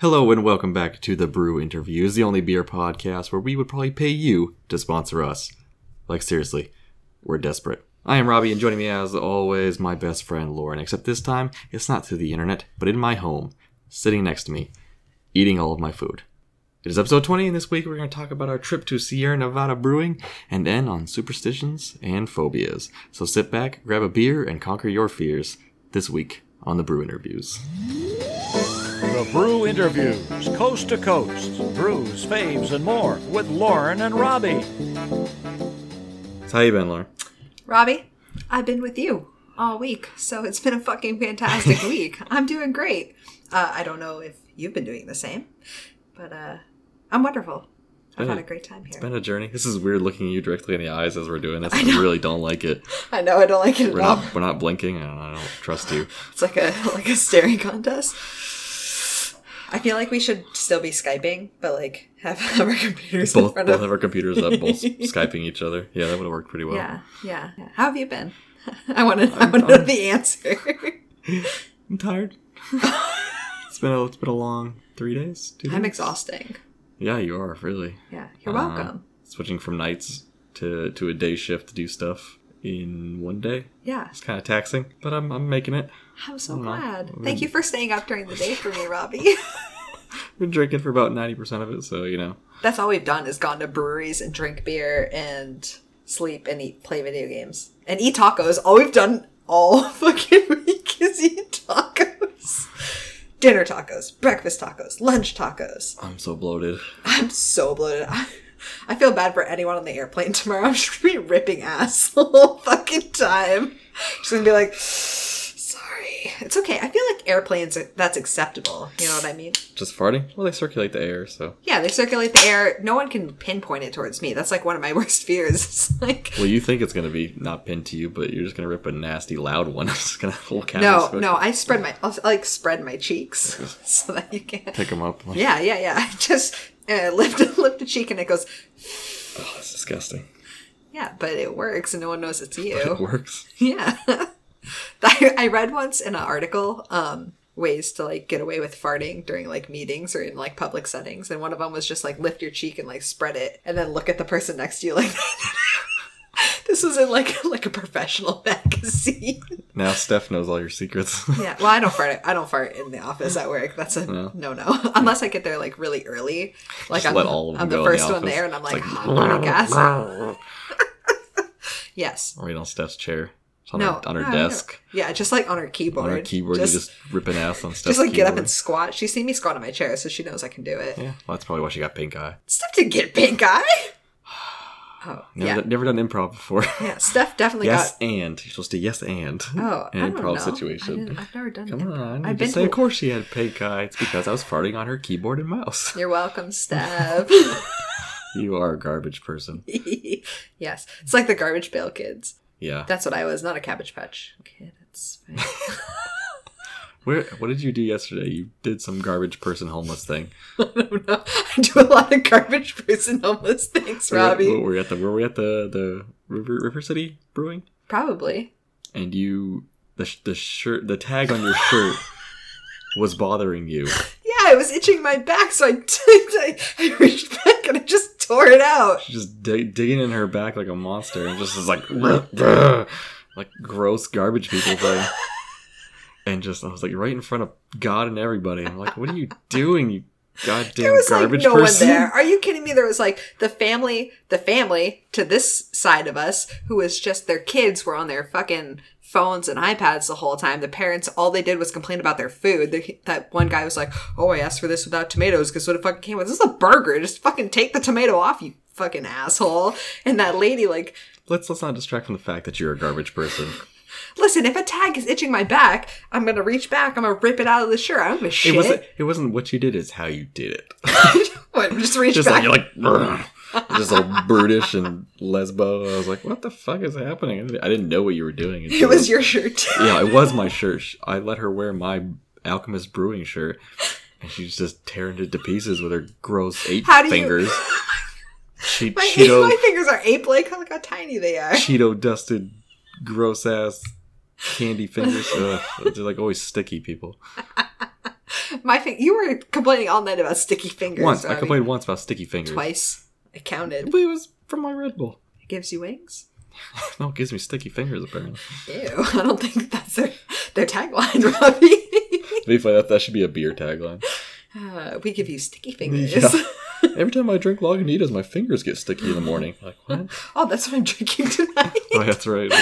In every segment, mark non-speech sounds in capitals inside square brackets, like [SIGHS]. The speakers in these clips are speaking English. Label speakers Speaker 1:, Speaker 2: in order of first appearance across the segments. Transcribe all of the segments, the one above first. Speaker 1: Hello and welcome back to the Brew Interviews, the only beer podcast where we would probably pay you to sponsor us. Like seriously, we're desperate. I am Robbie, and joining me as always, my best friend Lauren. Except this time, it's not through the internet, but in my home, sitting next to me, eating all of my food. It is episode 20, and this week we're going to talk about our trip to Sierra Nevada Brewing and end on superstitions and phobias. So sit back, grab a beer, and conquer your fears this week on the Brew Interviews.
Speaker 2: The Brew Interviews, coast to coast, brews, faves, and more with Lauren and Robbie.
Speaker 1: So how you been, Lauren?
Speaker 3: Robbie, I've been with you all week, so it's been a fucking
Speaker 1: [LAUGHS]
Speaker 3: fantastic week. I'm doing great. Uh, I don't know if you've been doing the same, but uh, I'm wonderful. I've
Speaker 1: Been
Speaker 3: had
Speaker 1: a-
Speaker 3: a great time here.
Speaker 1: It's been a journey. This is weird looking you directly in the eyes as we're doing this. I really don't like it.
Speaker 3: I know I don't like it
Speaker 1: We're
Speaker 3: at all.
Speaker 1: not we're not blinking and I don't trust
Speaker 3: [LAUGHS]
Speaker 1: you.
Speaker 3: It's like a like a staring contest. I feel like we should still be skyping, but like have, [LAUGHS] have our computers in
Speaker 1: Both
Speaker 3: front
Speaker 1: both
Speaker 3: of.
Speaker 1: have our computers up, both
Speaker 3: [LAUGHS]
Speaker 1: skyping each other. Yeah, that would have worked pretty well.
Speaker 3: yeah, yeah, yeah. How have you been? [LAUGHS] I want to. I want to know the answer. [LAUGHS]
Speaker 1: I'm tired. it's been a it's been a long three days. Two [LAUGHS]
Speaker 3: I'm
Speaker 1: days?
Speaker 3: exhausting.
Speaker 1: Yeah, you are, really.
Speaker 3: Yeah, you're
Speaker 1: Uh,
Speaker 3: welcome.
Speaker 1: Switching from nights to to a day shift to do stuff in one day.
Speaker 3: Yeah.
Speaker 1: It's kinda taxing, but I'm I'm making it.
Speaker 3: I'm so
Speaker 1: don't know.
Speaker 3: glad.
Speaker 1: I
Speaker 3: Thank you for staying up during the day for
Speaker 1: [LAUGHS]
Speaker 3: me, Robbie. [LAUGHS]
Speaker 1: Been drinking for about ninety percent of it, so you know.
Speaker 3: That's all we've done is gone to breweries and drink beer and sleep and eat, play video games and eat tacos. All we've done all [LAUGHS] fucking week is eat tacos. Dinner tacos, breakfast tacos, lunch tacos.
Speaker 1: I'm so bloated.
Speaker 3: I'm so bloated. [LAUGHS] I, I feel bad for anyone on the airplane tomorrow. I'm just gonna be ripping ass [LAUGHS] the whole fucking time. Just gonna be like, [SIGHS] sorry. It's okay. I feel like airplanes, are, that's acceptable. You know what I mean?
Speaker 1: Just farting? Well they circulate the air, so
Speaker 3: Yeah, they circulate the air. No one can pinpoint it towards me. That's like one of my [LAUGHS] worst fears. It's like
Speaker 1: Well, you think it's gonna be not pinned to you, but you're just gonna rip a nasty, loud one. [LAUGHS] I'm just gonna whole cat.
Speaker 3: no, no. I spread my, I'll, like spread my cheeks [LAUGHS] so that you can.
Speaker 1: Pick them up. Like,
Speaker 3: Yeah, yeah, yeah. [LAUGHS] I just uh, lift [LAUGHS] lift a cheek and it goes.
Speaker 1: oh, that's
Speaker 3: [LAUGHS]
Speaker 1: disgusting.
Speaker 3: Yeah, but it works and no one knows it's
Speaker 1: It
Speaker 3: you.
Speaker 1: works.
Speaker 3: Yeah. [LAUGHS] I, I read once in an article um, ways to like get away with farting during like meetings or in like public settings, and one of them was just like lift your cheek and like spread it, and then look at the person next to you like. [LAUGHS] this was in like [LAUGHS] like a professional magazine.
Speaker 1: Now Steph knows all your secrets.
Speaker 3: Yeah, well, I don't fart. I don't fart in the office at work. That's a
Speaker 1: Yeah.
Speaker 3: no no. [LAUGHS] Unless I get there like really early,
Speaker 1: [LAUGHS]
Speaker 3: like
Speaker 1: Just
Speaker 3: I'm,
Speaker 1: let all of them
Speaker 3: I'm the
Speaker 1: go in the
Speaker 3: first one
Speaker 1: office.
Speaker 3: there, and I'm
Speaker 1: It's
Speaker 3: like,
Speaker 1: like,
Speaker 3: "Ah, I'm [LAUGHS] out of
Speaker 1: [LAUGHS]
Speaker 3: gas. Yes.
Speaker 1: right on Steph's chair. It's on
Speaker 3: No.
Speaker 1: her, on her
Speaker 3: no, I don't.
Speaker 1: desk.
Speaker 3: Yeah, just like on her keyboard.
Speaker 1: On her keyboard,
Speaker 3: Just,
Speaker 1: you're just ripping ass on Steph's
Speaker 3: [LAUGHS] just, like get up
Speaker 1: keyboard.
Speaker 3: and squat. She's seen me squat on my chair, so she knows I can do it.
Speaker 1: Yeah, well, that's probably why she got pink eye.
Speaker 3: Steph didn't get pink eye. Oh
Speaker 1: Never,
Speaker 3: yeah, Oh
Speaker 1: done, never done improv before.
Speaker 3: yeah. Steph
Speaker 1: [LAUGHS]
Speaker 3: definitely
Speaker 1: yes, and you're supposed to yes and.
Speaker 3: got. Oh,
Speaker 1: an
Speaker 3: I don't
Speaker 1: improv
Speaker 3: know. I
Speaker 1: situation.
Speaker 3: didn't- I've never done.
Speaker 1: Come
Speaker 3: improv.
Speaker 1: on,
Speaker 3: I've
Speaker 1: I've
Speaker 3: been
Speaker 1: say, of
Speaker 3: to-
Speaker 1: course she had pink eye. It's because I was farting on her keyboard and mouse. [LAUGHS]
Speaker 3: You're welcome, Steph.
Speaker 1: You are a garbage person.
Speaker 3: yes, it's like the garbage pail kids.
Speaker 1: Yeah.
Speaker 3: That's what I was, not a cabbage patch kid. It's fine. [LAUGHS]
Speaker 1: Where? What did you do yesterday? You did some garbage person homeless thing.
Speaker 3: I don't know. I do a lot of garbage person homeless things,
Speaker 1: We were-
Speaker 3: Robbie.
Speaker 1: we Were, at the were we at the the River River City Brewing?
Speaker 3: Probably.
Speaker 1: And you the sh- the shirt the tag on your shirt was bothering you.
Speaker 3: Yeah, I was itching my back, so I, [LAUGHS] did, I, I reached back and I just tore it out.
Speaker 1: She's just dig- digging in her back like a monster, and just is like
Speaker 3: [LAUGHS]
Speaker 1: "Bruh, [LAUGHS] bruh," like gross garbage people thing. And just I was like right in front of God and everybody. I'm like, what are you doing, you goddamn
Speaker 3: There was like
Speaker 1: garbage
Speaker 3: no
Speaker 1: person?
Speaker 3: one there. Are you kidding me? There was like the family, the family to this side of us, who was just their kids were on their fucking phones and iPads the whole time. The parents, all they did was complain about their food. The, that one guy was like, "Oh, I asked for this without tomatoes because what it fucking came with. This is a burger. Just fucking take the tomato off, you fucking asshole." And that lady, like,
Speaker 1: [LAUGHS] Let's let's not distract from the fact that you're a garbage person.
Speaker 3: listen, if a tag is itching my back, I'm gonna reach back. I'm gonna rip it out of the shirt. I don't give a shit.
Speaker 1: It wasn't. It wasn't what you did. It's how you did it.
Speaker 3: What, just reach
Speaker 1: Just like
Speaker 3: back.
Speaker 1: you're like "Brr." just all brutish and lesbo. I was like, what the fuck is happening? I didn't- I didn't know what you were doing.
Speaker 3: [LAUGHS] it was your shirt.
Speaker 1: yeah. It was my shirt. Sh- I let her wear my alchemist brewing shirt, and she's just tearing it to pieces with her gross eight
Speaker 3: How do you-
Speaker 1: fingers.
Speaker 3: [LAUGHS]
Speaker 1: She
Speaker 3: My,
Speaker 1: Cheeto
Speaker 3: my fingers are ape like. Look how tiny they are.
Speaker 1: Cheeto dusted, gross ass candy fingers. Ugh, they're like always sticky people.
Speaker 3: My fi- you were complaining all night about sticky fingers.
Speaker 1: once. I
Speaker 3: Robbie.
Speaker 1: complained once about sticky fingers.
Speaker 3: twice. I counted.
Speaker 1: But it was from my Red Bull. [LAUGHS]
Speaker 3: It gives you wings.
Speaker 1: No, it gives me sticky fingers,
Speaker 3: [LAUGHS]
Speaker 1: apparently.
Speaker 3: Ew, I don't think that's their their tagline, [LAUGHS] Robbie.
Speaker 1: to be fair, that, that should be a beer tagline.
Speaker 3: Uh, we give you sticky fingers.
Speaker 1: Yeah. Every time I drink Lagunitas, my fingers get sticky in the morning. Like, what?
Speaker 3: [LAUGHS] [LAUGHS] Oh, that's what I'm drinking tonight. [LAUGHS]
Speaker 1: oh, that's right.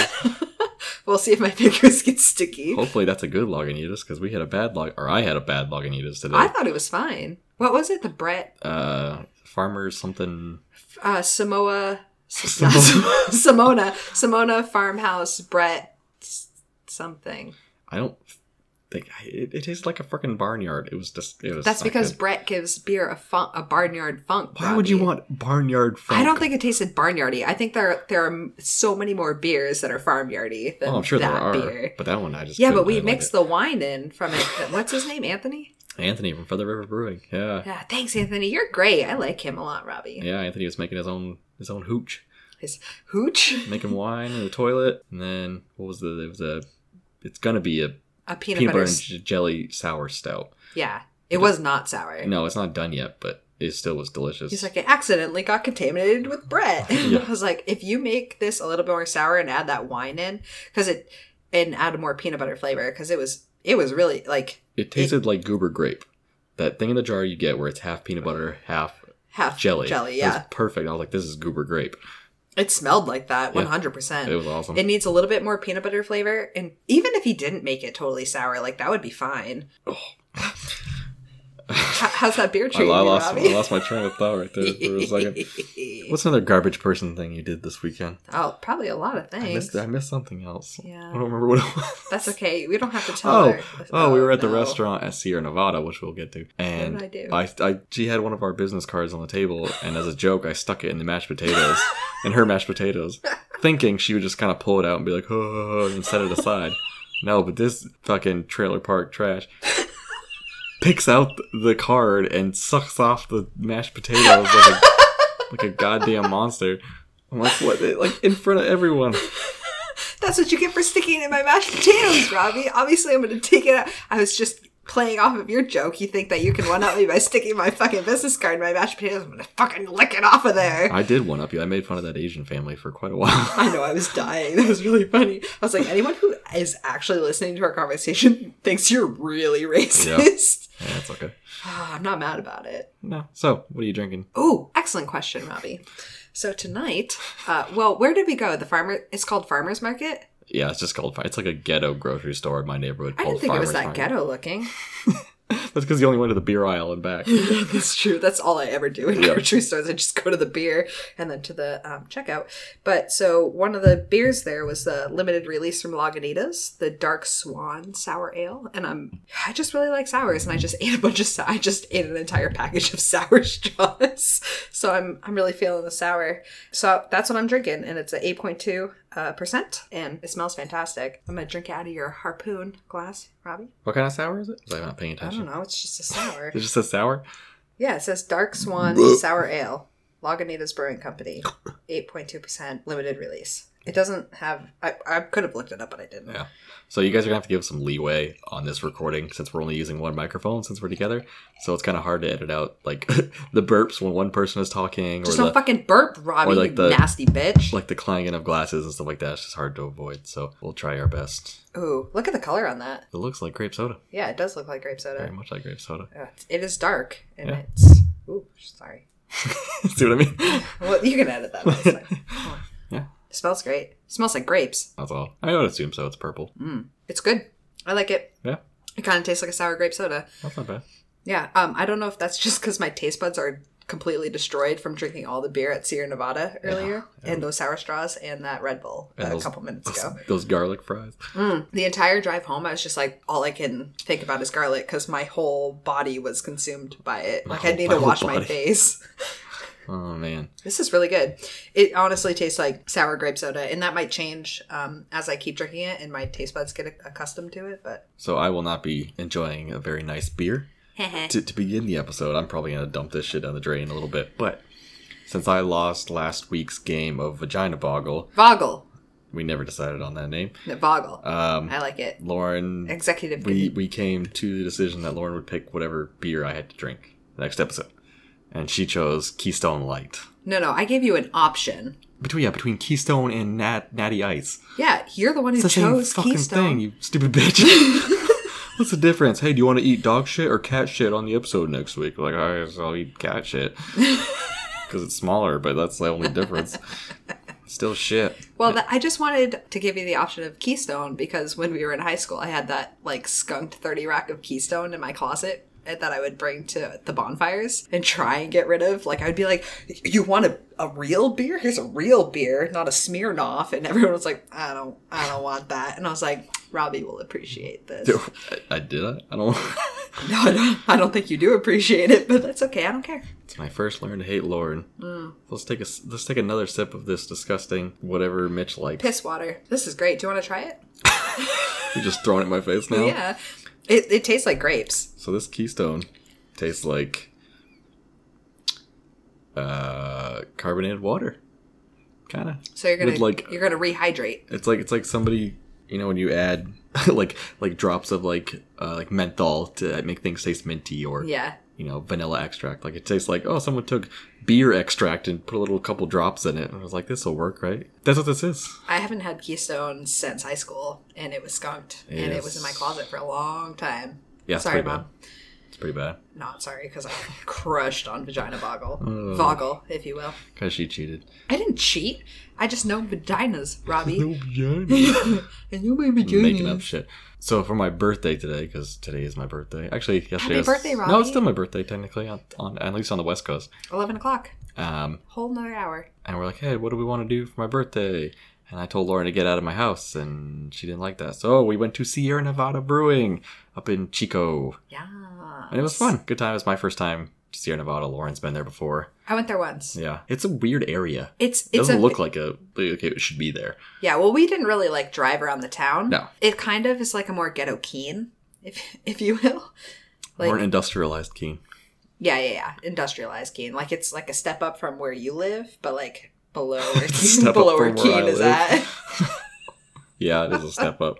Speaker 3: we'll see if my [LAUGHS] fingers get sticky.
Speaker 1: Hopefully, that's a good Lagunitas because we had a bad log, or I had a bad Lagunitas today.
Speaker 3: I thought it was fine. What was it? The Brett
Speaker 1: uh, farmers
Speaker 3: [LAUGHS]
Speaker 1: something.
Speaker 3: uh, Samoa
Speaker 1: [LAUGHS]
Speaker 3: S- [LAUGHS] not Samo- Simona Simona farmhouse Brett s- something.
Speaker 1: I don't think it, it tastes like a freaking barnyard. It was just. It was
Speaker 3: That's
Speaker 1: not
Speaker 3: because
Speaker 1: good.
Speaker 3: Brett gives beer a funk, a barnyard funk.
Speaker 1: Why would you
Speaker 3: Robbie.
Speaker 1: want barnyard? Funk?
Speaker 3: I don't think it tasted barnyardy. I think there there are so many more beers that are farmyardy than
Speaker 1: Oh, I'm sure
Speaker 3: that
Speaker 1: there are,
Speaker 3: beer.
Speaker 1: but that one I just
Speaker 3: Yeah,
Speaker 1: couldn't.
Speaker 3: but
Speaker 1: I
Speaker 3: we
Speaker 1: didn't like
Speaker 3: mixed
Speaker 1: it.
Speaker 3: the wine in from it. [LAUGHS] What's his name? Anthony.
Speaker 1: Anthony from Feather River Brewing. Yeah. yeah,
Speaker 3: Yeah, thanks, Anthony. You're great. I like him a lot, Robbie.
Speaker 1: Anthony was making his own his own hooch,
Speaker 3: His hooch,
Speaker 1: making wine in the toilet, and then what was the? It was a. It's gonna be a [LAUGHS]
Speaker 3: a
Speaker 1: peanut
Speaker 3: peanut, butter.
Speaker 1: butter and j- jelly sour stout.
Speaker 3: yeah, it was not sour.
Speaker 1: No, it's not done yet, but it still was delicious.
Speaker 3: He's like, it accidentally got contaminated with bread. [LAUGHS]
Speaker 1: Yeah.
Speaker 3: I was like, if you make this a little bit more sour and add that wine in, because it and add more peanut butter flavor, because it was it was really like
Speaker 1: it tasted like goober grape. That thing in the jar you get where it's half peanut butter, half
Speaker 3: half
Speaker 1: jelly.
Speaker 3: Jelly,
Speaker 1: It was
Speaker 3: yeah.
Speaker 1: perfect. I was like, this is goober grape.
Speaker 3: It smelled like that,
Speaker 1: Yeah.
Speaker 3: one hundred percent.
Speaker 1: It was awesome.
Speaker 3: It needs a little bit more peanut butter flavor, and even if he didn't make it totally sour, like that would be fine. How- How's that beer
Speaker 1: I, I
Speaker 3: treating you,
Speaker 1: lost
Speaker 3: Robbie?
Speaker 1: I lost my train of thought right there for a
Speaker 3: [LAUGHS]
Speaker 1: second. What's another garbage person thing you did this weekend?
Speaker 3: oh, probably a lot of
Speaker 1: I
Speaker 3: things.
Speaker 1: missed I missed something else.
Speaker 3: Yeah.
Speaker 1: I don't remember what it was.
Speaker 3: That's okay. We don't have to tell.
Speaker 1: Oh,
Speaker 3: her.
Speaker 1: oh, we were at the
Speaker 3: no.
Speaker 1: restaurant at Sierra Nevada, which we'll get to. And
Speaker 3: What did
Speaker 1: I, I, she had one of our business cards on the table, and as a joke, I stuck it in the mashed potatoes, in her mashed
Speaker 3: [LAUGHS]
Speaker 1: potatoes, thinking she would just kind of pull it out and be like, oh, and set it aside. No, but this fucking trailer park trash picks out the card and sucks off the mashed potatoes like a, like a goddamn monster. I'm like, what? Like in front of everyone.
Speaker 3: That's what you get for sticking it in my mashed potatoes, Robbie. Obviously, I'm going to take it out. I was just playing off of your joke. You think that you can one up me by sticking my fucking business card in my mashed potatoes? I'm going to fucking lick it off of there.
Speaker 1: I did one up you. I made fun of that Asian family for quite a while. [LAUGHS]
Speaker 3: I know I was dying. That was really funny. I was like, anyone who is actually listening to our conversation thinks you're really racist. [LAUGHS]
Speaker 1: yeah, that's okay.
Speaker 3: Ah, I'm not mad about it.
Speaker 1: No. So, what are you drinking?
Speaker 3: Oh, excellent question, Robbie. So tonight, uh, well, where did we go? The farmer. It's called Farmers Market.
Speaker 1: Yeah, it's just called. It's like a ghetto grocery store in my neighborhood.
Speaker 3: I didn't
Speaker 1: called
Speaker 3: think it was that
Speaker 1: Farmer's Market.
Speaker 3: ghetto looking.
Speaker 1: [LAUGHS] That's because you only went to the beer aisle and
Speaker 3: [LAUGHS]
Speaker 1: back.
Speaker 3: That's true. That's all I ever do in grocery stores. I just go to the beer and then to the um, checkout. But so one of the beers there was the limited release from Lagunitas, the Dark Swan Sour Ale, and I'm I just really like sours, and I just [LAUGHS] ate a bunch of sou- I just ate an entire package of [LAUGHS] sour straws. So I'm I'm really feeling the sour. So that's what I'm drinking, and it's at 8.2 uh, percent, and it smells fantastic. I'm gonna drink it out of your harpoon glass, Robbie.
Speaker 1: what kind of sour is it? Was I not paying
Speaker 3: I
Speaker 1: attention?
Speaker 3: don't know. It's just a sour.
Speaker 1: It just says sour.
Speaker 3: Yeah, it says Dark Swan Sour Ale, Lagunitas Brewing
Speaker 1: [LAUGHS]
Speaker 3: Company, 8.2% limited release. It doesn't have. I, I could have looked it up, but I didn't.
Speaker 1: Yeah. So you guys are gonna have to give some leeway on this recording since we're only using one microphone since we're together. So it's kind of hard to edit out like [LAUGHS] the burps when one person is talking
Speaker 3: Just
Speaker 1: or
Speaker 3: don't
Speaker 1: the
Speaker 3: fucking burp, Robbie,
Speaker 1: or like
Speaker 3: you
Speaker 1: the-
Speaker 3: nasty bitch.
Speaker 1: like the clanging of glasses and stuff like that. It's just hard to avoid. So we'll try our best.
Speaker 3: Ooh, look at the color on that.
Speaker 1: It looks like grape soda.
Speaker 3: Yeah, it does look like grape
Speaker 1: Very
Speaker 3: soda.
Speaker 1: much like grape soda. [LAUGHS]
Speaker 3: Uh, it is dark, and
Speaker 1: Yeah.
Speaker 3: it's. Ooh, sorry.
Speaker 1: See what I
Speaker 3: [LAUGHS]
Speaker 1: mean?
Speaker 3: Well, you can edit that. That's
Speaker 1: [LAUGHS]
Speaker 3: fine. Come on.
Speaker 1: Yeah.
Speaker 3: It smells great. It smells like grapes.
Speaker 1: That's all. I would assume so. It's purple.
Speaker 3: Mm. It's good. I like it.
Speaker 1: Yeah.
Speaker 3: It kind of tastes like a sour grape soda.
Speaker 1: That's not bad.
Speaker 3: Yeah, um, I don't know if that's [LAUGHS] just because my taste buds are completely destroyed from drinking all the beer at Sierra Nevada earlier, and those sour straws and that Red Bull
Speaker 1: And
Speaker 3: uh,
Speaker 1: those-
Speaker 3: a couple minutes
Speaker 1: Those,
Speaker 3: ago. Mm.
Speaker 1: those garlic fries.
Speaker 3: The entire drive home, I was just like, all I can think about is garlic because my whole body was consumed by it. Like I
Speaker 1: whole-
Speaker 3: need
Speaker 1: my
Speaker 3: to
Speaker 1: whole
Speaker 3: wash
Speaker 1: [LAUGHS]
Speaker 3: my
Speaker 1: body.
Speaker 3: face.
Speaker 1: Oh man.
Speaker 3: This is really good. It honestly tastes like sour grape soda, and that might change um, as I keep drinking it and my taste buds get accustomed to it. But
Speaker 1: So I will not be enjoying a very nice beer. to, to begin the episode, I'm probably going to dump this shit down the drain a little bit. But since I lost last week's game of Vagina Boggle,
Speaker 3: Vogel,
Speaker 1: we never decided on that name.
Speaker 3: The Boggle.
Speaker 1: Um,
Speaker 3: I like it.
Speaker 1: Lauren,
Speaker 3: Executive.
Speaker 1: we we came to the decision that Lauren would pick whatever beer I had to drink the next episode, and she chose Keystone Light.
Speaker 3: no, no, I gave you an option.
Speaker 1: Between yeah, between Keystone and Nat, Natty Ice,
Speaker 3: Yeah, you're the one who
Speaker 1: it's the same
Speaker 3: chose
Speaker 1: fucking
Speaker 3: Keystone.
Speaker 1: thing. You stupid bitch. [LAUGHS] What's the difference? Hey, do you want to eat dog shit or cat shit on the episode next week? Like, I guess I'll eat cat
Speaker 3: [LAUGHS]
Speaker 1: shit because it's smaller, but that's the only difference. Still shit.
Speaker 3: Well, th- I just wanted to give you the option of Keystone because when we were in high school, I had that like skunked 30 rack of Keystone in my closet eh, that I would bring to the bonfires and try and get rid of. Like, I'd be like, You want a, a real beer? Here's a real beer, not a Smirnoff. And everyone was like, I don't, I don't want that. And I was like, Robbie will appreciate this.
Speaker 1: I, I did I? I don't.
Speaker 3: [LAUGHS]
Speaker 1: [LAUGHS]
Speaker 3: No, I don't, I don't think you do appreciate it, but that's okay. I don't care.
Speaker 1: It's when I first learned to hate Lauren.
Speaker 3: Mm.
Speaker 1: Let's take a s- let's take another sip of this disgusting whatever Mitch likes.
Speaker 3: Piss water. This is great. Do you want to try it?
Speaker 1: You're just throwing it in my face now.
Speaker 3: Yeah. It, it tastes like grapes.
Speaker 1: So this Keystone tastes like uh carbonated water. Kind of.
Speaker 3: So you're gonna
Speaker 1: With, like-
Speaker 3: you're gonna rehydrate.
Speaker 1: It's like it's like somebody you know when you add [LAUGHS] like like drops of like uh, like menthol to uh, make things taste minty or
Speaker 3: Yeah.
Speaker 1: you know vanilla extract. Like it tastes like oh someone took beer extract and put a little couple drops in it and I was like this will work right. That's what this is.
Speaker 3: I haven't had Keystone since high school, and it was skunked, and it was in my
Speaker 1: Yes.
Speaker 3: closet for a long time.
Speaker 1: Yeah, it's
Speaker 3: sorry,
Speaker 1: pretty
Speaker 3: mom.
Speaker 1: bad. It's pretty bad.
Speaker 3: Not sorry because I [LAUGHS] crushed on vagina boggle, voggle, if you will.
Speaker 1: Because she cheated.
Speaker 3: I didn't cheat. I just know vaginas, [LAUGHS] Robbie.
Speaker 1: Making
Speaker 3: I know my vaginas.
Speaker 1: up shit. So for my birthday today, because today is my birthday. Actually, yesterday.
Speaker 3: Happy
Speaker 1: was-
Speaker 3: birthday,
Speaker 1: No,
Speaker 3: Robbie.
Speaker 1: it's still my birthday technically, on, on at least on the West Coast.
Speaker 3: Eleven o'clock.
Speaker 1: Um,
Speaker 3: Whole another hour.
Speaker 1: and we're like, hey, what do we want to do for my birthday? And I told Lauren to get out of my house, and she didn't like that. So we went to Sierra Nevada Brewing up in Chico,
Speaker 3: Yeah.
Speaker 1: and it was fun. Good time. It's my first time to Sierra Nevada. Lauren's been there before.
Speaker 3: I went there once.
Speaker 1: Yeah, it's a weird area.
Speaker 3: It's
Speaker 1: It
Speaker 3: it's
Speaker 1: doesn't
Speaker 3: a,
Speaker 1: look like a like it should be there.
Speaker 3: Yeah, well, we didn't really like drive around the town.
Speaker 1: No.
Speaker 3: it kind of is like a more ghetto Keen, if [LAUGHS] if you will.
Speaker 1: or an industrialized keen.
Speaker 3: Yeah, yeah, yeah. Industrialized Keene. Like it's like a step up from where you live, but like below
Speaker 1: [LAUGHS]
Speaker 3: where Keene,
Speaker 1: Step
Speaker 3: below
Speaker 1: up from
Speaker 3: where
Speaker 1: where I
Speaker 3: Keene is
Speaker 1: live.
Speaker 3: at.
Speaker 1: Yeah, it is a step
Speaker 3: [LAUGHS]
Speaker 1: up.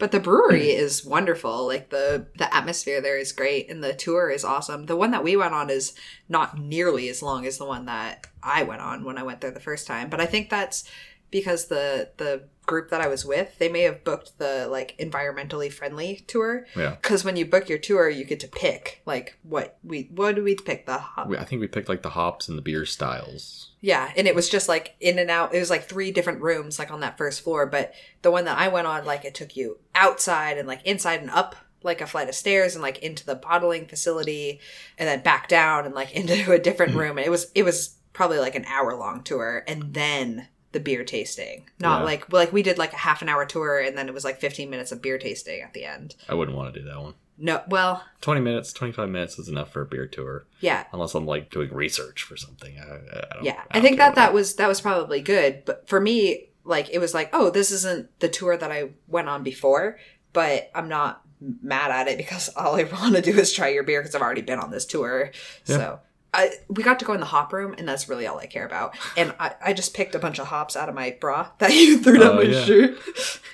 Speaker 3: But the brewery is wonderful. Like the the atmosphere there is great, and the tour is awesome. The one that we went on is not nearly as long as the one that I went on when I went there the first time. But I think that's because the the group that I was with, they may have booked the like environmentally friendly tour.
Speaker 1: Yeah.
Speaker 3: Because when you book your tour, you get to pick like what we what do we pick the hop-
Speaker 1: We, I think we picked like the hops and the beer styles.
Speaker 3: Yeah, and it was just like in and out. It was like three different rooms, like on that first floor. But the one that I went on, like it took you outside and like inside and up like a flight of stairs and like into the bottling facility and then back down and like [LAUGHS] into a different room. And it was it was probably like an hour long tour and then the beer tasting. Not
Speaker 1: Yeah.
Speaker 3: like well, like we did like a half an hour tour and then it was like fifteen minutes of beer tasting at the end.
Speaker 1: I wouldn't want to do that one.
Speaker 3: No, well,
Speaker 1: 20 minutes, 25 minutes is enough for a beer tour,
Speaker 3: yeah,
Speaker 1: unless I'm like doing research for something. I, I- I don't,
Speaker 3: yeah
Speaker 1: don't
Speaker 3: i think
Speaker 1: care
Speaker 3: that
Speaker 1: about
Speaker 3: that was that was probably good but for me like it was like oh this isn't the tour that i went on before but i'm not m- mad at it because [LAUGHS] all i want to do is try your beer because i've already been on this tour
Speaker 1: Yeah.
Speaker 3: so I, we got to go in the hop room and that's really all i
Speaker 1: [LAUGHS]
Speaker 3: care about and I, I just picked a bunch of hops out of my bra [LAUGHS] that you threw down
Speaker 1: Oh,
Speaker 3: my
Speaker 1: yeah.
Speaker 3: shirt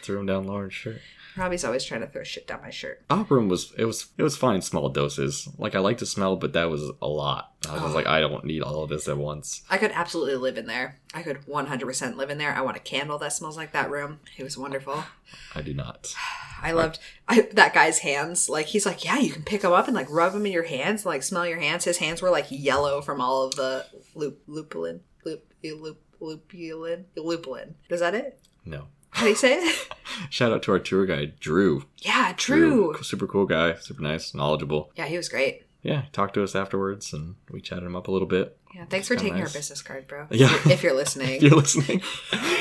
Speaker 1: Threw him down large, sure.
Speaker 3: robbie's always trying to throw shit down my shirt
Speaker 1: Hop room was, it was, it was fine in small doses. Like I like to smell, but that was a lot. I was
Speaker 3: Oh.
Speaker 1: just like, I don't need all of this at once.
Speaker 3: i could absolutely live in there i could 100% live in there i want a candle that smells like that room it was wonderful
Speaker 1: I do not.
Speaker 3: I loved I, that guy's hands. Like he's like, yeah, you can pick them up and like rub them in your hands and like smell your hands. His hands were like yellow from all of the lup lupulin lup lup lupulin lupulin. Is that it?
Speaker 1: No.
Speaker 3: How do you say it?
Speaker 1: [LAUGHS]
Speaker 3: [LAUGHS]
Speaker 1: Shout out to our tour guide, Drew.
Speaker 3: yeah, true.
Speaker 1: Super cool guy, super nice, knowledgeable.
Speaker 3: Yeah, he was great.
Speaker 1: Yeah, he talked to us afterwards and we chatted him up a little bit.
Speaker 3: Yeah, thanks for
Speaker 1: Kinda
Speaker 3: taking
Speaker 1: nice.
Speaker 3: our business card, bro.
Speaker 1: Yeah.
Speaker 3: if you're
Speaker 1: [LAUGHS] If
Speaker 3: listening.
Speaker 1: you're listening,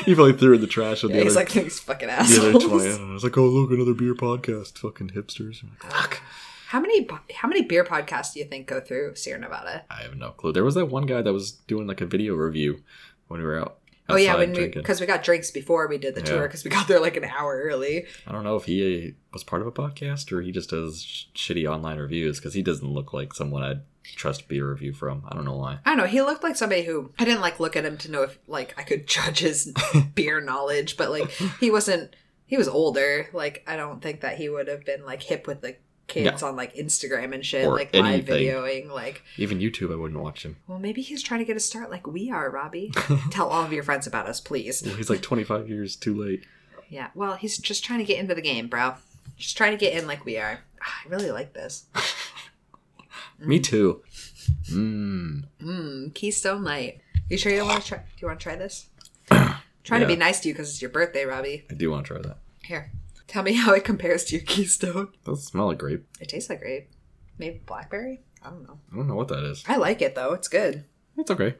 Speaker 1: he probably threw it in the trash with
Speaker 3: Yeah,
Speaker 1: the
Speaker 3: he's
Speaker 1: other
Speaker 3: like these fucking
Speaker 1: the other
Speaker 3: assholes.
Speaker 1: 20. And I was like, oh, look, another beer podcast. Fucking hipsters. I'm like, Fuck.
Speaker 3: [LAUGHS] How many po- how many beer podcasts do you think go through Sierra Nevada?
Speaker 1: I have no clue. There was that one guy that was doing like a video review when we were out.
Speaker 3: Oh yeah,
Speaker 1: outside
Speaker 3: when we
Speaker 1: drinking.
Speaker 3: because we got drinks before we did the
Speaker 1: Yeah.
Speaker 3: tour because we got there like an hour early.
Speaker 1: I don't know if he was part of a podcast or he just does sh- shitty online reviews because he doesn't look like someone I'd trust beer review from. I don't know why.
Speaker 3: I don't know. He looked like somebody who I didn't like look at him to know if like I could [LAUGHS]
Speaker 1: [LAUGHS]
Speaker 3: judge his beer knowledge, but like he wasn't. He was older. Like I don't think that he would have been like hip with the kids on like Instagram and shit,
Speaker 1: Or
Speaker 3: like live
Speaker 1: anything.
Speaker 3: videoing. Like,
Speaker 1: Even YouTube, I wouldn't watch him. [LAUGHS]
Speaker 3: well, maybe he's trying to get a start, like we are. Robbie, tell all of your friends about us, please.
Speaker 1: He's like 25 years too late.
Speaker 3: Yeah. Well, he's just trying to get into the game, bro. Just trying to get in like we are. Ah, I really like this.
Speaker 1: Me too. Mmm.
Speaker 3: Mm, Keystone Light. You sure you don't want to try? Do you want to
Speaker 1: [CLEARS THROAT]
Speaker 3: try this? trying to
Speaker 1: Yeah.
Speaker 3: be nice to you because it's your birthday, Robbie.
Speaker 1: I do want to try that.
Speaker 3: Here, tell me how it compares to your Keystone.
Speaker 1: Does smell like grape?
Speaker 3: It tastes like grape. Maybe blackberry? I don't know.
Speaker 1: I don't know what that is.
Speaker 3: I like it though. It's good.
Speaker 1: It's okay.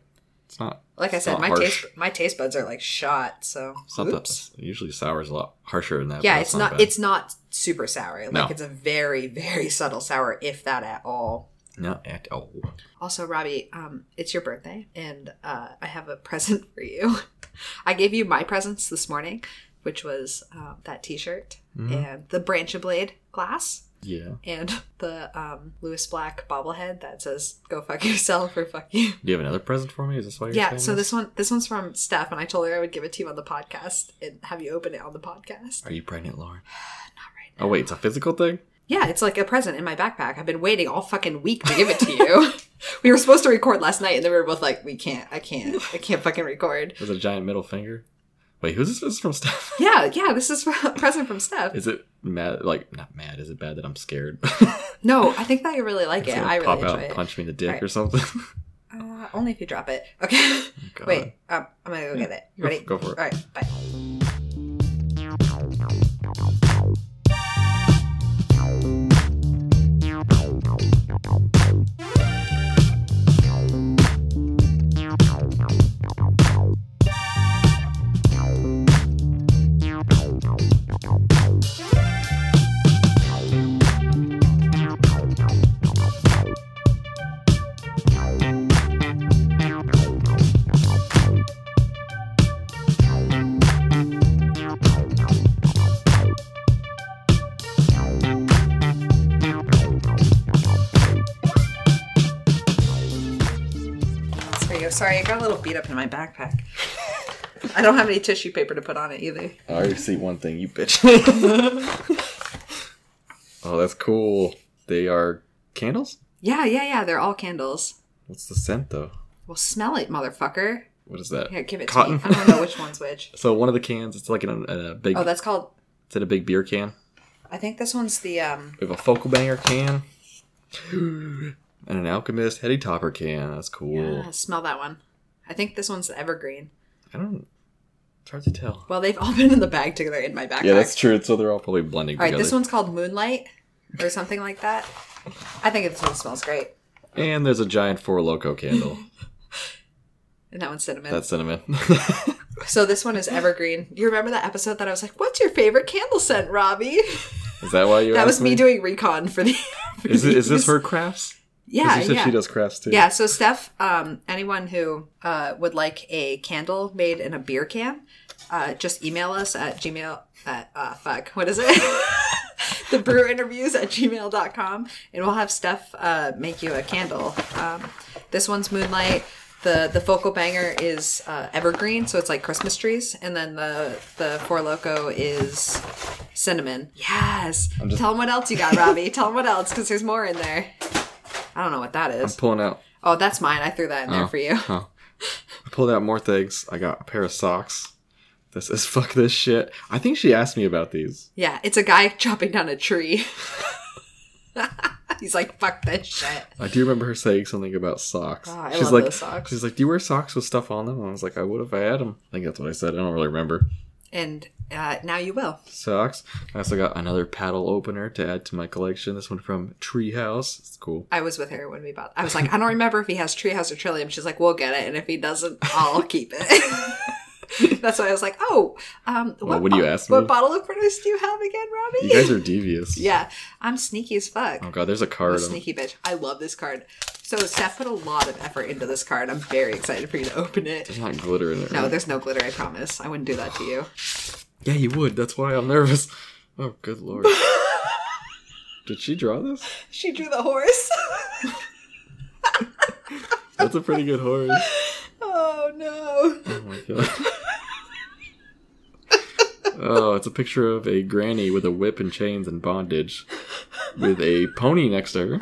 Speaker 1: It's not.
Speaker 3: Like I
Speaker 1: It's
Speaker 3: said,
Speaker 1: not
Speaker 3: my
Speaker 1: harsh.
Speaker 3: taste my taste buds are like shot. So
Speaker 1: It's not
Speaker 3: oops.
Speaker 1: that. Usually sour is a lot harsher than that.
Speaker 3: yeah,
Speaker 1: but
Speaker 3: it's
Speaker 1: that's
Speaker 3: not.
Speaker 1: bad.
Speaker 3: It's not super sour. Like
Speaker 1: No.
Speaker 3: it's a very very subtle sour, if that at all.
Speaker 1: not at all.
Speaker 3: Also, Robbie, um, it's your birthday, and uh, I have a [LAUGHS] present for you. [LAUGHS] I gave you my presents this morning, which was uh, that T-shirt
Speaker 1: Mm-hmm.
Speaker 3: and the Branch Blade glass.
Speaker 1: Yeah.
Speaker 3: and [LAUGHS] the um, Lewis Black bobblehead that says "Go fuck yourself" or "Fuck you."
Speaker 1: Do you have another present for me? Is this why you're
Speaker 3: Yeah.
Speaker 1: saying
Speaker 3: So this one, this one's from Steph, and I told her I would give it to you on the podcast and have you open it on the podcast.
Speaker 1: Are you pregnant,
Speaker 3: [SIGHS]
Speaker 1: Lauren? not right now. Oh wait, it's a physical thing.
Speaker 3: Yeah, it's like a present in my backpack. I've been waiting all fucking week to give it
Speaker 1: [LAUGHS]
Speaker 3: to you. we were supposed to record last night, and then we were both like, "We can't. I can't. I can't fucking record."
Speaker 1: There's a giant middle finger. Wait, who's this? This is from Steph.
Speaker 3: Yeah, yeah. This is [LAUGHS] a present from Steph.
Speaker 1: Is it mad? Like not mad? Is it bad that I'm scared? [LAUGHS]
Speaker 3: No, I think that you really like
Speaker 1: It's
Speaker 3: it.
Speaker 1: gonna
Speaker 3: I really
Speaker 1: pop out and
Speaker 3: enjoy it.
Speaker 1: punch me in the dick
Speaker 3: Alright.
Speaker 1: or something. [LAUGHS]
Speaker 3: Uh, only if you drop it. Okay. [LAUGHS]
Speaker 1: God.
Speaker 3: Wait. Um, I'm gonna go get it. You
Speaker 1: Go f-
Speaker 3: ready?
Speaker 1: go for it.
Speaker 3: All right. Bye. There you go. Sorry, I got a little beat up in my backpack. I don't have any tissue paper to put on it either.
Speaker 1: I already see one thing, you bitch. [LAUGHS] oh, that's cool. They are candles.
Speaker 3: Yeah, yeah, yeah. They're all candles.
Speaker 1: What's the scent though?
Speaker 3: Well, smell it, motherfucker.
Speaker 1: What is that?
Speaker 3: Here, give it
Speaker 1: Cotton.
Speaker 3: to me. I don't know which one's which.
Speaker 1: [LAUGHS] so one of the cans, it's like in a, in a big,
Speaker 3: Oh, that's called.
Speaker 1: it's in a big beer can.
Speaker 3: I think this one's the um.
Speaker 1: We have a focal banger can, [GASPS] and an alchemist heady topper can. That's cool.
Speaker 3: ah, smell that one. I think this one's the evergreen.
Speaker 1: I don't. It's hard to tell.
Speaker 3: Well, they've all [LAUGHS] been in the bag together in my backpack.
Speaker 1: Yeah, that's true. So they're all probably blending
Speaker 3: All right,
Speaker 1: together.
Speaker 3: this one's called Moonlight or something like that. I think this one smells great,
Speaker 1: And there's a giant four loco
Speaker 3: [LAUGHS]
Speaker 1: candle.
Speaker 3: and that one's cinnamon.
Speaker 1: That's cinnamon. [LAUGHS]
Speaker 3: So this one is evergreen. You remember that episode that I was like, "What's your favorite candle scent, Robbie?" [LAUGHS]
Speaker 1: is that why you?
Speaker 3: That
Speaker 1: asked
Speaker 3: was me doing recon for the. [LAUGHS] for
Speaker 1: Is, it, is this
Speaker 3: these.
Speaker 1: her crafts? 'Cause
Speaker 3: Yeah,
Speaker 1: you said
Speaker 3: yeah.
Speaker 1: she does crafts too.
Speaker 3: Yeah, so Steph, um, anyone who uh, would like a candle made in a beer can, uh, just email us at gmail at uh, fuck, what is it? [LAUGHS] the brew interviews at gmail.com and we'll have Steph uh, make you a candle. Um, this one's Moonlight. The the focal banger is uh, evergreen, so it's like Christmas trees, and then the the four loco is cinnamon. Yes. Tell 'em Tell them what else you got, Robbie. Tell them what else, because there's more in there. I don't know what that is.
Speaker 1: Pulling out.
Speaker 3: Oh, that's mine. I threw that in there
Speaker 1: Oh.
Speaker 3: for you. [LAUGHS]
Speaker 1: Oh. I pulled out more things. I got a pair of socks. This is [LAUGHS] fuck this shit. I think she asked me about these.
Speaker 3: Yeah, it's a guy [LAUGHS] chopping down a tree. [LAUGHS] He's like, fuck this shit.
Speaker 1: I do remember her saying something about socks.
Speaker 3: Ah, I
Speaker 1: she's
Speaker 3: love
Speaker 1: like,
Speaker 3: those socks.
Speaker 1: she's like, do you wear socks with stuff on them? And I was like, I would if I had them. I think that's what I said. I don't really remember.
Speaker 3: And uh, now you will.
Speaker 1: Socks. I also got another paddle opener to add to my collection. This one from Treehouse. It's cool.
Speaker 3: I was with her when we bought. I was like, I don't remember if he has treehouse or trillium. She's like, we'll get it, and if he doesn't,
Speaker 1: [LAUGHS]
Speaker 3: I'll keep it. [LAUGHS] That's why I was like, oh, um, what,
Speaker 1: what do you
Speaker 3: bo-
Speaker 1: ask me?
Speaker 3: What bottle openers do you have again, Robbie?
Speaker 1: You guys are devious.
Speaker 3: [LAUGHS] yeah, I'm sneaky as fuck.
Speaker 1: Oh god, there's a
Speaker 3: I'm a
Speaker 1: card. on
Speaker 3: sneaky bitch. I love this card. So Steph put a lot of effort into this card. I'm very excited for you to open it.
Speaker 1: There's not glitter in it.
Speaker 3: No,
Speaker 1: right?
Speaker 3: there's no glitter. I promise. I wouldn't do that to [LAUGHS] you.
Speaker 1: Yeah, you would. That's why I'm nervous. Oh, good
Speaker 3: [LAUGHS]
Speaker 1: lord. Did she draw this?
Speaker 3: She drew the horse.
Speaker 1: That's a pretty good horse.
Speaker 3: [LAUGHS] Oh no.
Speaker 1: Oh my god. Oh, it's a picture of a granny with a whip and chains and bondage, with a pony next to her.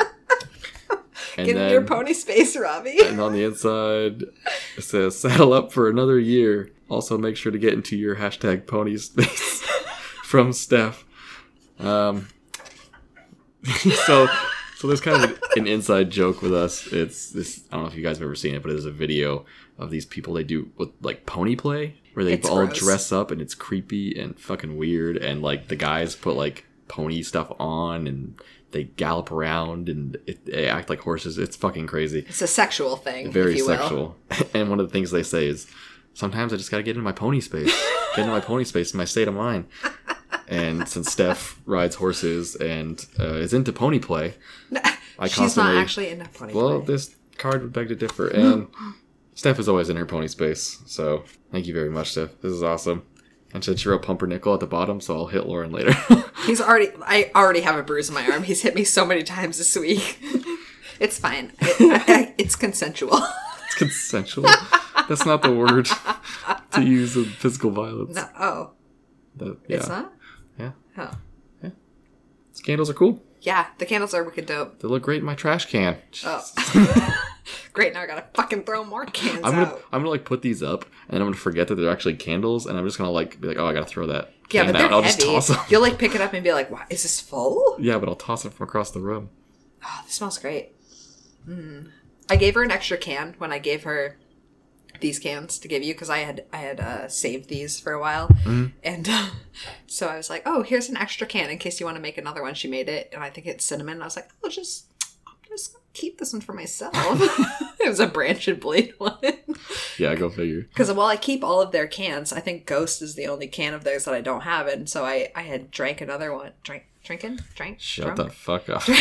Speaker 1: And
Speaker 3: Get in your pony space, Robbie.
Speaker 1: [LAUGHS] And on the inside, it says "saddle up for another year." Also, make sure to get into your hashtag pony space [LAUGHS] from Steph. Um, [LAUGHS] so, so there's kind of an, an inside joke with us. It's this. I don't know if you guys have ever seen it, but it is a video of these people. They do what, like pony play, where they
Speaker 3: It's
Speaker 1: all
Speaker 3: gross.
Speaker 1: dress up, and it's creepy and fucking weird. And like the guys put like pony stuff on and. They gallop around and it, they act like horses. It's fucking crazy
Speaker 3: [LAUGHS] It's a sexual thing, if
Speaker 1: very
Speaker 3: you
Speaker 1: sexual. [LAUGHS] And one of the things they say is, sometimes I just gotta get into my pony space, get into my pony space, my state of mind. And since Steph rides horses and uh, is into pony
Speaker 3: [LAUGHS]
Speaker 1: play,
Speaker 3: will.
Speaker 1: I
Speaker 3: She's
Speaker 1: constantly
Speaker 3: not actually in a pony
Speaker 1: well,
Speaker 3: play.
Speaker 1: this card would beg to differ. And Steph is always in her pony space, so thank you very much, Steph. This is awesome. And since you wrote Pumpernickel at the bottom, so I'll hit Lauren later. [LAUGHS]
Speaker 3: He's already. I already have a bruise on my arm. He's hit me so many times this week. [LAUGHS] it's fine. I- I- it's consensual. [LAUGHS]
Speaker 1: it's consensual. That's not the word to use in physical violence.
Speaker 3: No, oh,
Speaker 1: That- yeah.
Speaker 3: it's not.
Speaker 1: Yeah.
Speaker 3: Oh,
Speaker 1: Scandals are cool.
Speaker 3: yeah. The candles are wicked dope.
Speaker 1: They look great in my trash can.
Speaker 3: Oh. [LAUGHS] Great. Now I gotta fucking throw more cans
Speaker 1: I'm gonna
Speaker 3: out.
Speaker 1: I'm gonna like put these up and I'm gonna forget that they're actually candles and I'm just gonna like be like, oh I gotta throw that
Speaker 3: Yeah,
Speaker 1: can out.
Speaker 3: but they're
Speaker 1: I'll
Speaker 3: heavy.
Speaker 1: just toss them.
Speaker 3: You'll like pick it up and be like, "Wow, is this full?
Speaker 1: [LAUGHS] yeah, but I'll toss them from across the room.
Speaker 3: Oh, this smells great." Mm. I gave her an extra can when I gave her these cans to give you because I had I had uh, saved these for a while,
Speaker 1: Mm-hmm.
Speaker 3: and uh, [LAUGHS] so I was like, "Oh, here's an extra can in case you want to make another one." She made it, and I think it's cinnamon. And I was like, "I'll just." I'll Just keep this one
Speaker 1: [LAUGHS]
Speaker 3: for myself. [LAUGHS] it was a branch and blade [LAUGHS] one.
Speaker 1: Yeah, go
Speaker 3: [LAUGHS]
Speaker 1: figure.
Speaker 3: Because while I keep all of their cans, I think Ghost is the only can of theirs that I don't have, and so I I had drank another one. Drank, drinking, drank,
Speaker 1: Shut
Speaker 3: drunk?
Speaker 1: the fuck up.
Speaker 3: [LAUGHS]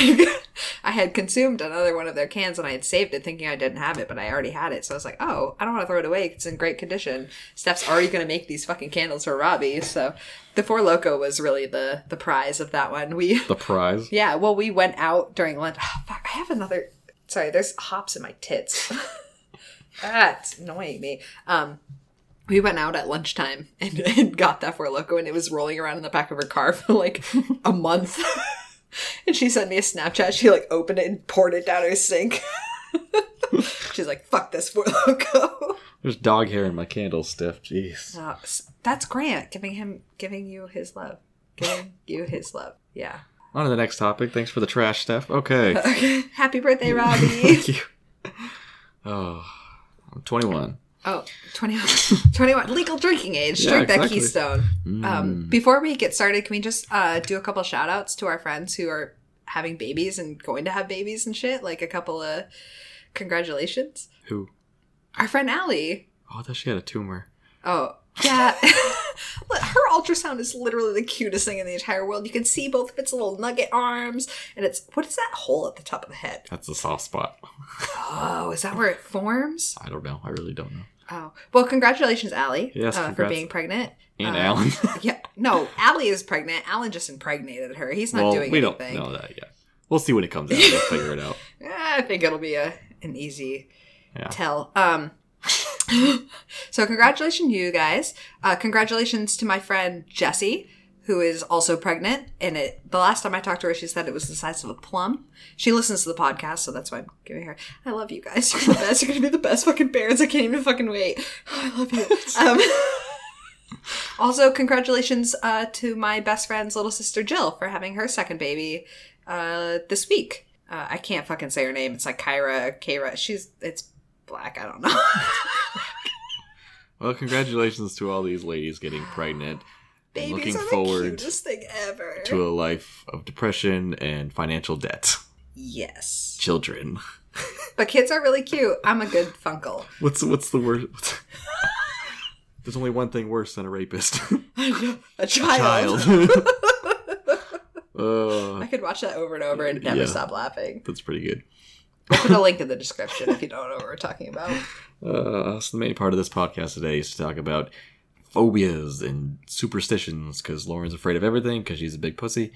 Speaker 3: I had consumed another one of their cans and I had saved it thinking I didn't have it, but I already had it. So I was like, oh, I don't want to throw it away. It's in great condition. Steph's already going to make these fucking candles for Robbie. So the Four Loco was really the, the prize of that one. We,
Speaker 1: The prize.
Speaker 3: yeah, well, we went out during lunch. Oh, fuck, I have another. Sorry, there's hops in my [LAUGHS] tits. That's annoying me. Um, we went out at lunchtime and, [LAUGHS] and got that Four Loco, and it was rolling around in the back of her car for like a month. [LAUGHS] and she sent me a Snapchat. She like opened it and poured it down her sink. [LAUGHS] She's like, "Fuck this Four Loco."
Speaker 1: There's dog hair in my candle, Steph. Jeez.
Speaker 3: Uh, s- that's Grant giving him, giving you his love, giving you his love. Yeah.
Speaker 1: On to the next topic. Thanks for the trash, Steph. Okay.
Speaker 3: [LAUGHS]
Speaker 1: [LAUGHS]
Speaker 3: Okay. Happy birthday, Robbie. [LAUGHS]
Speaker 1: Thank you. Oh, I'm 21.
Speaker 3: Oh, 21,
Speaker 1: [LAUGHS]
Speaker 3: 21 legal drinking age.
Speaker 1: Yeah,
Speaker 3: Drink that
Speaker 1: exactly. Mm.
Speaker 3: Keystone.
Speaker 1: Hmm.
Speaker 3: Um, before we get started, can we just uh, do a couple shout outs to our friends who are having babies and going to have babies and shit? Like a couple of congratulations.
Speaker 1: Who?
Speaker 3: Our friend Allie.
Speaker 1: Oh, I thought she had a tumor.
Speaker 3: Oh, yeah. [LAUGHS] Her ultrasound is literally the cutest thing in the entire world. You can see both of its little nugget arms, and it's what is that hole at the top of the head?
Speaker 1: That's a soft spot.
Speaker 3: Oh, is that where it forms?
Speaker 1: I don't know. I really don't know.
Speaker 3: Oh well, congratulations, Allie,
Speaker 1: Yes,
Speaker 3: uh, for
Speaker 1: congrats.
Speaker 3: being pregnant.
Speaker 1: And
Speaker 3: Uh,
Speaker 1: Alan.
Speaker 3: [LAUGHS] yeah, no, Allie is pregnant. Alan just impregnated her. He's not
Speaker 1: well,
Speaker 3: doing
Speaker 1: we don't
Speaker 3: anything.
Speaker 1: know that yet. We'll see when it comes out. We'll figure it
Speaker 3: [LAUGHS]
Speaker 1: out.
Speaker 3: Eh, I think it'll be a an easy
Speaker 1: Yeah.
Speaker 3: tell. Um, [LAUGHS] so congratulations, you guys. Uh, congratulations to my friend Jessie, who is also pregnant. And it the last time I talked to her, she said it was the size of a plum. She listens to the podcast, so that's why I'm giving her. I love you guys. [LAUGHS] You're the best. You're gonna be the best fucking parents. I can't even fucking wait. [LAUGHS] Oh, I love you. Um, [LAUGHS] also, congratulations uh, to my best friend's little sister Jill for having her second baby uh, this week. Uh, I can't fucking say her name. It's like Kyra, Kyra. She's it's black. I don't know. [LAUGHS]
Speaker 1: Well, congratulations to all these ladies getting pregnant and
Speaker 3: Babies
Speaker 1: looking
Speaker 3: are the
Speaker 1: forward
Speaker 3: cutest thing ever.
Speaker 1: to a life of depression and financial debt.
Speaker 3: yes,
Speaker 1: Children.
Speaker 3: but kids are really cute. I'm a good funkle.
Speaker 1: What's what's the word?
Speaker 3: [LAUGHS]
Speaker 1: What's... There's only one thing worse than a rapist.
Speaker 3: A
Speaker 1: [LAUGHS]
Speaker 3: child.
Speaker 1: Child. uh,
Speaker 3: [LAUGHS] I could watch that over and over and never
Speaker 1: Yeah.
Speaker 3: stop laughing.
Speaker 1: that's pretty good.
Speaker 3: We'll put a link in the description if you don't know what we're talking about.
Speaker 1: Uh, so the main part of this podcast today is to talk about phobias and superstitions because Lauren's afraid of everything because she's a big pussy.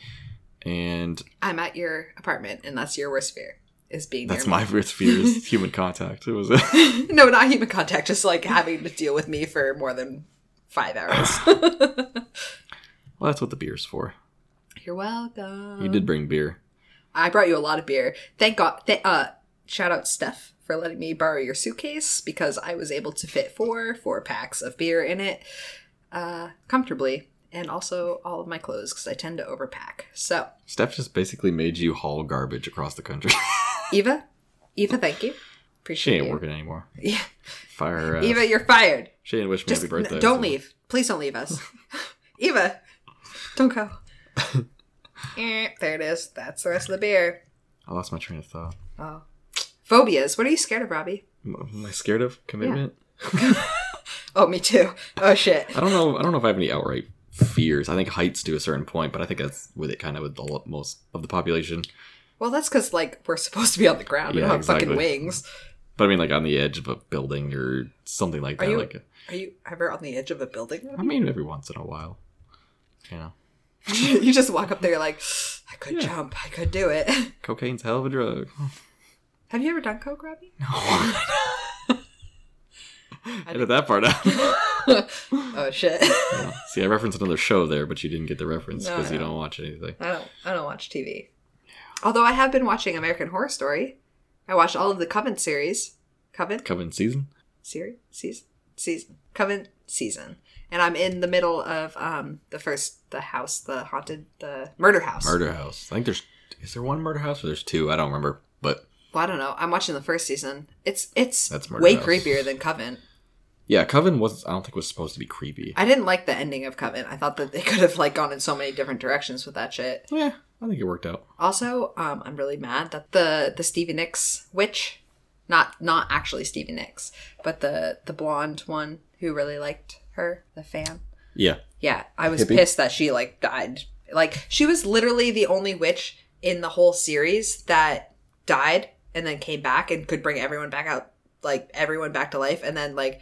Speaker 1: And
Speaker 3: I'm at your apartment, and that's your worst fear. is being
Speaker 1: That's
Speaker 3: near me.
Speaker 1: my worst fear is human contact. It was
Speaker 3: [LAUGHS] No, not human contact, just like having to deal with me for more than five hours.
Speaker 1: [LAUGHS]
Speaker 3: [LAUGHS]
Speaker 1: well, that's what the beer's for.
Speaker 3: You're welcome.
Speaker 1: You did bring beer.
Speaker 3: I brought you a lot of beer. Thank God. Th- uh, shout out Steph for letting me borrow your suitcase because I was able to fit four four packs of beer in it uh, comfortably, and also all of my clothes because I tend to overpack. So
Speaker 1: Steph just basically made you haul garbage across the country. [LAUGHS]
Speaker 3: Eva, Eva, thank you.
Speaker 1: she
Speaker 3: Appreciate
Speaker 1: ain't
Speaker 3: you.
Speaker 1: working anymore.
Speaker 3: [LAUGHS] Yeah.
Speaker 1: Fire her ass.
Speaker 3: Eva, you're fired.
Speaker 1: she didn't wish me
Speaker 3: Just
Speaker 1: happy birthday.
Speaker 3: n- don't
Speaker 1: so-
Speaker 3: leave. Please don't leave us. [LAUGHS] Eva, don't
Speaker 1: [LAUGHS]
Speaker 3: go. Eh, there it is. That's the rest of the beer.
Speaker 1: I lost my train of thought.
Speaker 3: Oh. Phobias. What are you scared of, Robbie?
Speaker 1: Am am I scared of commitment?
Speaker 3: Oh, me too. Oh, shit.
Speaker 1: I don't know. I don't know if I have any outright fears. I think heights to a certain point, but I think that's with it kind of with the lo- most of the population.
Speaker 3: Well, that's because like we're supposed to be on the ground. we
Speaker 1: Yeah,
Speaker 3: don't have
Speaker 1: exactly.
Speaker 3: fucking wings.
Speaker 1: But I mean, like on the edge of a building or something like
Speaker 3: Are
Speaker 1: that.
Speaker 3: you-
Speaker 1: Like,
Speaker 3: Are you ever on the edge of a building? [LAUGHS]
Speaker 1: I mean, every once in a while, you know,
Speaker 3: you just walk up there like, I could
Speaker 1: Yeah.
Speaker 3: jump. I could do it. [LAUGHS]
Speaker 1: cocaine's a hell of a drug.
Speaker 3: have you ever done coke, Robbie?
Speaker 1: Edit that part out.
Speaker 3: [LAUGHS]
Speaker 1: [LAUGHS]
Speaker 3: Oh shit. [LAUGHS]
Speaker 1: See, I referenced another show there, but you didn't get the reference
Speaker 3: No,
Speaker 1: because you
Speaker 3: no.
Speaker 1: don't watch anything.
Speaker 3: I don't. I don't watch TV. Although I have been watching American Horror Story. I watched all of the Coven series. Coven
Speaker 1: Coming season.
Speaker 3: series season season Coven season. And I'm in the middle of um the first the house the haunted the murder house.
Speaker 1: Murder House. I think there's is there one Murder House or there's two? I don't remember. But
Speaker 3: Well, I don't know. I'm watching the first season. It's it's
Speaker 1: That's Murder
Speaker 3: way
Speaker 1: House.
Speaker 3: creepier than Coven.
Speaker 1: yeah, Coven was I don't think was supposed to be creepy.
Speaker 3: I didn't like the ending of Coven. I thought that they [LAUGHS] could have like gone in so many different directions with that shit.
Speaker 1: yeah, I think it worked out.
Speaker 3: Also, um, I'm really mad that the the Stevie Nicks witch, not not actually Stevie Nicks, but the the blonde one who really liked her, the fan.
Speaker 1: Yeah,
Speaker 3: Yeah, I was
Speaker 1: Hippie?
Speaker 3: pissed that she like died. Like she was literally the only witch in the whole series that died and then came back and could bring everyone back out, like everyone back to life, and then like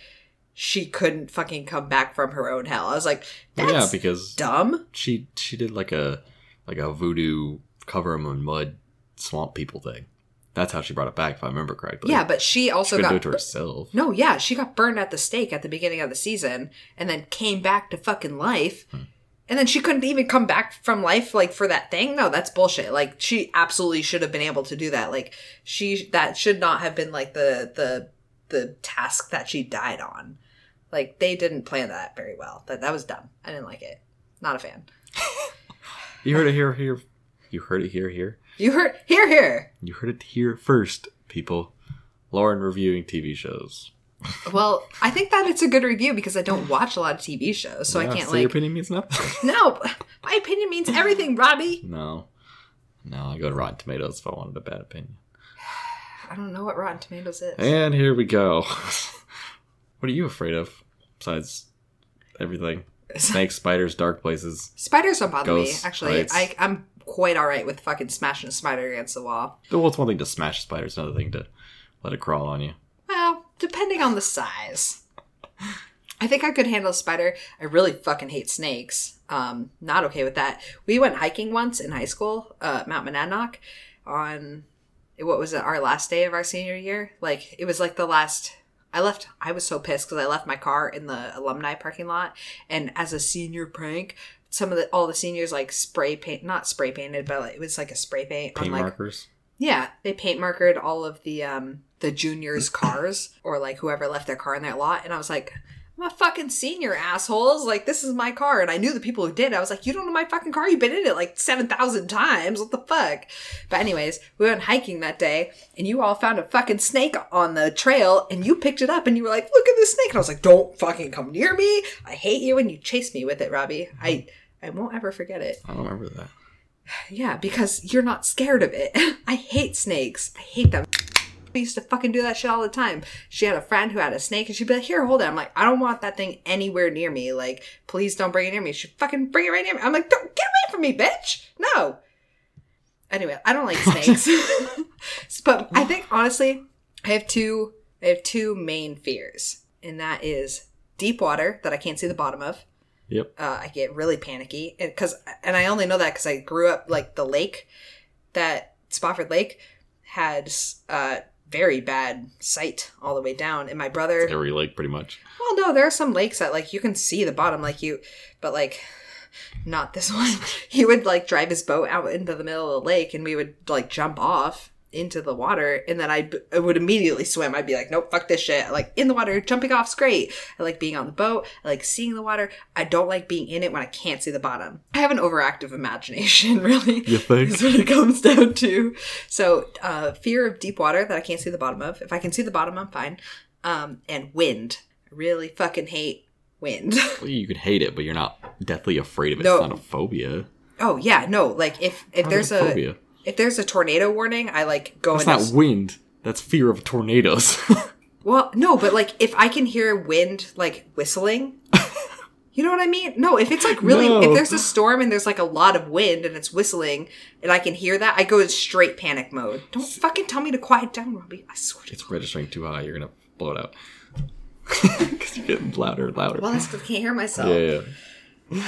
Speaker 3: she couldn't fucking come back from her own hell. I was like, that's
Speaker 1: yeah, because
Speaker 3: dumb.
Speaker 1: she she did like a like a voodoo cover 'em in mud swamp people thing. That's how she brought it back, if I remember correctly.
Speaker 3: yeah, but she
Speaker 1: she
Speaker 3: also
Speaker 1: couldn't
Speaker 3: got
Speaker 1: do it to herself.
Speaker 3: no. Yeah, she got burned at the stake at the beginning of the season, and then came back to fucking life.
Speaker 1: Hmm.
Speaker 3: And then she couldn't even come back from life, like for that thing. No, that's bullshit. Like she absolutely should have been able to do that. Like she that should not have been like the the the task that she died on. Like they didn't plan that very well. That that was dumb. I didn't like it. Not a fan.
Speaker 1: You heard it here, here. You heard it here, here.
Speaker 3: You heard here here.
Speaker 1: You heard it here first, people. Lauren reviewing TV shows.
Speaker 3: Well, I think that it's a good review because I don't watch a lot of TV shows, so
Speaker 1: Yeah,
Speaker 3: I can't
Speaker 1: so
Speaker 3: like
Speaker 1: your opinion means nothing. [LAUGHS]
Speaker 3: No, my opinion means everything, Robbie.
Speaker 1: No. No, I go to Rotten Tomatoes if I wanted a bad opinion.
Speaker 3: I don't know what Rotten Tomatoes is.
Speaker 1: And here we go. [LAUGHS] what are you afraid of besides
Speaker 3: [LAUGHS]
Speaker 1: everything? Snakes, spiders, dark places.
Speaker 3: Spiders don't bother
Speaker 1: Ghosts,
Speaker 3: me. Actually,
Speaker 1: right.
Speaker 3: I, I'm quite all right with fucking smashing a spider against the wall.
Speaker 1: Well, it's one thing to smash a spider, it's another thing to let it crawl on you.
Speaker 3: Well, depending on the size. I think I could handle a spider. I really fucking hate snakes. Um, not okay with that. We went hiking once in high school, uh, Mount Monadnock, on what was it our last day of our senior year like it was like the last i left i was so pissed because i left my car in the alumni parking lot and as a senior prank some of the all the seniors like spray paint not spray painted but like, it was like a spray paint
Speaker 1: Paint
Speaker 3: on like
Speaker 1: markers.
Speaker 3: yeah they paint markered all of the um the juniors cars or like whoever left their car in that lot and i was like I'm a fucking senior, assholes. Like, this is my car. And I knew the people who did. I was like, you don't know my fucking car. You've been in it like 7,000 times. What the fuck? But, anyways, we went hiking that day and you all found a fucking snake on the trail and you picked it up and you were like, look at this snake. And I was like, don't fucking come near me. I hate you. And you chased me with it, Robbie. I, I won't ever forget it.
Speaker 1: I don't remember that.
Speaker 3: Yeah, because you're not scared of it. [LAUGHS] I hate snakes. I hate them. We used to fucking do that shit all the time. She had a friend who had a snake, and she'd be like, "Here, hold it." I'm like, "I don't want that thing anywhere near me. Like, please don't bring it near me." She fucking bring it right near me. I'm like, "Don't get away from me, bitch!" No. Anyway, I don't like snakes, [LAUGHS] but I think honestly, I have two. I have two main fears, and that is deep water that I can't see the bottom of
Speaker 1: Yep.
Speaker 3: uh, I get really panicky because and I only know that because I grew up like the lake that Spofford Lake had uh, very bad sight all the way down, and my brother.
Speaker 1: Every lake, pretty much.
Speaker 3: Well, no, there are some lakes that like you can see the bottom, like you, but like not this [LAUGHS] one. he would like drive his boat out into the middle of the lake, and we would like jump off into the water, and then I, I would immediately swim. I'd be like, nope, fuck this shit. Like in the water, jumping off's great. I like being on the boat. I like seeing the water. I don't like being in it when I can't see the bottom. I have an overactive imagination, [LAUGHS] really.
Speaker 1: You think?
Speaker 3: is what it comes down to. So, uh, fear of deep water that I can't see the bottom of. If I can see the bottom, I'm fine. Um, and wind. I really fucking hate wind. [LAUGHS]
Speaker 1: Well, you could hate it, but you're not deathly afraid of it.
Speaker 3: No.
Speaker 1: It's not a phobia.
Speaker 3: oh yeah, no. Like if if
Speaker 1: Not
Speaker 3: there's
Speaker 1: a
Speaker 3: a
Speaker 1: phobia.
Speaker 3: if there's a tornado warning, I like go
Speaker 1: That's
Speaker 3: in.
Speaker 1: not wind. That's fear of tornadoes. [LAUGHS]
Speaker 3: Well, no, but like if I can hear wind like whistling.
Speaker 1: [LAUGHS]
Speaker 3: You know what I mean? No, if it's like really,
Speaker 1: No.
Speaker 3: if there's a storm and there's like a lot of wind and it's whistling and I can hear that, I go in straight panic mode. Don't fucking tell me to quiet down, Robbie. I swear to
Speaker 1: it's registering too high. You're gonna blow it out. [LAUGHS] Because you're getting louder and louder.
Speaker 3: Well, that's 'cause I can't hear myself.
Speaker 1: yeah, yeah.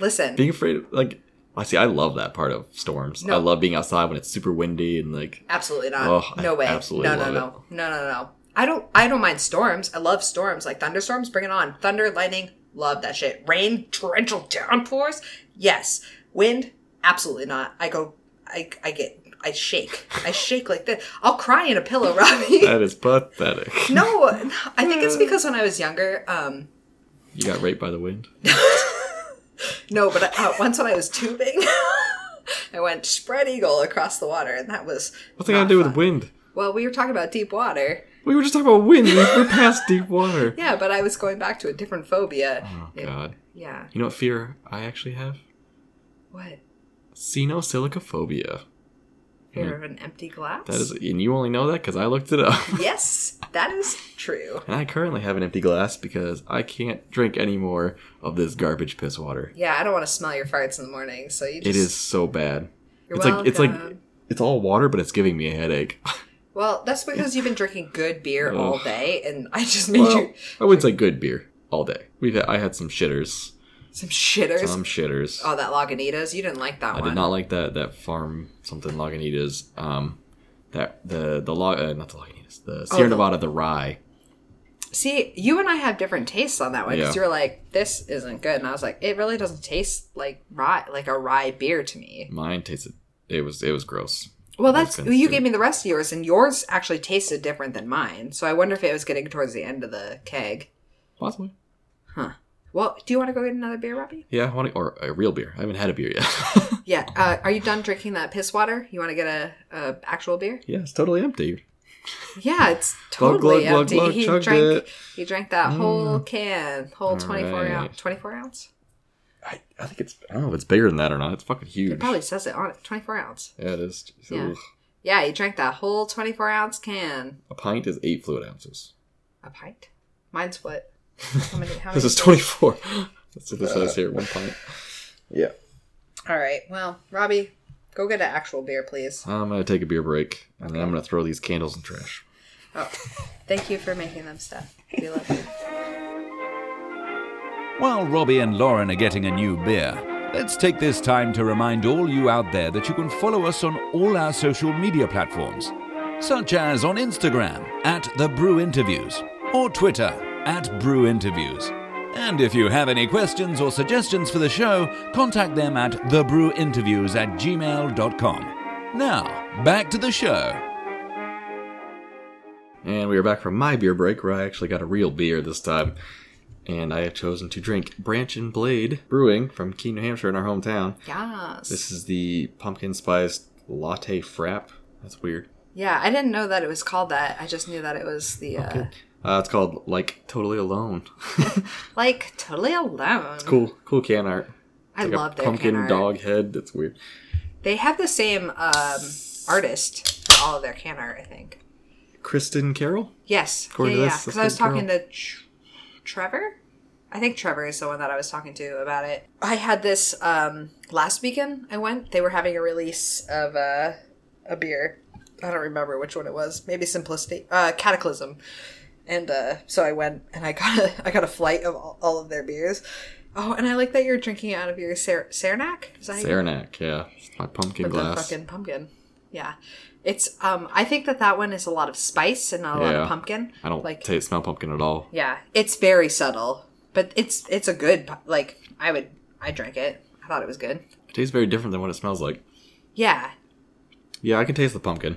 Speaker 3: Listen,
Speaker 1: Being afraid of like, I see. I love that part of storms.
Speaker 3: No.
Speaker 1: I love being outside when it's super windy and like.
Speaker 3: absolutely not.
Speaker 1: Oh, I
Speaker 3: no way.
Speaker 1: absolutely
Speaker 3: no, no,
Speaker 1: love
Speaker 3: no, no, no, no. I don't. I don't mind storms. I love storms, like thunderstorms. Bring it on. Thunder, lightning, love that shit. Rain, torrential downpours, yes. Wind, absolutely not. I go. I, I get. I shake. I shake like this. I'll cry in a pillow, [LAUGHS]
Speaker 1: [LAUGHS]
Speaker 3: Robbie.
Speaker 1: That is pathetic.
Speaker 3: [LAUGHS] no, I think it's because when I was younger, um,
Speaker 1: You got raped by the wind.
Speaker 3: No, but uh, once when I was tubing, [LAUGHS] I went spread eagle across the water, and that was.
Speaker 1: What's that got to do with wind?
Speaker 3: Well, we were talking about deep water.
Speaker 1: We were just talking about wind. We- We're past deep water.
Speaker 3: Yeah, but I was going back to a different phobia.
Speaker 1: Oh
Speaker 3: It-
Speaker 1: God.
Speaker 3: [LAUGHS] Yeah.
Speaker 1: You know what fear I actually have?
Speaker 3: What?
Speaker 1: Sinosilicophobia.
Speaker 3: Fear of an empty glass?
Speaker 1: Hmm. That is, and you only know that because I looked it up. [LAUGHS]
Speaker 3: Yes, that is true.
Speaker 1: And I currently have an empty glass because I can't drink any more of this garbage piss water.
Speaker 3: Yeah, I don't want to smell your farts in the morning, so you
Speaker 1: It
Speaker 3: just.
Speaker 1: is so bad.
Speaker 3: You're
Speaker 1: it's like it's like
Speaker 3: welcome.
Speaker 1: it's all water, but it's giving me a
Speaker 3: [LAUGHS]
Speaker 1: headache.
Speaker 3: Well, that's because you've been drinking good beer all
Speaker 1: Ugh.
Speaker 3: day, and I just made
Speaker 1: well,
Speaker 3: you
Speaker 1: I would say good beer all day. We've had, I had some shitters,
Speaker 3: some shitters.
Speaker 1: some shitters.
Speaker 3: oh, that Lagunitas. You didn't like that
Speaker 1: I
Speaker 3: one.
Speaker 1: did not like that that farm something Lagunitas. Um, that the the log uh, not the Lagunitas the Sierra
Speaker 3: Oh, the-
Speaker 1: Nevada the rye.
Speaker 3: See, you and I have different tastes on that one because
Speaker 1: Yeah.
Speaker 3: you were like, "This isn't good," and I was like, "It really doesn't taste like rye, like a rye beer to me."
Speaker 1: Mine tasted it was it was gross.
Speaker 3: Well, that's
Speaker 1: Open
Speaker 3: you
Speaker 1: to-
Speaker 3: gave me the rest of yours, and yours actually tasted different than mine. So I wonder if it was getting towards the end of the keg.
Speaker 1: Possibly.
Speaker 3: Well, do you want to go get another
Speaker 1: [LAUGHS]
Speaker 3: beer, Robbie?
Speaker 1: Yeah, I want to, or a real beer. I haven't had a beer yet. [LAUGHS]
Speaker 3: Yeah. Uh, are you done drinking that piss water? You want to get a, a actual beer?
Speaker 1: yeah, it's totally empty.
Speaker 3: Yeah, it's
Speaker 1: Glug, glug,
Speaker 3: totally
Speaker 1: glug,
Speaker 3: empty.
Speaker 1: glug,
Speaker 3: he
Speaker 1: chugged
Speaker 3: drank.
Speaker 1: it. Mm.
Speaker 3: He drank that whole can, whole
Speaker 1: All
Speaker 3: twenty four
Speaker 1: right.
Speaker 3: ounce, twenty four ounce.
Speaker 1: I, I think it's I don't know if it's bigger than that or not. It's fucking huge.
Speaker 3: It probably says it on it, twenty four ounce.
Speaker 1: yeah, it is.
Speaker 3: Yeah.
Speaker 1: Ugh.
Speaker 3: Yeah, he drank that whole 24 ounce can.
Speaker 1: A pint is eight fluid ounces.
Speaker 3: A pint? Mine's what? How many?
Speaker 1: [LAUGHS]
Speaker 3: How
Speaker 1: This
Speaker 3: many-
Speaker 1: is twenty
Speaker 3: [LAUGHS]
Speaker 1: four. That's what this says here. One pint. Yeah.
Speaker 3: All right. Well, Robbie, go get an actual beer, please.
Speaker 1: I'm gonna take a beer break, and then I'm gonna throw these candles in trash.
Speaker 3: Oh, thank you for making them stuff. We love you.
Speaker 4: While Robbie and Lauren are getting a new beer, let's take this time to remind all you out there that you can follow us on all our social media platforms, such as on Instagram at The Brew Interviews or Twitter at Brew Interviews. And if you have any questions or suggestions for the show, contact them at thebrewinterviews at gmail.com. Now, back to the show.
Speaker 1: And we are back from my beer break, where I actually got a real beer this time, and I have chosen to drink Branch and Blade Brewing from Keene, New Hampshire, in our hometown.
Speaker 3: [LAUGHS] Yes.
Speaker 1: This is the pumpkin spice latte frap. That's weird.
Speaker 3: yeah, I didn't know that it was called that. I just knew that it was the, uh,
Speaker 1: Uh, it's called like totally alone. [LAUGHS]
Speaker 3: like, totally alone.
Speaker 1: cool, cool can art.
Speaker 3: I
Speaker 1: Like a
Speaker 3: love their
Speaker 1: pumpkin
Speaker 3: can art.
Speaker 1: dog head. That's weird.
Speaker 3: They have the same um, artist for all of their can art, I think.
Speaker 1: Kristen Carroll.
Speaker 3: Yes.
Speaker 1: According
Speaker 3: yeah,
Speaker 1: to
Speaker 3: yeah.
Speaker 1: this,
Speaker 3: Because
Speaker 1: that's
Speaker 3: I was
Speaker 1: good
Speaker 3: talking to Tr- Trevor. I think Trevor is the one that I was talking to about it. I had this um, last weekend. I went. They were having a release of uh, a beer. I don't remember which one it was. Maybe Simplicity, uh, Cataclysm. And uh, so I went and I got a [LAUGHS] I got a flight of all, all of their beers. Oh, and I like that you're drinking it out of your Sar- Saranac. Is that how you
Speaker 1: Saranac. Yeah, it's my pumpkin
Speaker 3: with the
Speaker 1: glass.
Speaker 3: fucking pumpkin. Yeah. It's um I think that that one is a lot of spice and not a lot
Speaker 1: Yeah.
Speaker 3: of pumpkin.
Speaker 1: I don't
Speaker 3: like
Speaker 1: taste smell pumpkin at all.
Speaker 3: yeah, it's very subtle, but it's it's a good pu- like I would I drank it. I thought it was good.
Speaker 1: It tastes very different than what it smells like.
Speaker 3: Yeah,
Speaker 1: Yeah, I can taste the pumpkin.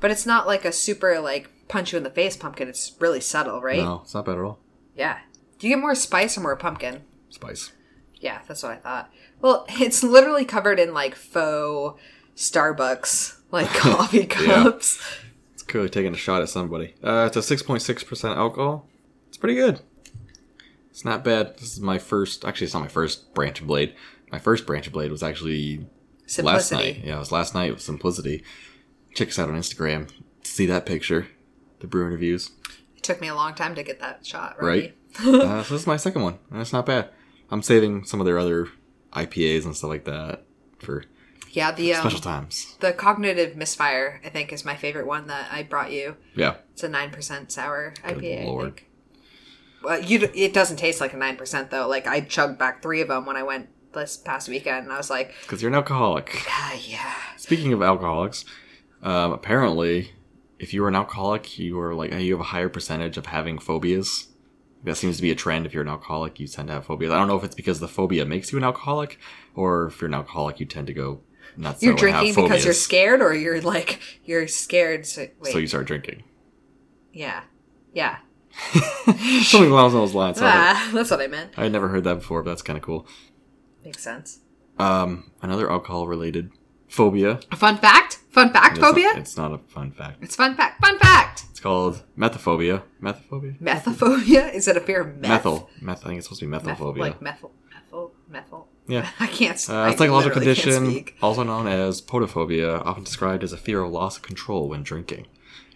Speaker 3: but it's not like a super like punch you in the face pumpkin. It's really subtle, right?
Speaker 1: No, it's not bad at all.
Speaker 3: Yeah. Do you get more spice or more pumpkin?
Speaker 1: Spice.
Speaker 3: Yeah, that's what I thought. Well, [LAUGHS] it's literally covered in like faux Starbucks
Speaker 1: [LAUGHS]
Speaker 3: like coffee cups.
Speaker 1: It's clearly taking a shot at somebody. Uh, it's a 6.6% alcohol. It's pretty good. It's not bad. This is my first. Actually, it's not my first branch of blade. My first branch of blade was actually last
Speaker 3: Simplicity.
Speaker 1: night. Yeah, it was last night with Simplicity. Check us out on Instagram. See that picture. The brew interviews.
Speaker 3: It took me a long time to get that shot,
Speaker 1: Right?
Speaker 3: right?
Speaker 1: uh, so this is my second one. And it's not bad. I'm saving some of their other IPAs and stuff like that for
Speaker 3: [LAUGHS] Yeah, the um,
Speaker 1: special times.
Speaker 3: the cognitive misfire I think is my favorite one that I brought you.
Speaker 1: Yeah.
Speaker 3: It's a nine percent sour IPA.
Speaker 1: lord.
Speaker 3: I think. Well, you d- it doesn't taste like a nine percent though. Like I chugged back three of them when I went this past weekend, and I was like,
Speaker 1: Because you're an alcoholic.
Speaker 3: ah, yeah,
Speaker 1: Speaking of alcoholics, um, apparently, if you were an alcoholic, you were like you have a higher percentage of having phobias. That seems to be a trend. If you're an alcoholic, you tend to have phobias. I don't know if it's because the phobia makes you an alcoholic, or if you're an alcoholic, you tend to go nuts.
Speaker 3: you're
Speaker 1: that way and have
Speaker 3: drinking because you're
Speaker 1: phobias,
Speaker 3: scared, or you're like you're scared. So wait,
Speaker 1: So you start drinking. [LAUGHS]
Speaker 3: yeah, yeah,
Speaker 1: Something along those lines. I
Speaker 3: ah, that's what I meant.
Speaker 1: had never heard that before, but that's kind of cool.
Speaker 3: Makes sense.
Speaker 1: Um, another alcohol-related phobia.
Speaker 3: A fun fact. Fun fact.
Speaker 1: It's not-
Speaker 3: Phobia.
Speaker 1: It's not a fun fact.
Speaker 3: It's fun fact. Fun fact.
Speaker 1: It's called methophobia. Methophobia.
Speaker 3: Methophobia. Is it a fear of meth?
Speaker 1: Methyl. Meth. I think it's supposed to be
Speaker 3: Meth-
Speaker 1: methophobia.
Speaker 3: Like methyl, methyl, methyl.
Speaker 1: yeah.
Speaker 3: [LAUGHS] I can't. Uh,
Speaker 1: Uh,
Speaker 3: I
Speaker 1: a psychological
Speaker 3: literally can't
Speaker 1: condition,
Speaker 3: speak.
Speaker 1: also known as podophobia, often described as a fear of loss of control when drinking.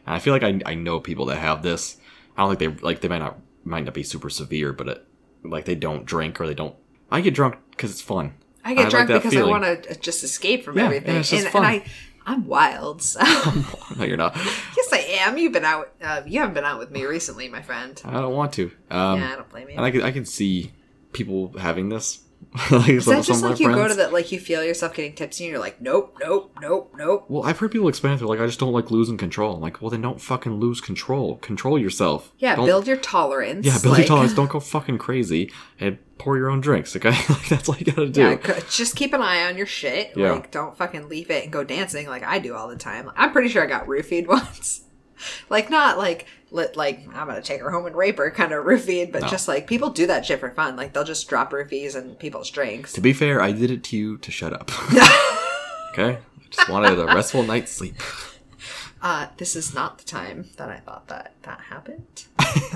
Speaker 1: And I feel like I, I know people that have this. I don't think they like they might not might not be super severe, but it, like they don't drink or they don't. I get drunk because it's fun.
Speaker 3: I get
Speaker 1: like
Speaker 3: drunk
Speaker 1: that
Speaker 3: because
Speaker 1: feeling.
Speaker 3: I want to just escape from
Speaker 1: Yeah,
Speaker 3: everything.
Speaker 1: and it's just
Speaker 3: and,
Speaker 1: fun.
Speaker 3: and I, I'm wild. So. [LAUGHS] yes,
Speaker 1: [LAUGHS] No, you're not.
Speaker 3: I am. You've been out. Uh, you haven't been out with me recently, my friend.
Speaker 1: I don't want to. Um,
Speaker 3: yeah, I don't blame you.
Speaker 1: and I can I can see people having this. [LAUGHS] like
Speaker 3: Is that just like you go to that? Like you feel yourself getting tipsy, and you're like, nope, nope, nope, nope.
Speaker 1: Well, I've heard people explain it. They're like, I just don't like losing control. I'm like, well, then don't fucking lose control. Control yourself.
Speaker 3: Yeah,
Speaker 1: Don't-
Speaker 3: build your tolerance.
Speaker 1: Yeah, build
Speaker 3: like-
Speaker 1: your
Speaker 3: [LAUGHS]
Speaker 1: tolerance. Don't go fucking crazy and pour your own drinks. Okay, [LAUGHS] like that's all you gotta do.
Speaker 3: Yeah, c- just keep an eye on your shit.
Speaker 1: Yeah.
Speaker 3: Like, don't fucking leave it and go dancing like I do all the time. I'm pretty sure I got roofied [LAUGHS] once. like, not like let like I'm gonna take her home and rape her kind of roofied, but just like people do that shit for fun. Like they'll just drop roofies and people's drinks.
Speaker 1: to be fair, I did it to you to shut
Speaker 3: [LAUGHS]
Speaker 1: up. okay, I just wanted a restful night's sleep.
Speaker 3: Uh, this is not the time that I thought that that
Speaker 1: [LAUGHS]
Speaker 3: happened.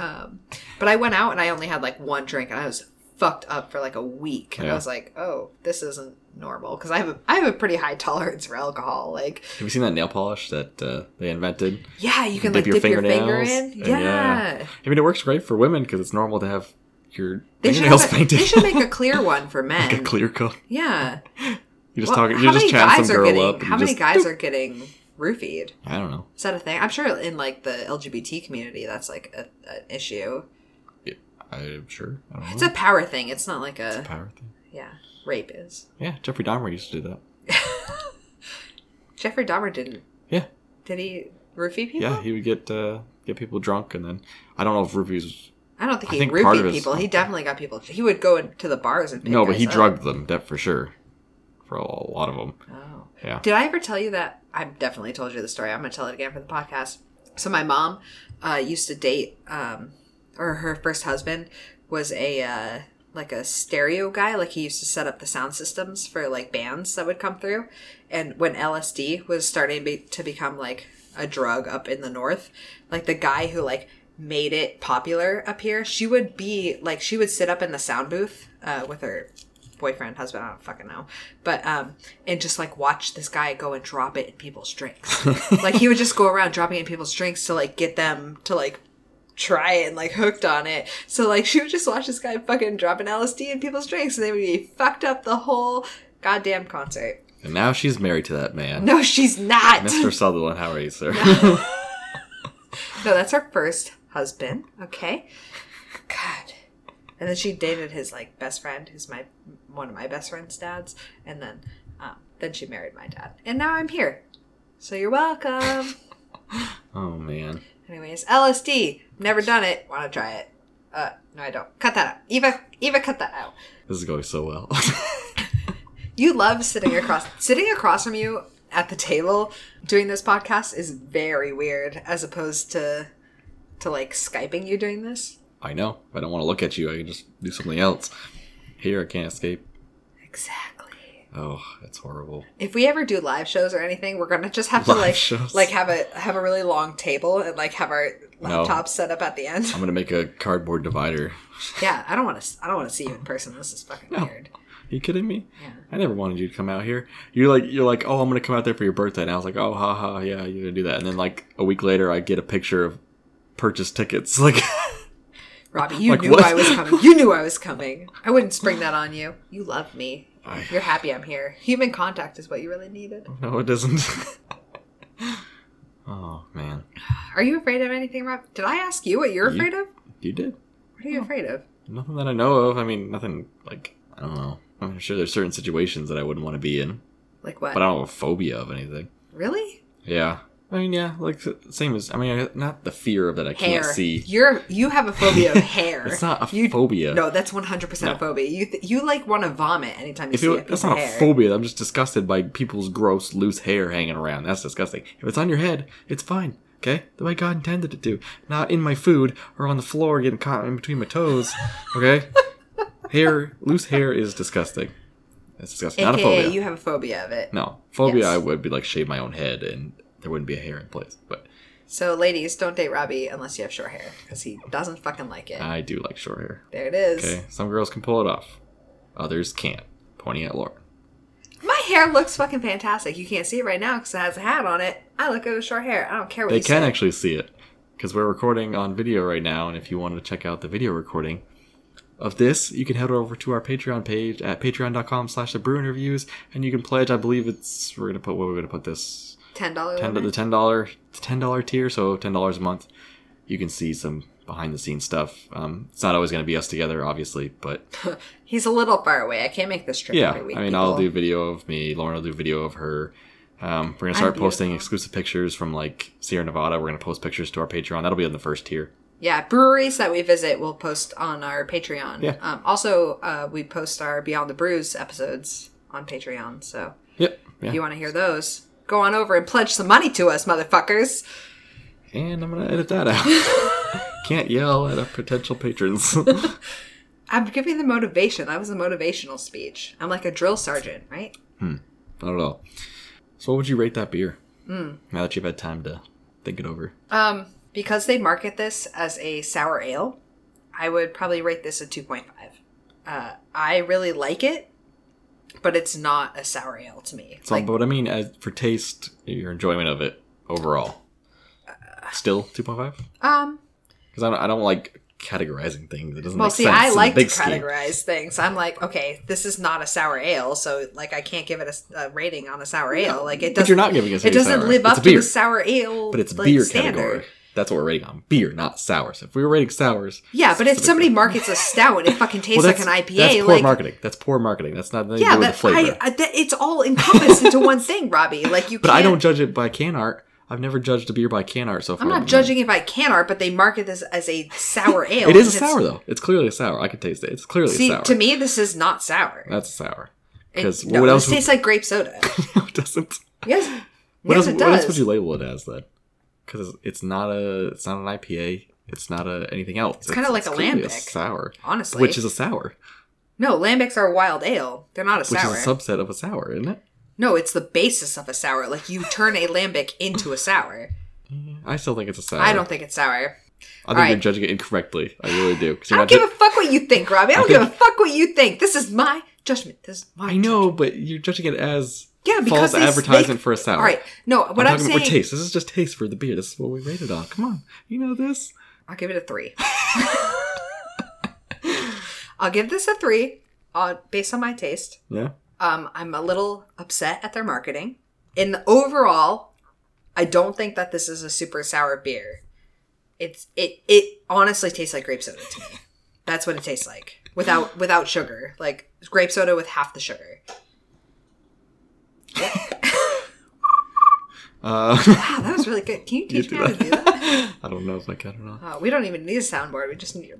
Speaker 3: um, but I went out and I only had like one drink and I was fucked up for like a week. And
Speaker 1: Yeah.
Speaker 3: I was like, oh, this isn't normal because I have a I have a pretty high tolerance for alcohol. Like.
Speaker 1: Have you seen that nail polish that uh, they invented?
Speaker 3: Yeah, you can like dip your finger in.
Speaker 1: and
Speaker 3: Yeah.
Speaker 1: I mean it works great for women because it's normal to have your
Speaker 3: They should,
Speaker 1: fingernails
Speaker 3: have a,
Speaker 1: [LAUGHS] painted.
Speaker 3: they should make
Speaker 1: [LAUGHS]
Speaker 3: a clear one for men.
Speaker 1: a clear coat.
Speaker 3: Yeah.
Speaker 1: You're just
Speaker 3: Well,
Speaker 1: talking. You're just chatting some
Speaker 3: are
Speaker 1: girl
Speaker 3: getting,
Speaker 1: up. and
Speaker 3: How many
Speaker 1: just-
Speaker 3: guys are getting roofied?
Speaker 1: [LAUGHS] I don't know.
Speaker 3: Is that a thing? I'm sure in like the LGBT community, that's like a, an issue.
Speaker 1: Yeah, I'm sure. I don't know.
Speaker 3: It's a power thing. It's not like a
Speaker 1: power thing.
Speaker 3: yeah. Rape is.
Speaker 1: Yeah, Jeffrey Dahmer used to do that.
Speaker 3: Jeffrey Dahmer didn't.
Speaker 1: Yeah.
Speaker 3: Did he roofie people?
Speaker 1: Yeah, he would get uh, get people drunk, and then I don't know if Ruby's
Speaker 3: I don't think
Speaker 1: I
Speaker 3: he
Speaker 1: think part of his-
Speaker 3: roofied people. He definitely got people. He would go into the bars and pick
Speaker 1: no, but
Speaker 3: guys uh,
Speaker 1: he
Speaker 3: up.
Speaker 1: drugged them, that for sure, for a lot of them.
Speaker 3: Oh.
Speaker 1: Yeah.
Speaker 3: Did I ever tell you that? I've definitely told you the story. I'm going to tell it again for the podcast. So my mom uh, used to date, um, or her first husband was a uh, like a stereo guy. Like he used to set up the sound systems for like bands that would come through. And when LSD was starting be- to become like a drug up in the north, like the guy who like made it popular up here, she would be like she would sit up in the sound booth uh, with her boyfriend, husband, I don't fucking know. But um and just like watch this guy go and drop it in people's drinks. like he would just go around dropping it in people's drinks to like get them to like try it and like hooked on it. So like she would just watch this guy fucking dropping LSD in people's drinks and they would be fucked up the whole goddamn concert.
Speaker 1: And now she's married to that man,
Speaker 3: No, she's not.
Speaker 1: Mr. Sutherland. How are you, sir?
Speaker 3: [LAUGHS] No, that's her first husband. Okay. God. And then she dated his like best friend, who's my one of my best friend's dads, and then um, then she married my dad, and now I'm here. So you're welcome.
Speaker 1: [LAUGHS]
Speaker 3: [LAUGHS]
Speaker 1: Oh man.
Speaker 3: Anyways, LSD. Never done it. Want to try it? Uh, no, I don't. Cut that out, Eva. Eva, cut that out.
Speaker 1: This is going so well. [LAUGHS]
Speaker 3: You love sitting across sitting across from you at the table doing this podcast is very weird as opposed to to like skyping you doing this.
Speaker 1: I know. If I don't want to look at you, I can just do something else. Here I can't escape.
Speaker 3: Exactly.
Speaker 1: Oh, that's horrible.
Speaker 3: If we ever do live shows or anything, we're gonna just have to
Speaker 1: Live
Speaker 3: like
Speaker 1: shows.
Speaker 3: like have a have a really long table and like have our
Speaker 1: No. Um,
Speaker 3: laptops set up at the end.
Speaker 1: I'm gonna make a cardboard divider.
Speaker 3: yeah, I don't want to. I don't want to see you in person. This is fucking
Speaker 1: No.
Speaker 3: weird.
Speaker 1: Are you kidding me?
Speaker 3: Yeah.
Speaker 1: I never wanted you to come out here. You're like you're like, oh I'm gonna come out there for your birthday and I was like, Oh ha ha, yeah, you're gonna do that and then like a week later I get a picture of purchased tickets. [LAUGHS] Like
Speaker 3: Robbie, you
Speaker 1: Like,
Speaker 3: knew
Speaker 1: what?
Speaker 3: I was coming. You knew I was coming. I wouldn't spring that on you. You love me.
Speaker 1: I-
Speaker 3: You're happy I'm here. Human contact is what you really needed.
Speaker 1: No it doesn't. [LAUGHS] oh man.
Speaker 3: Are you afraid of anything, Rob? Did I ask you what you're
Speaker 1: You- Oh.
Speaker 3: afraid of?
Speaker 1: You did.
Speaker 3: What are you afraid of?
Speaker 1: Nothing that I know of. I mean nothing like I don't know. I'm sure there's certain situations that I wouldn't want to be in.
Speaker 3: Like what?
Speaker 1: But I don't have a phobia of anything.
Speaker 3: really?
Speaker 1: Yeah. I mean, yeah, like s- same as I mean, not the fear of that I
Speaker 3: Hair.
Speaker 1: can't see.
Speaker 3: You're you have a
Speaker 1: [LAUGHS]
Speaker 3: phobia of hair.
Speaker 1: It's not a
Speaker 3: you,
Speaker 1: phobia.
Speaker 3: No, that's 100% a
Speaker 1: No.
Speaker 3: phobia. You th- you like want to vomit anytime you
Speaker 1: If
Speaker 3: see a
Speaker 1: it,
Speaker 3: piece
Speaker 1: that's
Speaker 3: of
Speaker 1: not a
Speaker 3: hair.
Speaker 1: phobia, I'm just disgusted by people's gross, loose hair hanging around. That's disgusting. If it's on your head, it's fine. Okay, the way God intended it to. Not in my food or on the floor getting caught in between my toes. Okay, hair, loose hair is disgusting. It's disgusting. not a
Speaker 3: AKA
Speaker 1: phobia.
Speaker 3: you have a phobia of it.
Speaker 1: No phobia.
Speaker 3: Yes.
Speaker 1: I would be like shave my own head and there wouldn't be a hair in place. But
Speaker 3: So ladies, don't date Robbie unless you have short hair cuz he doesn't fucking like it.
Speaker 1: I do like short hair.
Speaker 3: there it is.
Speaker 1: Uh, Okay, some girls can pull it off, others can't. Pointing at Lauren.
Speaker 3: My hair looks fucking fantastic. You can't see it right now cuz it has a hat on it. I look good with short hair. I don't care what
Speaker 1: They
Speaker 3: you
Speaker 1: can
Speaker 3: say.
Speaker 1: actually see it because we're recording on video right now, and if you wanted to check out the video recording of this, you can head over to our Patreon page at patreon.com/slash the brew interviews, and you can pledge. I believe it's we're gonna put what we're gonna put this
Speaker 3: $10
Speaker 1: ten the
Speaker 3: limit.
Speaker 1: ten dollar ten dollar tier, so ten dollars a month. You can see some behind the scenes stuff. Um, it's not always gonna be us together, obviously, but
Speaker 3: He's a little far away. I can't make this trip
Speaker 1: yeah, I
Speaker 3: every
Speaker 1: mean,
Speaker 3: week.
Speaker 1: I'll
Speaker 3: people.
Speaker 1: do video of me. Lauren will do video of her. Um, we're gonna start posting exclusive pictures from like Sierra Nevada. We're gonna post pictures to our Patreon. That'll be on the first tier.
Speaker 3: Yeah, breweries that we visit, we'll post on our Patreon.
Speaker 1: Yeah.
Speaker 3: Um, also, uh, we post our Beyond the Brews episodes on Patreon. So
Speaker 1: Yep.
Speaker 3: if you
Speaker 1: Yeah.
Speaker 3: want to hear those, go on over and pledge some money to us, motherfuckers.
Speaker 1: And I'm gonna edit that out.
Speaker 3: [LAUGHS]
Speaker 1: Can't yell at our potential patrons. mm-hmm.
Speaker 3: I'm giving the motivation. That was a motivational speech. I'm like a drill sergeant, right?
Speaker 1: Not at all. So, what would you rate that beer?
Speaker 3: Hmm.
Speaker 1: Mm. Now that you've had time to think it over,
Speaker 3: Um, because they market this as a sour ale, I would probably rate this a 2.5. Uh, I really like it, but it's not a sour ale to me.
Speaker 1: so, but what I mean as for taste, your enjoyment of it overall,
Speaker 3: Uh,
Speaker 1: still two point five.
Speaker 3: um,
Speaker 1: Because I don't, I don't like categorizing things. It doesn't
Speaker 3: Well,
Speaker 1: make
Speaker 3: see,
Speaker 1: sense.
Speaker 3: I
Speaker 1: in the
Speaker 3: like to
Speaker 1: big scheme.
Speaker 3: categorize things. I'm like, okay, this is not a sour ale, so like I can't give it a s- a, rating on a sour ale. Like it doesn't.
Speaker 1: But you're not giving us
Speaker 3: It
Speaker 1: any
Speaker 3: doesn't
Speaker 1: sour.
Speaker 3: live
Speaker 1: It's
Speaker 3: up
Speaker 1: a
Speaker 3: to
Speaker 1: beer.
Speaker 3: the sour ale.
Speaker 1: But it's
Speaker 3: like,
Speaker 1: beer
Speaker 3: standard.
Speaker 1: category. That's what we're rating on. Beer, not sours. If we were rating sours,
Speaker 3: Yeah, but if somebody markets a stout and it fucking tastes like an
Speaker 1: that's-
Speaker 3: IPA,
Speaker 1: That's poor
Speaker 3: like
Speaker 1: marketing. That's poor marketing. That's not nothing to
Speaker 3: yeah,
Speaker 1: do with
Speaker 3: that,
Speaker 1: the flavor.
Speaker 3: I, I- that it's all encompassed into
Speaker 1: [LAUGHS]
Speaker 3: one thing, Robbie. Like you.
Speaker 1: but
Speaker 3: can't,
Speaker 1: I don't judge it by can art. I've never judged a beer by can art so far.
Speaker 3: I'm not judging it by can art, but they market this as a sour ale.
Speaker 1: [LAUGHS] It is a
Speaker 3: and it's-
Speaker 1: sour though. It's clearly a sour. I can taste it. It's clearly
Speaker 3: See,
Speaker 1: a sour.
Speaker 3: to me, this is not sour.
Speaker 1: that's a sour.
Speaker 3: It-
Speaker 1: Because
Speaker 3: no,
Speaker 1: what else?
Speaker 3: This
Speaker 1: [LAUGHS]
Speaker 3: tastes like grape soda.
Speaker 1: would, doesn't.
Speaker 3: Yes.
Speaker 1: What,
Speaker 3: yes,
Speaker 1: else,
Speaker 3: it
Speaker 1: what else
Speaker 3: does.
Speaker 1: would you label it as then? Because it's, it's not a. It's not an IPA. It's not a anything else. It's,
Speaker 3: kinda like a
Speaker 1: clearly
Speaker 3: lambic,
Speaker 1: sour,
Speaker 3: honestly.
Speaker 1: which is a sour,
Speaker 3: No, lambics are wild ale. They're not a
Speaker 1: which
Speaker 3: sour.
Speaker 1: is a subset of a sour, isn't it?
Speaker 3: no, it's the basis of a sour. Like you turn a lambic into a sour.
Speaker 1: I still think it's a sour.
Speaker 3: I don't think it's sour.
Speaker 1: I think
Speaker 3: Alright.
Speaker 1: you're judging it incorrectly. I really do. 'Cause
Speaker 3: I
Speaker 1: you're
Speaker 3: don't
Speaker 1: not
Speaker 3: give
Speaker 1: ju-
Speaker 3: a fuck what you think, Robbie. I don't give a fuck what you think. This is my judgment. This is my
Speaker 1: I know, but you're judging it as
Speaker 3: Yeah,
Speaker 1: false
Speaker 3: because they-
Speaker 1: advertisement
Speaker 3: they-
Speaker 1: for a sour.
Speaker 3: All right. No, what I'm,
Speaker 1: talking
Speaker 3: saying.
Speaker 1: about taste. This is just taste for the beer. This is what we rated on. Come on, you know this.
Speaker 3: I'll give it a three. [LAUGHS] I'll give this a three, uh, based on my taste.
Speaker 1: Yeah,
Speaker 3: Um, I'm a little upset at their marketing. In the overall, I don't think that this is a super sour beer. It's it it honestly tastes like grape soda to me. That's what it tastes like [LAUGHS] without without sugar, like grape soda with half the sugar.
Speaker 1: Uh, [LAUGHS]
Speaker 3: Wow, Ah, that was really good. Can you teach
Speaker 1: do
Speaker 3: me how to
Speaker 1: that.
Speaker 3: do that?
Speaker 1: I don't know if I can or not. [LAUGHS]
Speaker 3: Uh, we don't even need a soundboard. We just need your.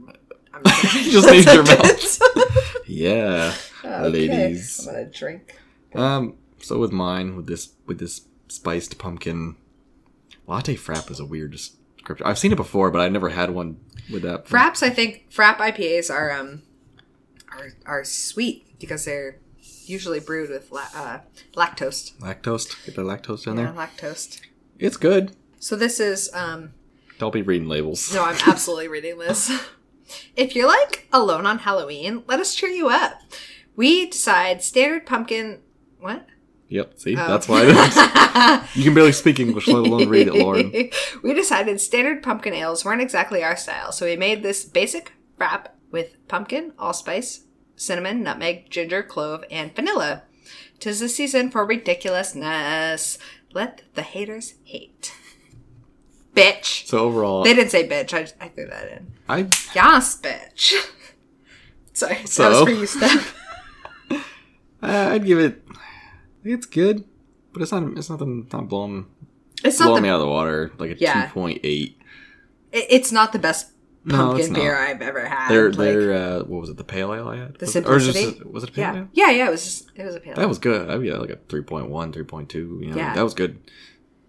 Speaker 3: I'm just gonna-
Speaker 1: You just need your
Speaker 3: That's it. [LAUGHS]
Speaker 1: Yeah,
Speaker 3: Okay,
Speaker 1: ladies.
Speaker 3: I'm gonna drink.
Speaker 1: Um, so with mine, with this, with this spiced pumpkin latte frap is a weird description. I've seen it before, but I never had one with that.
Speaker 3: Fraps, I think frap IPAs are um are are sweet because they're usually brewed with la- uh, lactose.
Speaker 1: lactose. Get the lactose in
Speaker 3: Yeah,
Speaker 1: there.
Speaker 3: lactose.
Speaker 1: It's good.
Speaker 3: So this is um
Speaker 1: Don't be reading labels.
Speaker 3: No, I'm absolutely reading this. [LAUGHS] If you're like alone on Halloween, let us cheer you up. We decide standard pumpkin. What?
Speaker 1: Yep. See,
Speaker 3: Oh.
Speaker 1: that's why
Speaker 3: [LAUGHS]
Speaker 1: you can barely speak English, let alone read it, Lauren.
Speaker 3: we decided standard pumpkin ales weren't exactly our style, so we made this basic wrap with pumpkin, allspice, cinnamon, nutmeg, ginger, clove, and vanilla. Tis the season for ridiculousness. Let the haters hate. Bitch.
Speaker 1: So overall,
Speaker 3: They didn't say bitch. I, I threw that in.
Speaker 1: I
Speaker 3: Yes, bitch. [LAUGHS] Sorry, that was
Speaker 1: So?
Speaker 3: for you, Steph.
Speaker 1: Uh, I'd give it. It's good, but it's not. It's nothing. Not blowing
Speaker 3: It's not
Speaker 1: blowing me
Speaker 3: the
Speaker 1: out of the water. Like a
Speaker 3: Yeah.
Speaker 1: two point eight.
Speaker 3: it- it's not the best
Speaker 1: No,
Speaker 3: pumpkin
Speaker 1: it's not.
Speaker 3: beer I've ever had.
Speaker 1: They're
Speaker 3: like-
Speaker 1: they're. Uh, what was it? The pale ale I had.
Speaker 3: The
Speaker 1: was, it- or just-
Speaker 3: simplicity?
Speaker 1: was it a pale
Speaker 3: yeah,
Speaker 1: ale?
Speaker 3: yeah, yeah. It was just, it was a pale.
Speaker 1: That was good. I yeah, like a 3.1, 3.2. You know,
Speaker 3: Yeah.
Speaker 1: that was good.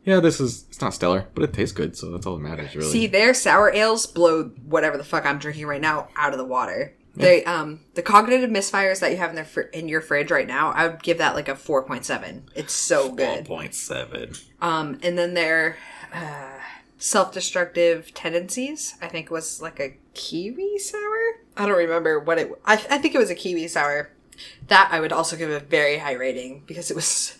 Speaker 1: Yeah, this is. It's not stellar, but it tastes good. So that's all that matters, really.
Speaker 3: See, their sour ales blow whatever the fuck I'm drinking right now out of the water. They um the cognitive misfires that you have in their fr- in your fridge right now, I would give that like a four point seven. It's so good.
Speaker 1: 1.7.
Speaker 3: Um, and then their uh, self-destructive tendencies, I think, was like a kiwi sour. I don't remember what it. I, I think it was a kiwi sour. That I would also give a very high rating because it was,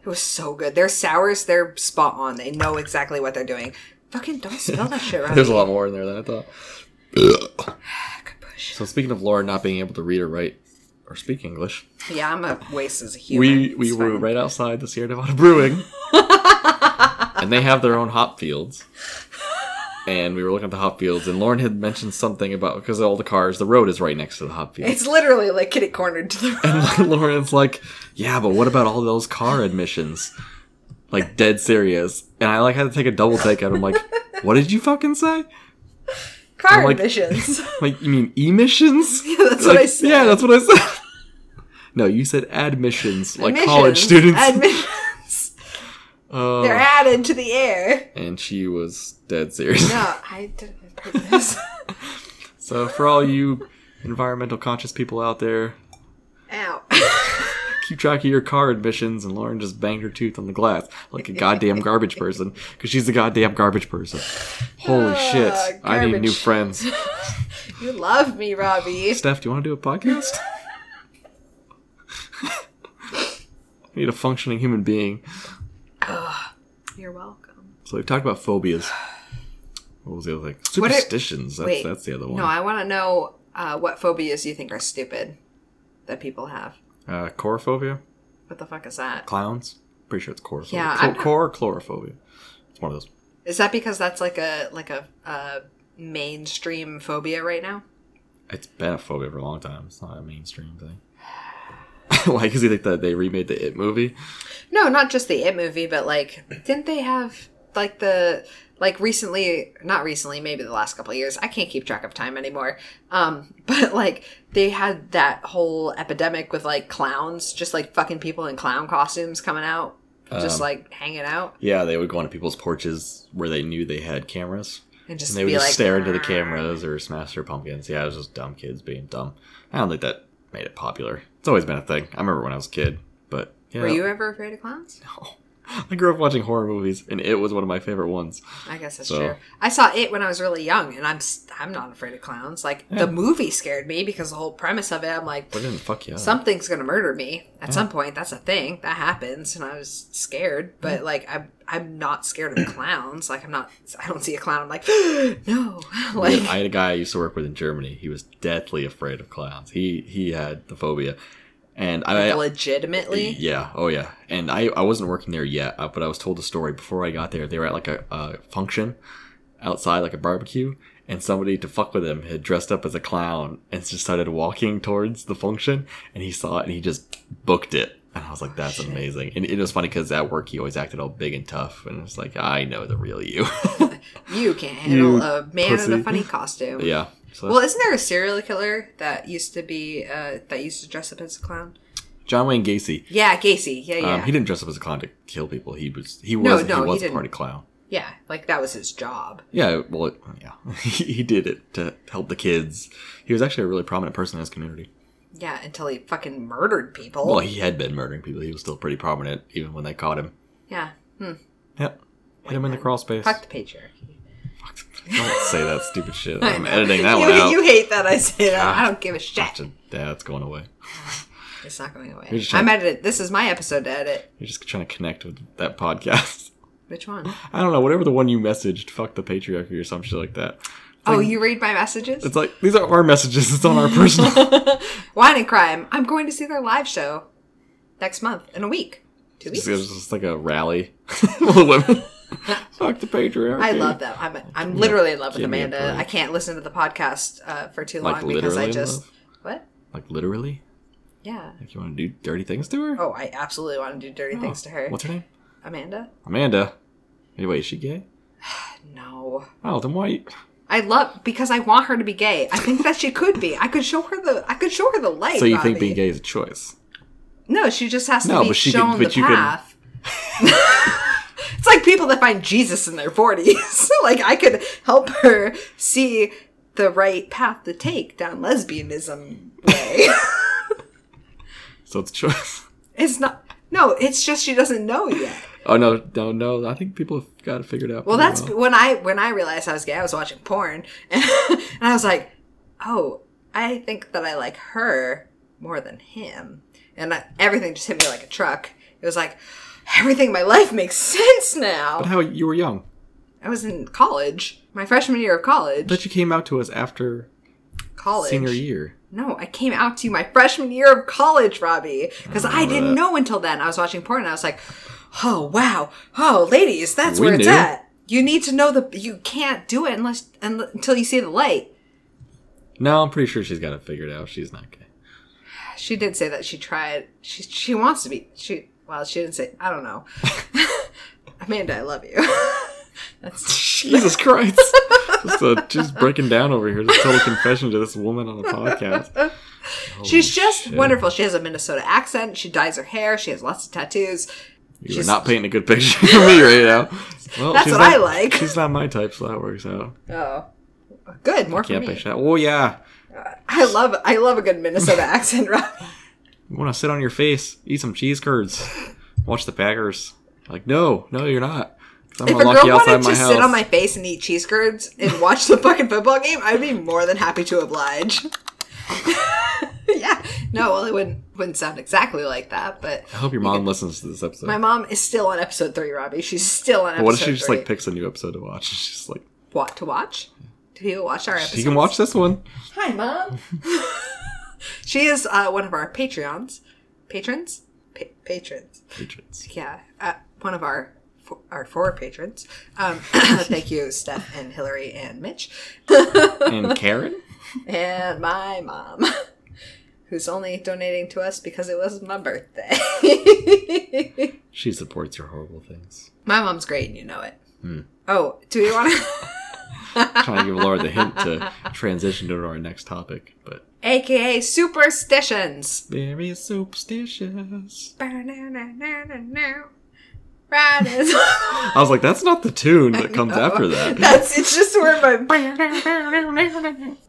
Speaker 3: it was so good. Their sours, they're spot on. They know exactly what they're doing. Fucking don't spell that shit right.
Speaker 1: There's a lot more in there than I thought.
Speaker 3: Good push.
Speaker 1: So speaking of Laura not being able to read or write or speak English,
Speaker 3: Yeah, I'm a waste as a human.
Speaker 1: we we
Speaker 3: It's
Speaker 1: were
Speaker 3: fine.
Speaker 1: right outside the Sierra Nevada
Speaker 3: [LAUGHS]
Speaker 1: Brewing, and they have their own hop fields. And we were looking at the hop fields, and Lauren had mentioned something about because all the cars, the road is right next to the hop field.
Speaker 3: It's literally like kitty cornered to the.
Speaker 1: And [LAUGHS] Lauren's like, "Yeah, but what about all those car admissions?" Like dead serious, and I like had to take a double take, and I'm like, "What did you fucking say?"
Speaker 3: Car
Speaker 1: I'm like- [LAUGHS]
Speaker 3: emissions. [LAUGHS]
Speaker 1: Like you mean emissions? Yeah,
Speaker 3: that's what I said.
Speaker 1: Yeah, that's what I said. [LAUGHS] no, you said admissions, like college
Speaker 3: Emissions.
Speaker 1: students.
Speaker 3: Admissions.
Speaker 1: Oh.
Speaker 3: They're added to the air.
Speaker 1: [LAUGHS] and she was dead serious.
Speaker 3: No, I didn't print this.
Speaker 1: [LAUGHS]
Speaker 3: [LAUGHS]
Speaker 1: So for all you environmental conscious people out there,
Speaker 3: Ow. [LAUGHS]
Speaker 1: keep track of your car admissions. And Lauren just banged her tooth on the glass like a goddamn garbage person because she's a goddamn garbage person. Holy shit! I need new
Speaker 3: Ah, garbage. [LAUGHS]
Speaker 1: friends.
Speaker 3: You love me, Robbie.
Speaker 1: Steph, do you want to do a podcast?
Speaker 3: [LAUGHS]
Speaker 1: [LAUGHS] I need a functioning human being.
Speaker 3: You're welcome.
Speaker 1: So we talked about phobias. What was the other thing?
Speaker 3: What are-
Speaker 1: Superstitions. that's,
Speaker 3: Wait.
Speaker 1: that's the other one.
Speaker 3: No, I want to know uh, what phobias you think are stupid that people have.
Speaker 1: uh, chorophobia.
Speaker 3: What the fuck is that?
Speaker 1: clowns. Pretty sure it's chorophobia.
Speaker 3: Yeah,
Speaker 1: Chlor-
Speaker 3: I'm not-
Speaker 1: chlor- chlorophobia. It's one of those.
Speaker 3: Is that because that's like a like a, a mainstream phobia right now?
Speaker 1: It's been a phobia for a long time. It's not a mainstream thing. [LAUGHS] Why? Because you think that they remade the It movie?
Speaker 3: No, not just the It movie, but like, didn't they have like the like recently? Not recently, maybe the last couple of years. I can't keep track of time anymore. Um, [LAUGHS] but like they had that whole epidemic with like clowns, just like fucking people in clown costumes coming out,
Speaker 1: Um,
Speaker 3: just like hanging out
Speaker 1: Yeah, they would go onto people's porches where they knew they had cameras,
Speaker 3: and just
Speaker 1: and they would
Speaker 3: be
Speaker 1: just
Speaker 3: like "Ah."
Speaker 1: stare into the cameras or smash their pumpkins. Yeah, it was just dumb kids being dumb. I don't think that made it popular. It's always been a thing. I remember when I was a kid, but yeah,
Speaker 3: Were you ever afraid of clowns?
Speaker 1: I grew up watching horror movies, and It was one of my favorite ones.
Speaker 3: I guess that's
Speaker 1: So-
Speaker 3: true. I saw it when I was really young, and I'm s- I'm not afraid of clowns. Like the movie scared me because the whole premise of it. I'm like,
Speaker 1: But it didn't fuck you up.
Speaker 3: something's gonna murder me at
Speaker 1: uh.
Speaker 3: some point that's a thing that happens and i was scared but like i'm i'm not scared of clowns like i'm not i don't see a clown i'm like [GASPS] no [LAUGHS] like
Speaker 1: I had a guy I used to work with in Germany. He was deathly afraid of clowns. He he had the phobia, and I,
Speaker 3: legitimately
Speaker 1: yeah oh yeah, and I I wasn't working there yet, uh, but I was told a story before I got there. They were at like a, a function outside, like a barbecue, and somebody to fuck with him had dressed up as a clown and just started walking towards the function, and he saw it and he just booked it. And I was like, that's amazing. And it was funny because at work he always acted all big and tough, and it's like, I know the real you. [LAUGHS]
Speaker 3: You can't handle
Speaker 1: You
Speaker 3: a man in
Speaker 1: pussy.
Speaker 3: a funny costume.
Speaker 1: yeah. So
Speaker 3: Well, isn't there a serial killer that used to be uh, that used to dress up as a clown?
Speaker 1: John Wayne Gacy.
Speaker 3: Yeah, Gacy. Yeah, yeah,
Speaker 1: Um, he didn't dress up as a clown to kill people. He was he
Speaker 3: No,
Speaker 1: was
Speaker 3: no,
Speaker 1: he
Speaker 3: he
Speaker 1: was a
Speaker 3: didn't.
Speaker 1: party clown.
Speaker 3: yeah. Like that was his job.
Speaker 1: Yeah, well, it, yeah, [LAUGHS] he he did it to help the kids. He was actually a really prominent person in his community.
Speaker 3: Yeah, until he fucking murdered people.
Speaker 1: Well, he had been murdering people. He was still pretty prominent even when they caught him.
Speaker 3: yeah, hmm.
Speaker 1: Yep, hit him in the crawl space.
Speaker 3: fuck the patriarchy.
Speaker 1: [LAUGHS] Don't say that stupid shit.
Speaker 3: I
Speaker 1: I'm
Speaker 3: know.
Speaker 1: editing that
Speaker 3: [LAUGHS] you,
Speaker 1: one out.
Speaker 3: You hate that I say that. I don't give a shit.
Speaker 1: That's going away.
Speaker 3: It's not going away.
Speaker 1: You're just
Speaker 3: I'm
Speaker 1: trying-
Speaker 3: edited. This is my episode to edit.
Speaker 1: You're just trying to connect with that podcast. [LAUGHS]
Speaker 3: Which one?
Speaker 1: [GASPS] I don't know, whatever the one you messaged, fuck the patriarchy or some shit like that.
Speaker 3: oh, you read my messages?
Speaker 1: It's like these are our messages. It's on our [LAUGHS] personal.
Speaker 3: Wine and Crime. I'm going to see their live show next month in a week. Two
Speaker 1: It's
Speaker 3: weeks.
Speaker 1: just, it's like a rally [LAUGHS] full of [LAUGHS] women. fuck the patriarchy.
Speaker 3: I love them. I'm I'm literally in love with
Speaker 1: Give me a
Speaker 3: Amanda.
Speaker 1: break.
Speaker 3: I can't listen to the podcast uh, for too
Speaker 1: Like
Speaker 3: long because
Speaker 1: literally
Speaker 3: I
Speaker 1: in
Speaker 3: just
Speaker 1: love?
Speaker 3: what?
Speaker 1: Like literally,
Speaker 3: Yeah.
Speaker 1: like you want to do dirty things to her.
Speaker 3: Oh, I absolutely want to do dirty things to her.
Speaker 1: Oh. What's her name?
Speaker 3: Amanda?
Speaker 1: Amanda. Hey, wait, is she gay?
Speaker 3: No.
Speaker 1: Oh, then why?
Speaker 3: I love because I want her to be gay. I think that she could be. I could show her the I could show her the light.
Speaker 1: So you
Speaker 3: Robbie.
Speaker 1: think being gay is a choice?
Speaker 3: No, she just has to
Speaker 1: No,
Speaker 3: be
Speaker 1: but she could-
Speaker 3: shown
Speaker 1: but
Speaker 3: the
Speaker 1: you could-
Speaker 3: path. [LAUGHS] it's like people that find Jesus in their forties. [LAUGHS] like I could help her see the right path to take down lesbianism way. [LAUGHS]
Speaker 1: So it's a choice. [LAUGHS]
Speaker 3: it's not. No, it's just she doesn't know yet.
Speaker 1: Oh no, no, no! I think people have got it figured out.
Speaker 3: Well,
Speaker 1: pretty
Speaker 3: that's when I when I realized I was gay. I was watching porn, [LAUGHS] and, I was like, "Oh, I think that I like her more than him." And I, everything just hit me like a truck. It was like everything in my life makes sense now.
Speaker 1: But how you were young?
Speaker 3: I was in college, my freshman year of college.
Speaker 1: But you came out to us after
Speaker 3: college.
Speaker 1: senior year.
Speaker 3: No, I came out to you my freshman year of college, Robbie, because I didn't know until then. I was watching porn and I was like, "Oh wow, oh ladies, that's
Speaker 1: We
Speaker 3: where it's
Speaker 1: knew.
Speaker 3: at." You need to know the. You can't do it unless un, until you see the light.
Speaker 1: No, I'm pretty sure she's got it figured out. She's not
Speaker 3: [LAUGHS]
Speaker 1: gay.
Speaker 3: She did say that she tried. She she wants to be. She well, she didn't say. I
Speaker 1: [LAUGHS]
Speaker 3: don't know. Amanda, I love you. [LAUGHS] that's
Speaker 1: Jesus Christ! just, uh, just breaking down over here. Just total confession to this woman on the podcast.
Speaker 3: she's just wonderful. She has a Minnesota accent. She dyes her hair. She has lots of tattoos.
Speaker 1: You're
Speaker 3: She's-
Speaker 1: not painting a good picture [LAUGHS] of me right now. Well,
Speaker 3: That's
Speaker 1: she's
Speaker 3: what
Speaker 1: not-
Speaker 3: I like.
Speaker 1: She's not my type, so that works out.
Speaker 3: Oh, good. More for
Speaker 1: Can't
Speaker 3: me.
Speaker 1: picture that. Oh yeah,
Speaker 3: I love I love a good Minnesota [LAUGHS] accent, Rob.
Speaker 1: you want to sit on your face, eat some cheese curds, watch the Packers. Like, no, no, you're not. 'Cause I'm
Speaker 3: If a
Speaker 1: unlucky
Speaker 3: girl
Speaker 1: outside
Speaker 3: wanted
Speaker 1: my
Speaker 3: to
Speaker 1: house.
Speaker 3: sit on my face and eat cheese curds and watch the fucking football game, I'd be more than happy to oblige. [LAUGHS] yeah, no, well, it wouldn't wouldn't sound exactly like that, but
Speaker 1: I hope your mom listens to this episode.
Speaker 3: my mom is still on episode three, Robbie. She's still on episode
Speaker 1: what if she just
Speaker 3: three.
Speaker 1: like picks a new episode to watch? [LAUGHS] She's just like,
Speaker 3: what to watch? Do people watch our episode?
Speaker 1: she can watch this one.
Speaker 3: Hi, mom. [LAUGHS] she is uh, one of our Patreons, patrons, pa- patrons.
Speaker 1: Patrons.
Speaker 3: yeah, uh, one of our fo- our four patrons. Um, [COUGHS] thank you, Steph and Hillary and Mitch, [LAUGHS]
Speaker 1: And Karen?
Speaker 3: and my mom, [LAUGHS] who's only donating to us because it was my birthday.
Speaker 1: She supports your horrible things.
Speaker 3: [LAUGHS] my mom's great, and you know it.
Speaker 1: Hmm.
Speaker 3: Oh, do we [LAUGHS] want to?
Speaker 1: trying to give Laura the hint
Speaker 3: [LAUGHS]
Speaker 1: to transition to our next topic, but
Speaker 3: AKA superstitions.
Speaker 1: very superstitious.
Speaker 3: Riders.
Speaker 1: I was like, that's not the tune that
Speaker 3: [LAUGHS]
Speaker 1: comes after that.
Speaker 3: Oh, That's it's just
Speaker 1: [LAUGHS]
Speaker 3: where my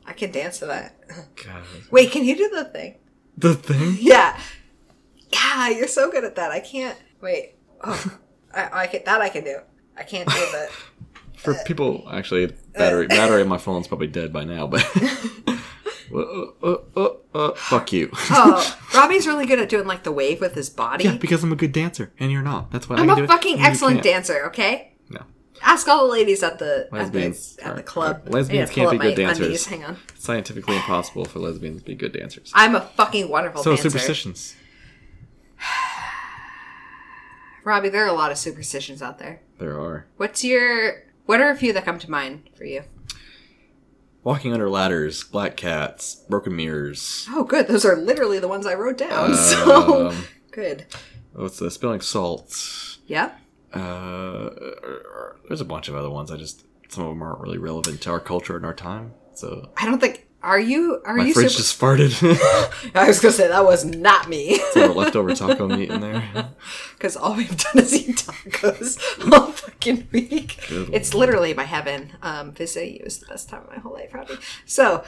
Speaker 3: I can dance to that.
Speaker 1: God.
Speaker 3: Wait, can you do the thing?
Speaker 1: The thing.
Speaker 3: Yeah. Yeah, you're so good at that. I can't wait. [LAUGHS] Oh, I, I can, that I can do. I can't do that.
Speaker 1: For
Speaker 3: Uh,
Speaker 1: people, actually, battery battery in my phone's probably dead by now.
Speaker 3: [LAUGHS]
Speaker 1: But [LAUGHS] uh, uh, uh, uh, fuck you.
Speaker 3: [LAUGHS]
Speaker 1: [LAUGHS]
Speaker 3: Oh, Robbie's really good at doing like the wave with his body.
Speaker 1: yeah, because I'm a good dancer, and you're not. That's why I
Speaker 3: I'm
Speaker 1: can do
Speaker 3: a
Speaker 1: it,
Speaker 3: fucking
Speaker 1: and you
Speaker 3: excellent
Speaker 1: can't.
Speaker 3: dancer. Okay,
Speaker 1: No,
Speaker 3: ask all the ladies at the
Speaker 1: Lesbians
Speaker 3: at the, at the
Speaker 1: are-
Speaker 3: club.
Speaker 1: lesbians
Speaker 3: I
Speaker 1: can't
Speaker 3: gotta pull
Speaker 1: be
Speaker 3: up
Speaker 1: good
Speaker 3: my
Speaker 1: dancers.
Speaker 3: undies. Hang on,
Speaker 1: it's scientifically impossible for lesbians to be good dancers.
Speaker 3: I'm a fucking wonderful
Speaker 1: so
Speaker 3: dancer.
Speaker 1: superstitions.
Speaker 3: Robbie, there are a lot of superstitions out there.
Speaker 1: There are
Speaker 3: What's your what are a few that come to mind for you?
Speaker 1: walking under ladders, black cats, broken mirrors.
Speaker 3: Oh, good. Those are literally the ones I wrote down. [LAUGHS] so
Speaker 1: Um,
Speaker 3: Good.
Speaker 1: What's the spelling? Salt.
Speaker 3: Yep.
Speaker 1: Uh, there's a bunch of other ones. I just some of them aren't really relevant to our culture and our time. So
Speaker 3: I don't think. Are you? Are
Speaker 1: my
Speaker 3: you?
Speaker 1: fridge
Speaker 3: super-
Speaker 1: just farted. [LAUGHS]
Speaker 3: I was gonna say that was not me [LAUGHS]
Speaker 1: Some leftover taco meat in there.
Speaker 3: because all we've done is eat tacos [LAUGHS] all fucking week.
Speaker 1: Good
Speaker 3: It's literally my heaven. Um, visit you is the best time of my whole life, probably. So,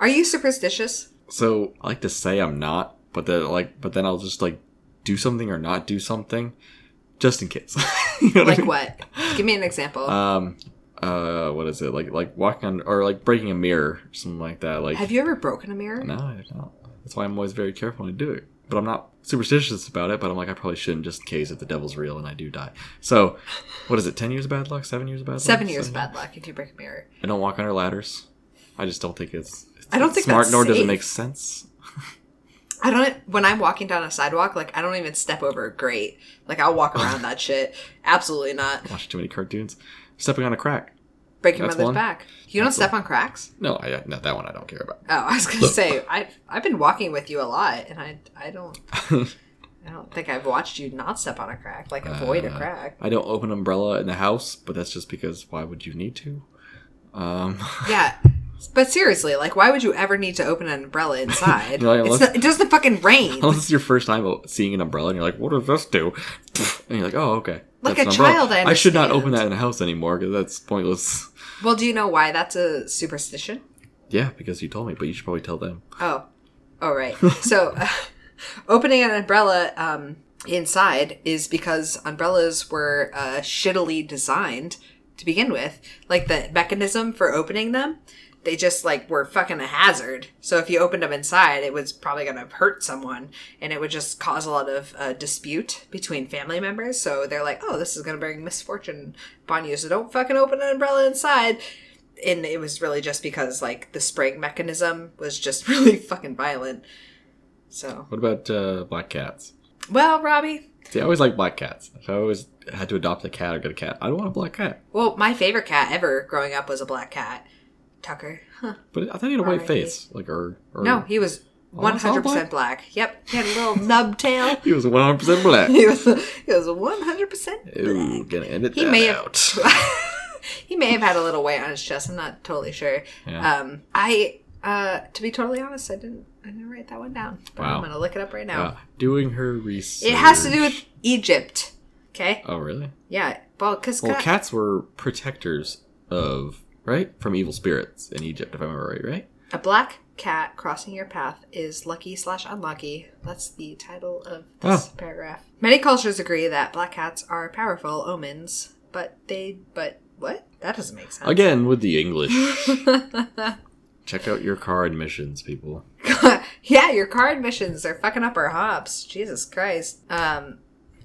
Speaker 3: are you superstitious?
Speaker 1: [LAUGHS] So I like to say I'm not, but then like, but then I'll just like do something or not do something, just in case. [LAUGHS] You know what I
Speaker 3: Like
Speaker 1: mean?
Speaker 3: what? Give me an example.
Speaker 1: Um, uh, what is it like? Like walking on or like breaking a mirror, or something like that. Like
Speaker 3: Have you ever broken a mirror?
Speaker 1: No, I don't. That's why I'm always very careful when I do it. But I'm not superstitious about it, but I'm like, I probably shouldn't just in case if the devil's real and I do die. So, what is it, 10 years of bad luck? 7 years of bad luck?
Speaker 3: Seven years of bad luck if you break a mirror.
Speaker 1: I don't walk under ladders. I just don't think it's, it's
Speaker 3: I don't think
Speaker 1: smart,
Speaker 3: that's
Speaker 1: nor does it
Speaker 3: safe.
Speaker 1: make sense.
Speaker 3: I don't. When I'm walking down a sidewalk, like I don't even step over a grate. Like I'll
Speaker 1: [LAUGHS]
Speaker 3: walk around that shit. Absolutely not.
Speaker 1: Watch too many cartoons. Stepping on a crack.
Speaker 3: Break your
Speaker 1: That's
Speaker 3: mother's
Speaker 1: one.
Speaker 3: back. You don't step on cracks.
Speaker 1: No, I, no, that one I don't care about.
Speaker 3: Oh, I was gonna say I I've been walking with you a lot, and I I don't I don't think I've watched you not step on a crack, like avoid a crack.
Speaker 1: I don't open umbrella in the house, but that's just because why would you need to? [LAUGHS] Um,
Speaker 3: Yeah, but seriously, like why would you ever need to open an umbrella inside?
Speaker 1: No,
Speaker 3: it's
Speaker 1: unless-
Speaker 3: not, it doesn't fucking rain.
Speaker 1: unless it's your first time seeing an umbrella and you're like, what does this do? [LAUGHS] And you're like, oh, okay.
Speaker 3: Like
Speaker 1: That's
Speaker 3: a
Speaker 1: an umbrella.
Speaker 3: child, I
Speaker 1: should not
Speaker 3: understand.
Speaker 1: open that in the house anymore because that's pointless. [LAUGHS]
Speaker 3: Well, do you know why that's a superstition?
Speaker 1: Yeah, because you told me, but you should probably tell them.
Speaker 3: Oh, all right. So, [LAUGHS] uh, opening an umbrella um, inside is because umbrellas were uh, shittily designed to begin with. Like the mechanism for opening them, they just like were fucking a hazard. So if you opened them inside, it was probably gonna hurt someone, and it would just cause a lot of uh, dispute between family members. So they're like, "Oh, this is gonna bring misfortune upon you. So don't fucking open an umbrella inside." and it was really just because like the spraying mechanism was just [LAUGHS] really fucking violent. So
Speaker 1: What about uh, black cats?
Speaker 3: well, Robbie.
Speaker 1: See, I always like black cats. If I always had to adopt a cat or get a cat, I don't want a black cat.
Speaker 3: Well, my favorite cat ever growing up was a black cat, Tucker. Huh.
Speaker 1: But I thought he had a white
Speaker 3: R.I.P.
Speaker 1: face, like or, or
Speaker 3: No, he was one
Speaker 1: it's all
Speaker 3: hundred percent black. Yep, he had a little [LAUGHS] nub tail.
Speaker 1: he was one hundred percent
Speaker 3: [LAUGHS]
Speaker 1: black.
Speaker 3: He was he was one hundred percent.
Speaker 1: Ooh, gonna edit
Speaker 3: He
Speaker 1: that
Speaker 3: may have [LAUGHS]
Speaker 1: out.
Speaker 3: he may have had a little weight on his chest. I'm not totally sure.
Speaker 1: Yeah.
Speaker 3: Um, I uh, to be totally honest, I didn't I didn't write that one down, but
Speaker 1: Wow.
Speaker 3: I'm gonna look it up right now.
Speaker 1: Yeah, Uh, doing her research.
Speaker 3: It has to do with Egypt. Okay.
Speaker 1: Oh, really?
Speaker 3: Yeah. Well, because
Speaker 1: Well, cats were protectors of right from evil spirits in Egypt, if I remember right. Right?
Speaker 3: a black cat crossing your path is lucky slash unlucky. That's the title of this
Speaker 1: Oh.
Speaker 3: paragraph. Many cultures agree that black cats are powerful omens, but they but what? That doesn't make sense.
Speaker 1: Again with the English. Check out your car admissions, people.
Speaker 3: yeah, your car admissions are fucking up our hops. Jesus Christ. Um,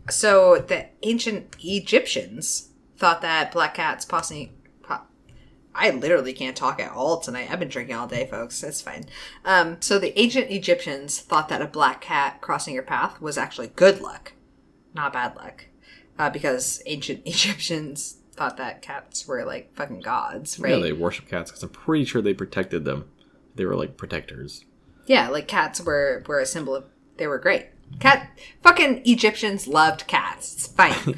Speaker 3: so the ancient Egyptians thought that black cats possibly. po- I literally can't talk at all tonight. I've been drinking all day, folks. It's fine. Um, so the ancient Egyptians thought that a black cat crossing your path was actually good luck, not bad luck, uh, because ancient [LAUGHS] Egyptians thought that cats were like fucking gods, right?
Speaker 1: Yeah, they worship cats because I'm pretty sure they protected them. They were like protectors.
Speaker 3: Yeah, like cats were were a symbol of they were great. Cat fucking Egyptians loved cats.
Speaker 1: [LAUGHS]
Speaker 3: It's fine.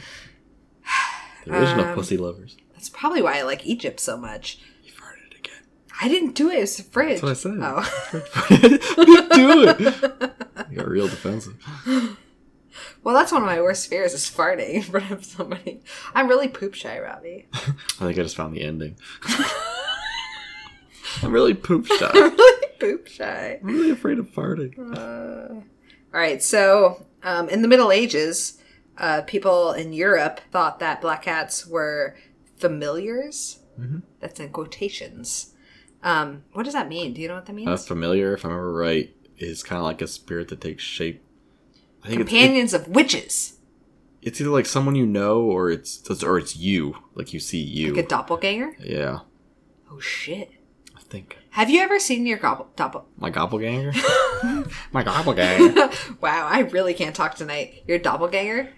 Speaker 1: The original pussy lovers.
Speaker 3: That's probably why I like Egypt so much.
Speaker 1: You farted again.
Speaker 3: I didn't do it. It's the fridge.
Speaker 1: That's what I said.
Speaker 3: Oh. [LAUGHS]
Speaker 1: [LAUGHS] you do it. You got real defensive.
Speaker 3: Well, that's one of my worst fears is farting in front of somebody. I'm really poop shy, Robbie. [LAUGHS]
Speaker 1: I think I just found the ending. [LAUGHS] I'm really poop shy.
Speaker 3: I'm really poop shy.
Speaker 1: I'm really afraid of farting.
Speaker 3: All right, so um, in the Middle Ages, uh, people in Europe thought that black cats were familiars.
Speaker 1: Mm-hmm.
Speaker 3: That's in quotations. Um, what does that mean? Do you know what that means?
Speaker 1: Uh, familiar, if I remember right, is kind of like a spirit that takes shape. I think it's, it-
Speaker 3: companions of witches,
Speaker 1: it's either like someone you know, or it's it's- or it's you. Like you see you.
Speaker 3: like a doppelganger.
Speaker 1: yeah,
Speaker 3: Oh shit!
Speaker 1: I think
Speaker 3: Have you ever seen your gobble doppel?
Speaker 1: my doppelganger. my doppelganger.
Speaker 3: [LAUGHS] Wow, I really can't talk tonight. Your doppelganger?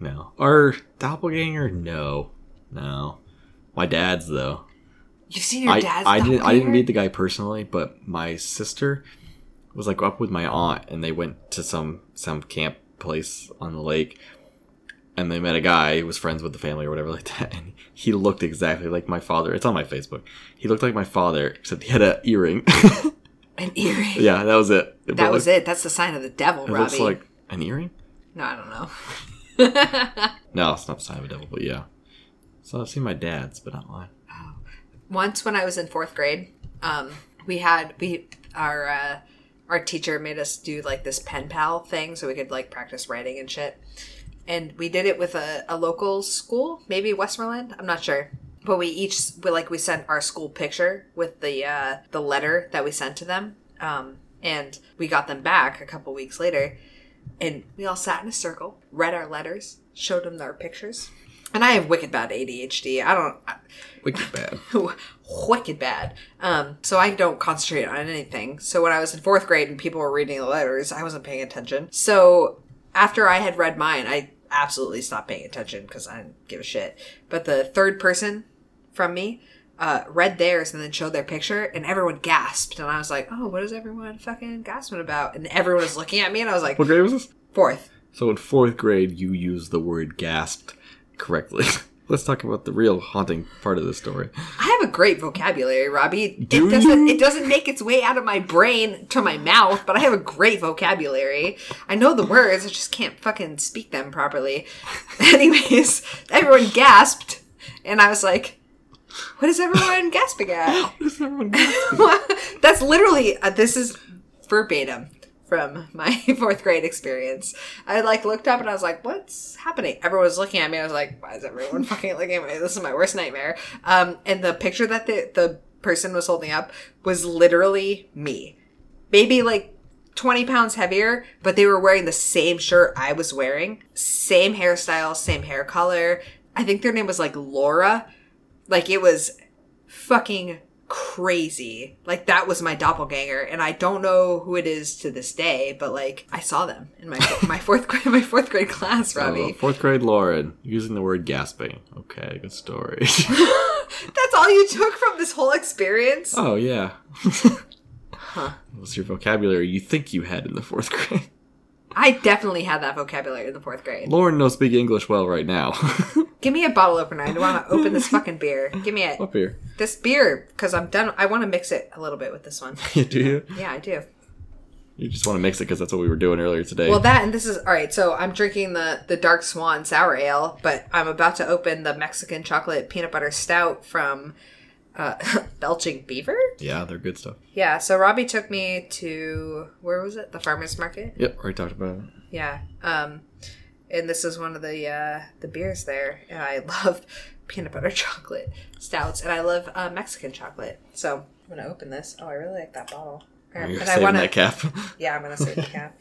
Speaker 1: no, or doppelganger. No, no. My dad's though.
Speaker 3: You've seen your
Speaker 1: I,
Speaker 3: dad's
Speaker 1: I didn't I didn't
Speaker 3: doppelganger?
Speaker 1: meet the guy personally, but my sister was like up with my aunt and they went to some some camp place on the lake, and they met a guy who was friends with the family or whatever [LAUGHS] like that, and he looked exactly like my father. It's on my Facebook. He looked like my father, except he had an earring. [LAUGHS]
Speaker 3: An earring.
Speaker 1: yeah, that was it.
Speaker 3: that was it. That's the sign of the devil,
Speaker 1: It
Speaker 3: Robbie.
Speaker 1: looks like an earring.
Speaker 3: no, I don't know.
Speaker 1: No, it's not the sign of a devil, but yeah. So I've seen my dad's, but not mine.
Speaker 3: once when I was in fourth grade, um, we had we our uh, our teacher made us do like this pen pal thing so we could like practice writing and shit. And we did it with a, a local school, maybe Westmoreland. I'm not sure, but we each we like we sent our school picture with the uh, the letter that we sent to them, um, and we got them back a couple weeks later. And we all sat in a circle, read our letters, showed them our pictures. And I have wicked bad ADHD. I don't. I,
Speaker 1: Wicked bad.
Speaker 3: [LAUGHS] wicked bad. Um, so I don't concentrate on anything. So when I was in fourth grade and people were reading the letters, I wasn't paying attention. So after I had read mine, I absolutely stopped paying attention because I didn't give a shit. But the third person from me uh, read theirs and then showed their picture, and everyone gasped. And I was like, "Oh, what is everyone fucking gasping about?" And everyone was looking at me, and I was like,
Speaker 1: What grade was this?
Speaker 3: "Fourth,
Speaker 1: So in fourth grade, you used the word gasped correctly. [LAUGHS] Let's talk about the real haunting part of this story.
Speaker 3: I have a great vocabulary, Robbie.
Speaker 1: Do
Speaker 3: it doesn't
Speaker 1: you?
Speaker 3: it doesn't make its way out of my brain to my mouth, but I have a great vocabulary. I know the words, I just can't fucking speak them properly. [LAUGHS] Anyways, everyone gasped and I was like, what is everyone gasping at? [LAUGHS] That's literally uh, this is verbatim from my [LAUGHS] fourth grade experience. I like looked up and I was like, "What's happening?" Everyone was looking at me. I was like, "Why is everyone [LAUGHS] fucking looking at me? This is my worst nightmare." Um, and the picture that the the person was holding up was literally me, maybe like. 20 pounds heavier, but they were wearing the same shirt I was wearing. Same hairstyle, same hair color. I think their name was like Laura. Like it was fucking crazy. Like that was my doppelganger, and I don't know who it is to this day, but like I saw them in my my fourth grade my fourth grade class,
Speaker 1: So, Uh,
Speaker 3: Robbie.
Speaker 1: fourth grade Lauren using the word gasping. Okay, good
Speaker 3: [LAUGHS]
Speaker 1: story.
Speaker 3: That's all you took from this whole experience.
Speaker 1: oh yeah. What's your vocabulary you think you had in the fourth grade?
Speaker 3: I definitely had that vocabulary in the fourth grade.
Speaker 1: Lauren knows speak English well right now. [LAUGHS]
Speaker 3: Give me a bottle opener. I want to open this fucking beer. Give me it.
Speaker 1: Up here. [LAUGHS]
Speaker 3: This beer, because I'm done. I want to mix it a little bit with this one. [LAUGHS]
Speaker 1: Do you?
Speaker 3: Yeah, I do.
Speaker 1: You just want to mix it because that's what we were doing earlier today.
Speaker 3: Well, that and this is all right. So I'm drinking the the Dark Swan Sour Ale, but I'm about to open the Mexican Chocolate Peanut Butter Stout from uh, [LAUGHS] Belching Beaver.
Speaker 1: yeah, they're good stuff.
Speaker 3: Yeah. So Robbie took me to where was it? The farmers market.
Speaker 1: Yep, already talked about it.
Speaker 3: Yeah. Um, and this is one of the uh, the beers there, and I [LAUGHS] love peanut butter chocolate stouts, and I love uh, Mexican chocolate. So I'm gonna open this. Oh, I really like that bottle.
Speaker 1: You're
Speaker 3: And I
Speaker 1: saving
Speaker 3: want to
Speaker 1: that cap. [LAUGHS]
Speaker 3: yeah, I'm gonna say the cap.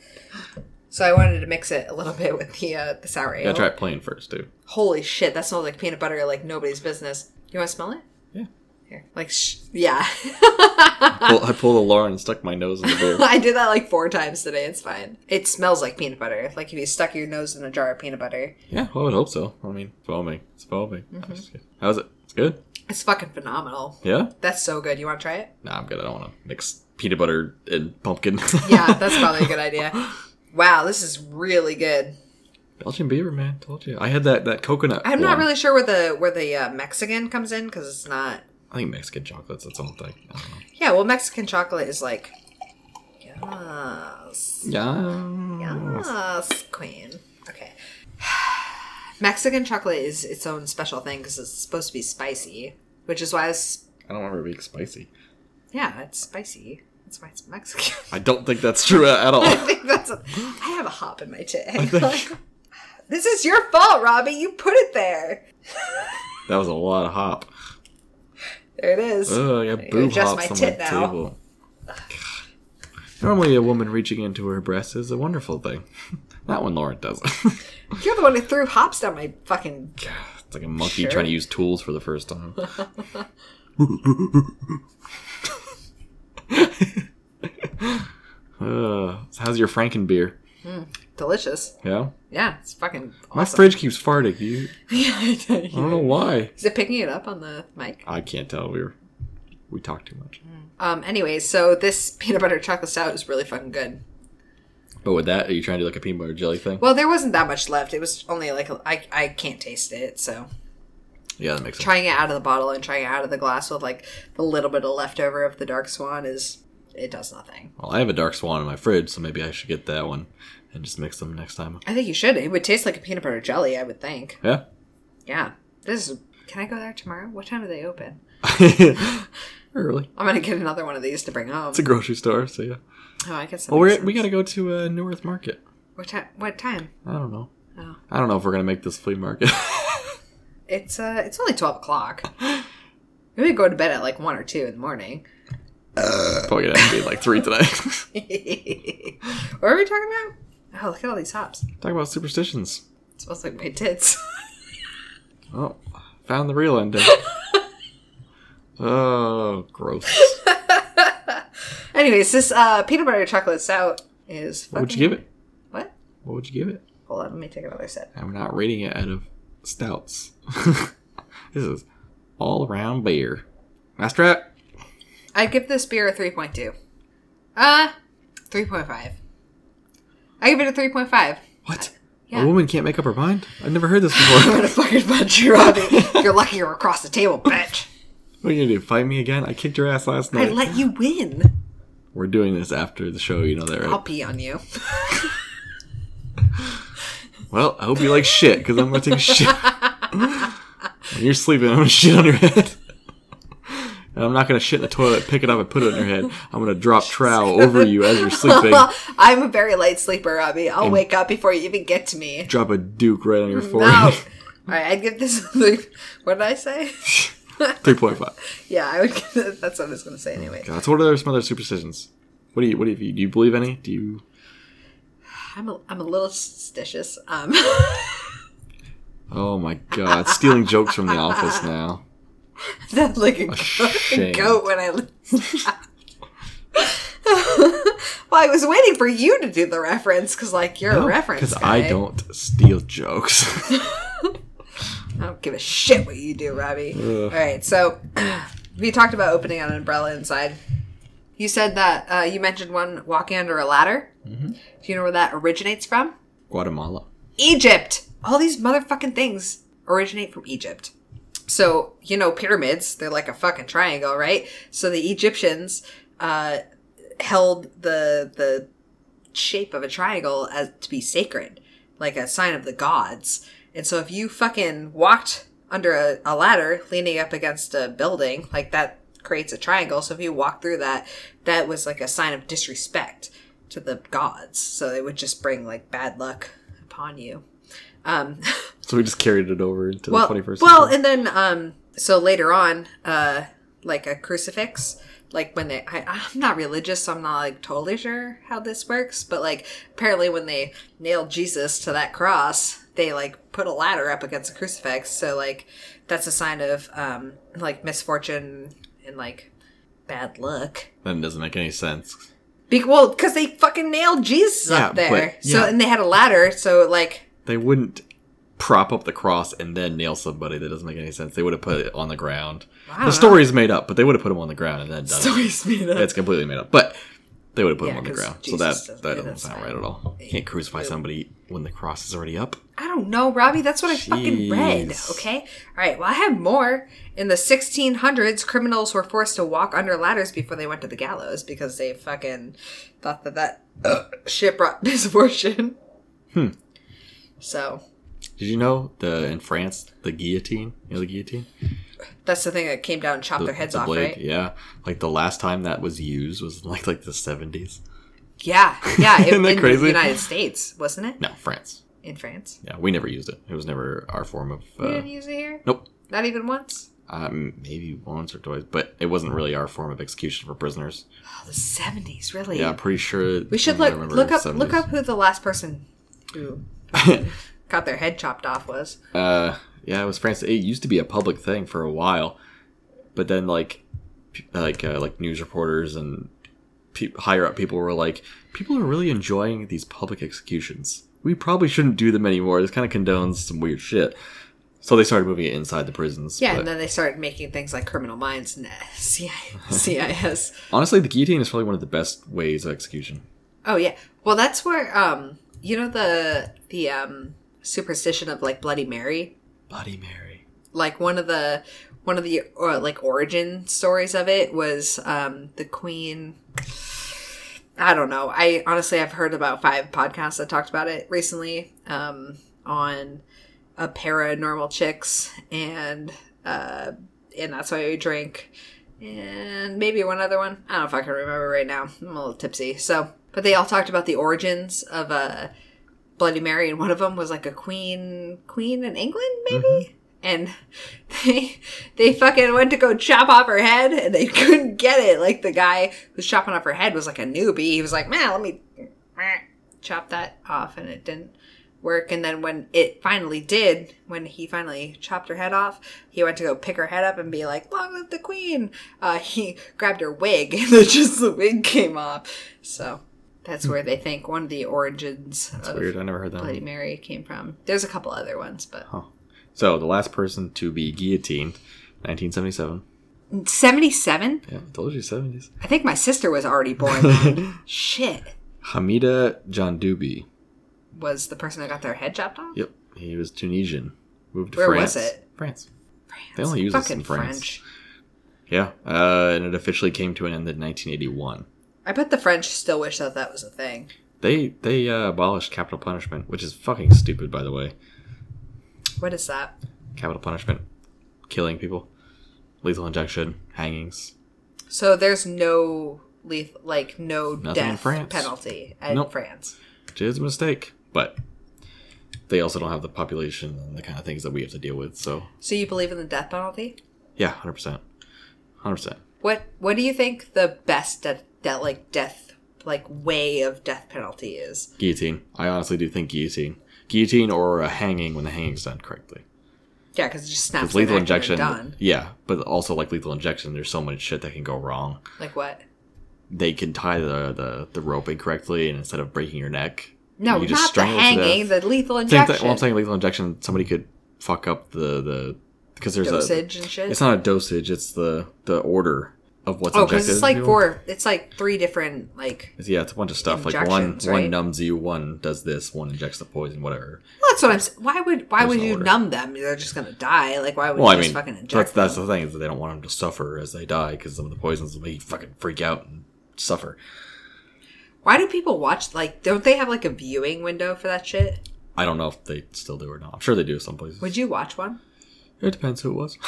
Speaker 3: So I wanted to mix it a little bit with the uh, the sour ale.
Speaker 1: yeah, try it plain first too.
Speaker 3: Holy shit, that smells like peanut butter, like nobody's business. You want to smell it?
Speaker 1: Yeah.
Speaker 3: Here, like sh- yeah. [LAUGHS]
Speaker 1: Pull, I pulled a Lauren and stuck my nose in the beer.
Speaker 3: I did that like four times today. It's fine. It smells like peanut butter. Like if you stuck your nose in a jar of peanut butter,
Speaker 1: Yeah, well, I would hope so. I mean, foaming. It's foaming.
Speaker 3: Mm-hmm.
Speaker 1: How's it? It's good.
Speaker 3: it's fucking phenomenal.
Speaker 1: Yeah.
Speaker 3: That's so good. You want to try it?
Speaker 1: Nah, I'm good. I don't want to mix peanut butter and pumpkin.
Speaker 3: [LAUGHS] Yeah, that's probably a good idea. Wow, this is really good.
Speaker 1: [LAUGHS] Belgian beaver, man. Told you. I had that that coconut.
Speaker 3: I'm not
Speaker 1: one.
Speaker 3: really sure where the where the uh, Mexican comes in because it's not.
Speaker 1: I think Mexican chocolates. That's all thing. I don't know.
Speaker 3: Yeah, well, Mexican chocolate is like. Yes.
Speaker 1: Yeah.
Speaker 3: Yes, queen. Okay. [SIGHS] Mexican chocolate is its own special thing because it's supposed to be spicy, which is why it's
Speaker 1: I don't remember it being spicy.
Speaker 3: yeah, it's spicy. That's why it's Mexican. [LAUGHS]
Speaker 1: I don't think that's true at all.
Speaker 3: I think that's. A, I have a hop in my tag. [LAUGHS] this is your fault, Robbie. You put it there.
Speaker 1: that was a lot of hop.
Speaker 3: There it is.
Speaker 1: Oh, I
Speaker 3: gotta
Speaker 1: got boob
Speaker 3: adjust
Speaker 1: hops
Speaker 3: my
Speaker 1: on
Speaker 3: tit
Speaker 1: my
Speaker 3: now.
Speaker 1: table. Normally, a woman reaching into her breast is a wonderful thing. [LAUGHS] That one Lauren doesn't. [LAUGHS]
Speaker 3: You're the one who threw hops down my fucking.
Speaker 1: it's like a monkey
Speaker 3: Sure.
Speaker 1: trying to use tools for the first
Speaker 3: [LAUGHS]
Speaker 1: time. uh, so how's your Frankenbeer?
Speaker 3: Delicious.
Speaker 1: Yeah,
Speaker 3: Yeah, it's fucking.
Speaker 1: my
Speaker 3: Awesome. [LAUGHS]
Speaker 1: fridge keeps farting. You, I
Speaker 3: is
Speaker 1: don't know why.
Speaker 3: it picking it up on the mic?
Speaker 1: I can't tell. We were, we talked too much.
Speaker 3: [LAUGHS] Um. Anyways, so this peanut butter chocolate stout is really fucking good.
Speaker 1: But with that, are you trying to do like a peanut butter jelly thing?
Speaker 3: Well, there wasn't that much left. It was only like a- I I can't taste it, so
Speaker 1: yeah, that makes sense.
Speaker 3: trying it out of the bottle and trying it out of the glass with like the little bit of leftover of the dark swan is it does nothing.
Speaker 1: Well, I have a dark swan in my fridge, so maybe I should get that one and just mix them next time.
Speaker 3: I think you should. It would taste like a peanut butter jelly, I would think. [LAUGHS]
Speaker 1: Yeah. [LAUGHS]
Speaker 3: Yeah. This is can I go there tomorrow? What time do they open?
Speaker 1: Early.
Speaker 3: I'm gonna get another one of these to bring home.
Speaker 1: It's a grocery store, so yeah.
Speaker 3: oh, I guess. That
Speaker 1: Well,
Speaker 3: makes
Speaker 1: we're, we
Speaker 3: sense.
Speaker 1: gotta go to uh, New Earth Market.
Speaker 3: What time? What time?
Speaker 1: I don't know.
Speaker 3: Oh.
Speaker 1: I don't know if we're gonna make this flea market. [LAUGHS]
Speaker 3: It's uh, it's only twelve o'clock. Maybe go to bed at like one or two in the morning.
Speaker 1: Probably gonna have to be like three
Speaker 3: [LAUGHS]
Speaker 1: today.
Speaker 3: what are we talking about? Oh, look at all these hops.
Speaker 1: Talk about superstitions.
Speaker 3: It smells like my tits. [LAUGHS]
Speaker 1: Oh, found the real ending. oh, gross.
Speaker 3: Anyways, this uh, peanut butter chocolate stout is. Fucking...
Speaker 1: What would you give it?
Speaker 3: What?
Speaker 1: What would you give it?
Speaker 3: Hold on, let me take another sip.
Speaker 1: I'm not rating it out of stouts. [LAUGHS] this is all around beer. Nice trap.
Speaker 3: I'd give this beer a three point two. Uh, three point five. I give it a three point five. [LAUGHS]
Speaker 1: What?
Speaker 3: Yeah.
Speaker 1: A woman can't make up her mind? I've never heard this before. [LAUGHS]
Speaker 3: I'm gonna fucking punch you, Robbie. You're lucky you're across the table, bitch.
Speaker 1: what are you gonna do? Fight me again? I kicked your ass last
Speaker 3: I
Speaker 1: night.
Speaker 3: let you win.
Speaker 1: We're doing this after the show, you know that, right?
Speaker 3: I'll pee on you.
Speaker 1: Well, I hope you like shit, because I'm gonna take a
Speaker 3: [LAUGHS]
Speaker 1: shit. when you're sleeping, I'm gonna shit on your head. And I'm not gonna shit in the toilet, pick it up, and put it on your head. I'm gonna drop trowel over you as you're
Speaker 3: [LAUGHS]
Speaker 1: sleeping,
Speaker 3: I'm a very light sleeper, Robbie. I'll wake up before you even get to me.
Speaker 1: drop a duke right on your forehead. [LAUGHS]
Speaker 3: No. All right, I'd give this. Like, what did I say?
Speaker 1: 3.5. God,
Speaker 3: Yeah, I would. [LAUGHS] Give this, that's what I was gonna say anyway.
Speaker 1: That's what are some other superstitions? What do you, what do you, do you believe any? Do you,
Speaker 3: I'm a, I'm a little stitious. Um, [LAUGHS]
Speaker 1: oh my god, stealing jokes from the office
Speaker 3: [LAUGHS]
Speaker 1: now.
Speaker 3: that's like a, goat,
Speaker 1: Ashamed.
Speaker 3: goat when I. [LAUGHS] well, I was waiting for you to do the reference because, like, you're a reference.
Speaker 1: Because
Speaker 3: guy.
Speaker 1: I don't steal jokes. [LAUGHS]
Speaker 3: I don't give a shit what you do, Robbie. All right, so [CLEARS THROAT] we talked about opening an umbrella inside. You said that uh, you mentioned one walking under a ladder.
Speaker 1: Mm-hmm.
Speaker 3: Do you know where that originates from?
Speaker 1: Guatemala.
Speaker 3: Egypt. All these motherfucking things originate from Egypt. So, you know, pyramids, they're like a fucking triangle, right? So the Egyptians uh, held the the shape of a triangle as to be sacred, like a sign of the gods. And so if you fucking walked under a, a ladder leaning up against a building, like that creates a triangle. So if you walked through that, that was like a sign of disrespect to the gods. So it would just bring like bad luck upon you. Um,
Speaker 1: So we just carried it over into
Speaker 3: well,
Speaker 1: the 21st
Speaker 3: well,
Speaker 1: century.
Speaker 3: and then um, so later on, uh, like a crucifix, like when they, I, I'm not religious, so I'm not like totally sure how this works, but like apparently when they nailed Jesus to that cross, they like put a ladder up against a crucifix, so like that's a sign of um, like misfortune and like bad luck.
Speaker 1: That doesn't make any sense.
Speaker 3: Be- well, because they fucking nailed Jesus up
Speaker 1: Yeah,
Speaker 3: there,
Speaker 1: but-
Speaker 3: so
Speaker 1: yeah.
Speaker 3: and they had a ladder, so like [LAUGHS]
Speaker 1: They wouldn't prop up the cross and then nail somebody. That doesn't make any sense. They would have put it on the ground. The story is made up, but they would have put him on the ground and then done it.
Speaker 3: stories made up.
Speaker 1: It's completely made up, but they would have put
Speaker 3: Yeah,
Speaker 1: him on the
Speaker 3: 'cause
Speaker 1: ground.
Speaker 3: Jesus
Speaker 1: so
Speaker 3: doesn't-
Speaker 1: that that
Speaker 3: yeah,
Speaker 1: doesn't
Speaker 3: that's
Speaker 1: sound
Speaker 3: fine.
Speaker 1: right at all. You can't crucify somebody when the cross is already up.
Speaker 3: I don't know, Robbie. That's what I fucking read.
Speaker 1: Jeez.
Speaker 3: Okay. All right. Well, I have more. In the 1600s, criminals were forced to walk under ladders before they went to the gallows because they fucking thought that that uh, shit brought [LAUGHS] misfortune. Hmm. So
Speaker 1: Did you know the in France the guillotine? You know the guillotine?
Speaker 3: that's the thing that came down and chopped their heads
Speaker 1: The
Speaker 3: off,
Speaker 1: blade?
Speaker 3: right?
Speaker 1: Yeah. Like the last time that was used was like like the seventies.
Speaker 3: Yeah.
Speaker 1: [LAUGHS]
Speaker 3: Yeah.
Speaker 1: Isn't that
Speaker 3: in
Speaker 1: crazy?
Speaker 3: the United States, wasn't it?
Speaker 1: No, France.
Speaker 3: In France.
Speaker 1: Yeah, we never used it. It was never our form of.
Speaker 3: You
Speaker 1: Uh,
Speaker 3: didn't use it here?
Speaker 1: nope.
Speaker 3: Not even once?
Speaker 1: Um, maybe once or twice, but it wasn't really our form of execution for prisoners.
Speaker 3: Oh, the 70s, really?
Speaker 1: Yeah, I'm pretty sure.
Speaker 3: We should
Speaker 1: from what I
Speaker 3: look
Speaker 1: remember,
Speaker 3: look up
Speaker 1: 70s.
Speaker 3: look up who the last person
Speaker 1: [LAUGHS]
Speaker 3: who got their head chopped off was.
Speaker 1: Uh, yeah, it was France. It used to be a public thing for a while, but then like, p- like uh, like news reporters and pe- higher up people were like, people are really enjoying these public executions. We probably shouldn't do them anymore. This kind of condones some weird shit. So they started moving it inside the prisons.
Speaker 3: Yeah,
Speaker 1: but-
Speaker 3: and then they started making things like Criminal Minds [LAUGHS] and uh, CIS.
Speaker 1: honestly, the guillotine is probably one of the best ways of execution.
Speaker 3: Oh yeah. Well, that's where um you know the the um superstition of like Bloody Mary,
Speaker 1: Bloody Mary.
Speaker 3: like one of the one of the uh, like origin stories of it was um the queen I don't know. I honestly I've heard about five podcasts that talked about it recently um on a paranormal chicks and uh and that's why we drink and maybe one other one. I don't know if I can remember right now. I'm a little tipsy. So, but they all talked about the origins of uh, Bloody Mary, and one of them was like a queen, queen in England, maybe.
Speaker 1: Mm-hmm.
Speaker 3: And [LAUGHS] they they fucking went to go chop off her head, and they [LAUGHS] couldn't get it. Like the guy who's chopping off her head was like a newbie. He was like, "Man, let me [CLEARS THROAT] meh," chop that off," and it didn't work. And then when it finally did, when he finally chopped her head off, he went to go pick her head up and be like, "Long live the queen!" Uh, [LAUGHS] he grabbed her wig, [LAUGHS] and then just the wig came off. So that's where they think one of the origins
Speaker 1: Hmm. That's
Speaker 3: of
Speaker 1: weird. I never heard that.
Speaker 3: Bloody
Speaker 1: One.
Speaker 3: Mary came from. There's a couple other ones, but
Speaker 1: So the last person to be guillotined, 1977.
Speaker 3: 77.
Speaker 1: Yeah, I told you 70s.
Speaker 3: I think my sister was already born.
Speaker 1: [LAUGHS]
Speaker 3: Then. Shit,
Speaker 1: Hamida Jandoubi.
Speaker 3: was the person that got their head chopped off?
Speaker 1: Yep, he was Tunisian. Moved to
Speaker 3: Where
Speaker 1: France.
Speaker 3: was it?
Speaker 1: France.
Speaker 3: France.
Speaker 1: They only use this in France. Yeah, uh, and it officially came to an end in 1981.
Speaker 3: I bet the French still wish that that was a thing.
Speaker 1: They they uh, abolished capital punishment, which is fucking stupid, by the way.
Speaker 3: What is that?
Speaker 1: Capital punishment, killing people, lethal injection, hangings.
Speaker 3: So there's no leth- like no
Speaker 1: Nothing in
Speaker 3: death
Speaker 1: France.
Speaker 3: penalty in
Speaker 1: Nope.
Speaker 3: France.
Speaker 1: It is a mistake, but they also don't have the population and the kind of things that we have to deal with. So
Speaker 3: So you believe in the death penalty?
Speaker 1: yeah, hundred percent, hundred percent.
Speaker 3: What What do you think the best death that like death like way of death penalty is?
Speaker 1: Guillotine. I honestly do think guillotine, guillotine or a hanging when the hanging's done correctly.
Speaker 3: Yeah, because it just snaps.
Speaker 1: Because lethal
Speaker 3: your neck and you're
Speaker 1: injection,
Speaker 3: Done.
Speaker 1: yeah, but also like lethal injection, there's so much shit that can go wrong.
Speaker 3: Like what?
Speaker 1: They can tie the the, the rope incorrectly, and instead of breaking your neck,
Speaker 3: No,
Speaker 1: you
Speaker 3: not the
Speaker 1: strangle to
Speaker 3: hanging.
Speaker 1: death.
Speaker 3: The lethal
Speaker 1: Same
Speaker 3: injection.
Speaker 1: thing. Well, I'm saying lethal injection. Somebody could fuck up the the because there's
Speaker 3: dosage and
Speaker 1: a.
Speaker 3: shit.
Speaker 1: It's not a dosage. It's the the order of what's
Speaker 3: oh,
Speaker 1: injected.
Speaker 3: because it's
Speaker 1: if
Speaker 3: like
Speaker 1: you will.
Speaker 3: four. It's like three different like.
Speaker 1: Yeah, it's a bunch of stuff. Like one
Speaker 3: Injections,
Speaker 1: one
Speaker 3: right?
Speaker 1: numbs you, one does this, one injects the poison, whatever.
Speaker 3: Well, that's what I'm. s- Why would Why
Speaker 1: There's
Speaker 3: would
Speaker 1: no
Speaker 3: you
Speaker 1: order.
Speaker 3: numb them? They're just gonna die. Like why would
Speaker 1: Well,
Speaker 3: you
Speaker 1: I
Speaker 3: just
Speaker 1: mean,
Speaker 3: fucking inject?
Speaker 1: that's that's
Speaker 3: them?
Speaker 1: the thing is that they don't want them to suffer as they die because some of the poisons will make you fucking freak out and suffer.
Speaker 3: Why do people watch? Like, don't they have like a viewing window for that shit?
Speaker 1: I don't know if they still do or not. I'm sure they do some places.
Speaker 3: Would you watch one?
Speaker 1: It depends who it was. [LAUGHS]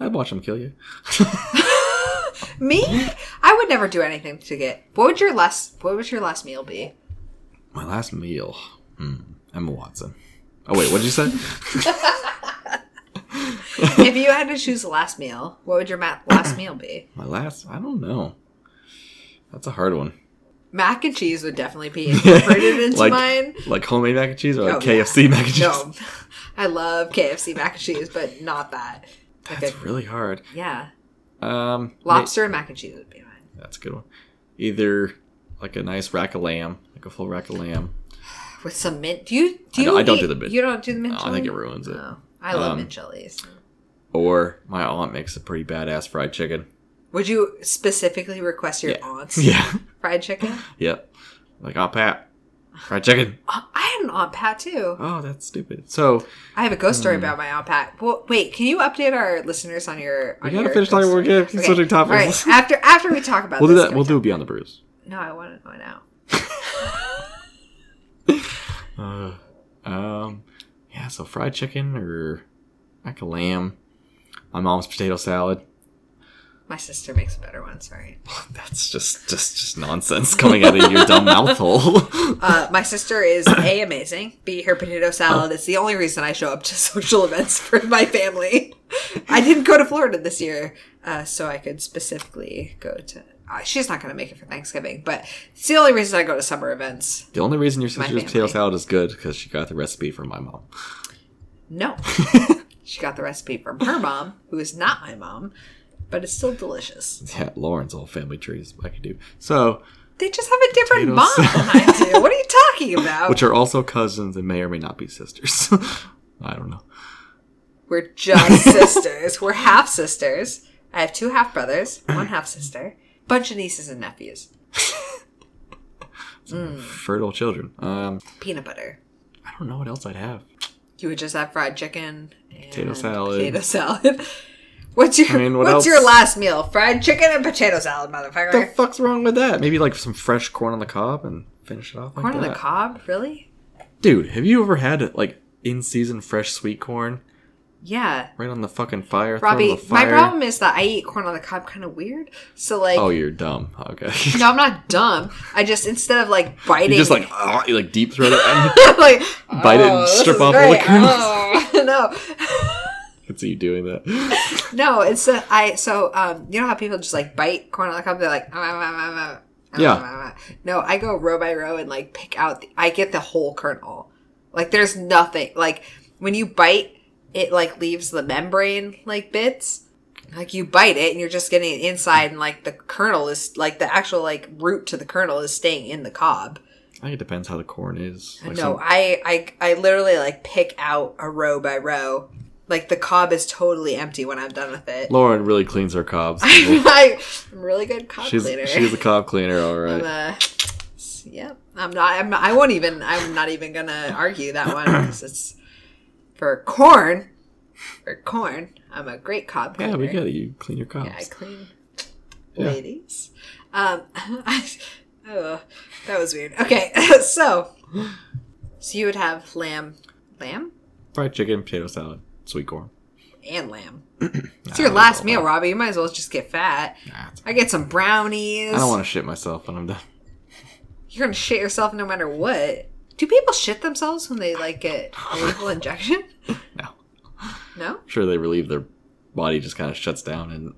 Speaker 1: I'd watch them kill you.
Speaker 3: Me?
Speaker 1: [LAUGHS]
Speaker 3: I would never do anything to get. What would your last? What would your last meal be?
Speaker 1: My last meal. Hmm. Emma Watson. Oh wait, what did you
Speaker 3: [LAUGHS]
Speaker 1: say?
Speaker 3: if you had to choose a last meal, what would your ma- last meal be?
Speaker 1: My last. I don't know. That's a hard one.
Speaker 3: Mac and cheese would
Speaker 1: [LAUGHS]
Speaker 3: definitely be incorporated into
Speaker 1: like,
Speaker 3: mine.
Speaker 1: Like homemade mac and cheese or like
Speaker 3: Oh,
Speaker 1: KFC mac and cheese.
Speaker 3: No, [LAUGHS] I love KFC mac and cheese, but not that. Like
Speaker 1: That's
Speaker 3: a-
Speaker 1: really hard.
Speaker 3: yeah,
Speaker 1: Um, ma-
Speaker 3: lobster and mac and cheese would be mine.
Speaker 1: That's a good one. Either like a nice rack of lamb, like a full rack of lamb.
Speaker 3: with some mint. Do you? Do
Speaker 1: I
Speaker 3: you
Speaker 1: don't- I don't do
Speaker 3: eat-
Speaker 1: the mint.
Speaker 3: You don't do the mint.
Speaker 1: No, I think
Speaker 3: jelly?
Speaker 1: it ruins it.
Speaker 3: No. Oh, I love
Speaker 1: Um,
Speaker 3: mint jellies.
Speaker 1: Or my aunt makes a pretty badass fried chicken.
Speaker 3: Would you specifically request your aunt's
Speaker 1: [LAUGHS] Yeah.
Speaker 3: fried chicken?
Speaker 1: yep. Like Aunt Pat, fried chicken. [LAUGHS]
Speaker 3: Uh, I had an aunt Pat too.
Speaker 1: Oh, that's stupid. So
Speaker 3: I have a ghost
Speaker 1: Mm.
Speaker 3: story about my aunt Pat. Well, wait, can you update our listeners on your?
Speaker 1: we
Speaker 3: on
Speaker 1: gotta
Speaker 3: your
Speaker 1: finish
Speaker 3: ghost
Speaker 1: talking. We're
Speaker 3: story?
Speaker 1: getting switching
Speaker 3: All right,
Speaker 1: topics.
Speaker 3: after after we talk about
Speaker 1: We'll do
Speaker 3: this,
Speaker 1: that.
Speaker 3: can
Speaker 1: We'll do
Speaker 3: talk-
Speaker 1: Beyond the Bruise.
Speaker 3: No, I want to know now.
Speaker 1: Um, yeah. So fried chicken or like a lamb. My mom's potato salad.
Speaker 3: My sister makes a better one. Sorry.
Speaker 1: That's just just just nonsense coming out of your dumb mouth hole.
Speaker 3: Uh, my sister is a amazing. B her potato salad is the only reason I show up to [LAUGHS] social events for my family. I didn't go to Florida this year, uh, so I could specifically go to. Uh, she's not going to make it for Thanksgiving, but it's the only reason I go to summer events.
Speaker 1: the only reason your sister's potato
Speaker 3: family.
Speaker 1: salad is good because she got the recipe from my mom. [LAUGHS]
Speaker 3: No, she got the recipe from her mom, who is not my mom, but it's still delicious.
Speaker 1: Yeah, Lauren's whole family tree is what I could do. So,
Speaker 3: They just have a
Speaker 1: Potato
Speaker 3: different mom
Speaker 1: salad.
Speaker 3: than I do. What are you talking about?
Speaker 1: which are also cousins and may or may not be sisters. [LAUGHS] I don't know.
Speaker 3: We're just sisters. We're half sisters. I have two half brothers, one half sister, bunch of nieces and nephews.
Speaker 1: Fertile children. Um,
Speaker 3: Peanut butter.
Speaker 1: I don't know what else I'd have.
Speaker 3: You would just have fried chicken and
Speaker 1: Potato salad.
Speaker 3: Potato salad. [LAUGHS] What's your
Speaker 1: I mean, what
Speaker 3: What's
Speaker 1: else?
Speaker 3: your last meal? Fried chicken and potato salad, motherfucker.
Speaker 1: What the fuck's wrong with that? Maybe like some fresh corn on the cob and finish it off. like
Speaker 3: Corn on the
Speaker 1: that.
Speaker 3: cob, really?
Speaker 1: Dude, have you ever had like in season fresh sweet corn
Speaker 3: Yeah.
Speaker 1: right on the fucking fire? throw it on
Speaker 3: Robbie,
Speaker 1: the
Speaker 3: my
Speaker 1: fire?
Speaker 3: problem is that I eat corn on the cob kind of weird. So like,
Speaker 1: Oh, you're dumb. [LAUGHS] Okay.
Speaker 3: no, I'm not dumb. I just instead of like biting,
Speaker 1: you just
Speaker 3: [LAUGHS]
Speaker 1: like ah, you like deep throat it [LAUGHS] and
Speaker 3: like
Speaker 1: bite it and
Speaker 3: "Oh, this
Speaker 1: strip
Speaker 3: is
Speaker 1: off all the
Speaker 3: great.
Speaker 1: kernels.
Speaker 3: Oh, [LAUGHS] no,
Speaker 1: I can see you doing that. [LAUGHS]
Speaker 3: no, it's a, I. So um, you know how people just like bite corn on the cob? They're like, "Ah, ah, ah, ah, ah,
Speaker 1: Yeah.
Speaker 3: ah, ah, ah." No, I go row by row and like pick out. The, I get the whole kernel. Like there's nothing. Like when you bite, it like leaves the membrane like bits. Like you bite it and you're just getting it inside, and like the kernel is like the actual like root to the kernel is staying in the cob.
Speaker 1: I think it depends how the corn is. Like
Speaker 3: no,
Speaker 1: some-
Speaker 3: I, I I literally like pick out a row by row. Like the cob is totally empty when I'm done with it.
Speaker 1: Lauren really cleans her
Speaker 3: [LAUGHS]
Speaker 1: cobs.
Speaker 3: I, am a really good cob
Speaker 1: [LAUGHS] she's
Speaker 3: cleaner.
Speaker 1: she's
Speaker 3: [LAUGHS]
Speaker 1: a cob cleaner, all
Speaker 3: I'm,
Speaker 1: right.
Speaker 3: uh, yep. I'm not. I'm not. I won't even. I'm not even gonna argue that one because it's for corn. For corn, I'm a great cob cleaner.
Speaker 1: Yeah, we get it. You clean your cobs.
Speaker 3: Yeah, I clean
Speaker 1: Yeah.
Speaker 3: ladies. Um, [LAUGHS] I, oh, that was weird. Okay, [LAUGHS] so so you would have lamb, lamb
Speaker 1: Fried chicken, potato salad, sweet corn.
Speaker 3: and lamb.
Speaker 1: [CLEARS THROAT]
Speaker 3: It's your last meal, Robbie. You might as well just get fat.
Speaker 1: Nah, it's-
Speaker 3: I get some brownies.
Speaker 1: I don't want to shit myself when I'm done.
Speaker 3: You're gonna shit yourself no matter what. Do people shit themselves when they like get
Speaker 1: [LAUGHS]
Speaker 3: a lethal injection?
Speaker 1: No.
Speaker 3: No.
Speaker 1: I'm sure they relieve their body just kind of shuts down and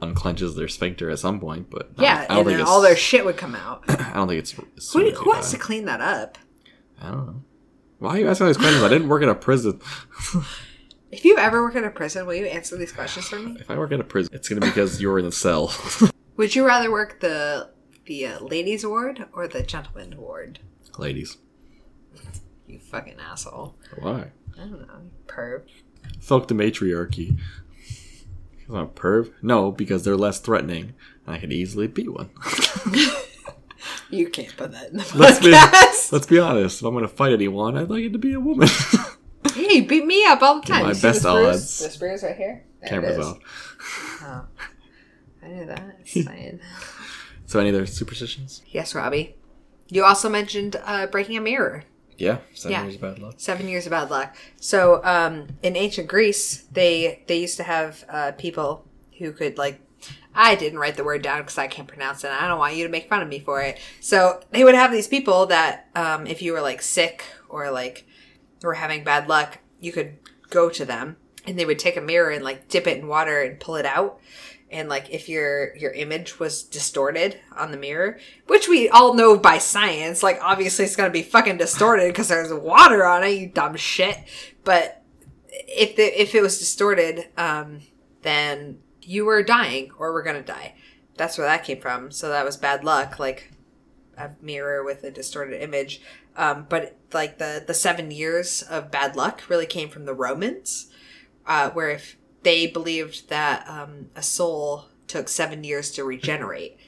Speaker 1: unclenches their sphincter at some point, but I
Speaker 3: Yeah,
Speaker 1: don't- I don't
Speaker 3: and then
Speaker 1: think
Speaker 3: all
Speaker 1: it's-
Speaker 3: their shit would come out.
Speaker 1: [LAUGHS] I don't think [COUGHS] it's. it's
Speaker 3: Who,
Speaker 1: really
Speaker 3: who has to
Speaker 1: bad.
Speaker 3: clean that up?
Speaker 1: I don't know. Why are you asking all these questions? I didn't work in a prison.
Speaker 3: If you ever work in a prison, will you answer these questions for me?
Speaker 1: If I work in a prison, it's gonna be because you're in a cell. [LAUGHS]
Speaker 3: Would you rather work the the uh, ladies' ward or the gentleman ward?
Speaker 1: Ladies,
Speaker 3: You fucking asshole.
Speaker 1: why?
Speaker 3: I don't know, you perv.
Speaker 1: Fuck the matriarchy. 'Cause I'm a perv? No, because they're less threatening, and I could easily be one. [LAUGHS]
Speaker 3: You can't put that in the
Speaker 1: Let's be,
Speaker 3: podcast.
Speaker 1: let's be honest. If I'm gonna fight anyone, I'd like it to be a woman.
Speaker 3: [LAUGHS]
Speaker 1: [LAUGHS]
Speaker 3: hey, you beat me up all the time.
Speaker 1: my
Speaker 3: You see
Speaker 1: best
Speaker 3: the spruce?
Speaker 1: odds.
Speaker 3: The spruce right here. There it
Speaker 1: Cameras
Speaker 3: is.
Speaker 1: off.
Speaker 3: Oh. I knew that.
Speaker 1: [LAUGHS]
Speaker 3: It's fine.
Speaker 1: So any other superstitions?
Speaker 3: yes, Robbie. You also mentioned uh, breaking a mirror.
Speaker 1: Yeah, seven
Speaker 3: Yeah.
Speaker 1: years of bad luck.
Speaker 3: Seven years of bad luck. So um, in ancient Greece, they they used to have uh, people who could like. I didn't write the word down because I can't pronounce it. and I don't want you to make fun of me for it. So they would have these people that, um, if you were like sick or like were having bad luck, you could go to them and they would take a mirror and like dip it in water and pull it out. And like if your your image was distorted on the mirror, which we all know by science, like obviously it's gonna be fucking distorted because there's water on it, you dumb shit. But if the, if it was distorted, um, then you were dying or were gonna die. That's where that came from. So that was bad luck. Like a mirror with a distorted image. Um, but like the the seven years of bad luck really came from the Romans, uh, where if they believed that um, a soul took seven years to regenerate,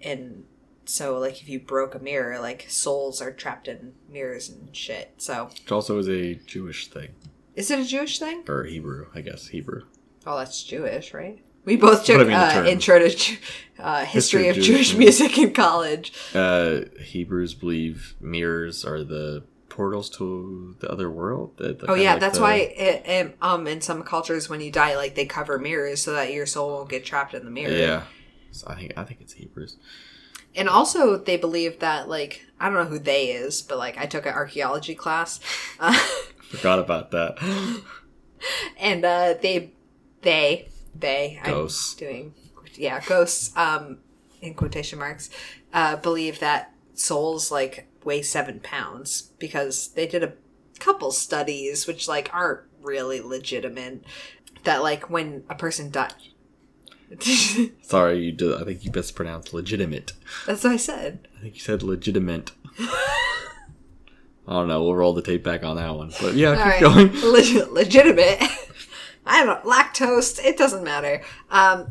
Speaker 3: and so like if you broke a mirror, like souls are trapped in mirrors and shit. So
Speaker 1: Which also is a Jewish thing
Speaker 3: is it a Jewish thing?
Speaker 1: or Hebrew, I guess Hebrew.
Speaker 3: Oh, that's Jewish, right? We both
Speaker 1: But I
Speaker 3: took
Speaker 1: mean the
Speaker 3: uh,
Speaker 1: term.
Speaker 3: intro to Ju- uh, history,
Speaker 1: History
Speaker 3: of
Speaker 1: of
Speaker 3: Jewish,
Speaker 1: Jewish
Speaker 3: music in college.
Speaker 1: Uh, Hebrews believe mirrors are the portals to the other world. The- the
Speaker 3: Oh
Speaker 1: kind of
Speaker 3: yeah,
Speaker 1: like
Speaker 3: that's
Speaker 1: the-
Speaker 3: why it, it, um in some cultures when you die, like they cover mirrors so that your soul won't get trapped in the mirror.
Speaker 1: Yeah, so I think I think it's Hebrews.
Speaker 3: And also they believe that like I don't know who they is, but like I took an archaeology class, [LAUGHS] uh,
Speaker 1: Forgot about that. [GASPS]
Speaker 3: and uh, they they they
Speaker 1: Ghosts.
Speaker 3: I'm doing yeah ghosts um in quotation marks uh, believe that souls like weigh seven pounds because they did a couple studies which like aren't really legitimate that like when a person died
Speaker 1: Sorry, you did. I think you mispronounced legitimate.
Speaker 3: [LAUGHS] That's what I said.
Speaker 1: I think you said
Speaker 3: [LAUGHS]
Speaker 1: legitimate. I don't know. We'll roll the tape back on that one. But yeah,
Speaker 3: All
Speaker 1: keep
Speaker 3: right,
Speaker 1: going. [LAUGHS]
Speaker 3: [LAUGHS] Leg- legitimate. [LAUGHS] I don't lactose. [LAUGHS] It doesn't matter. Um,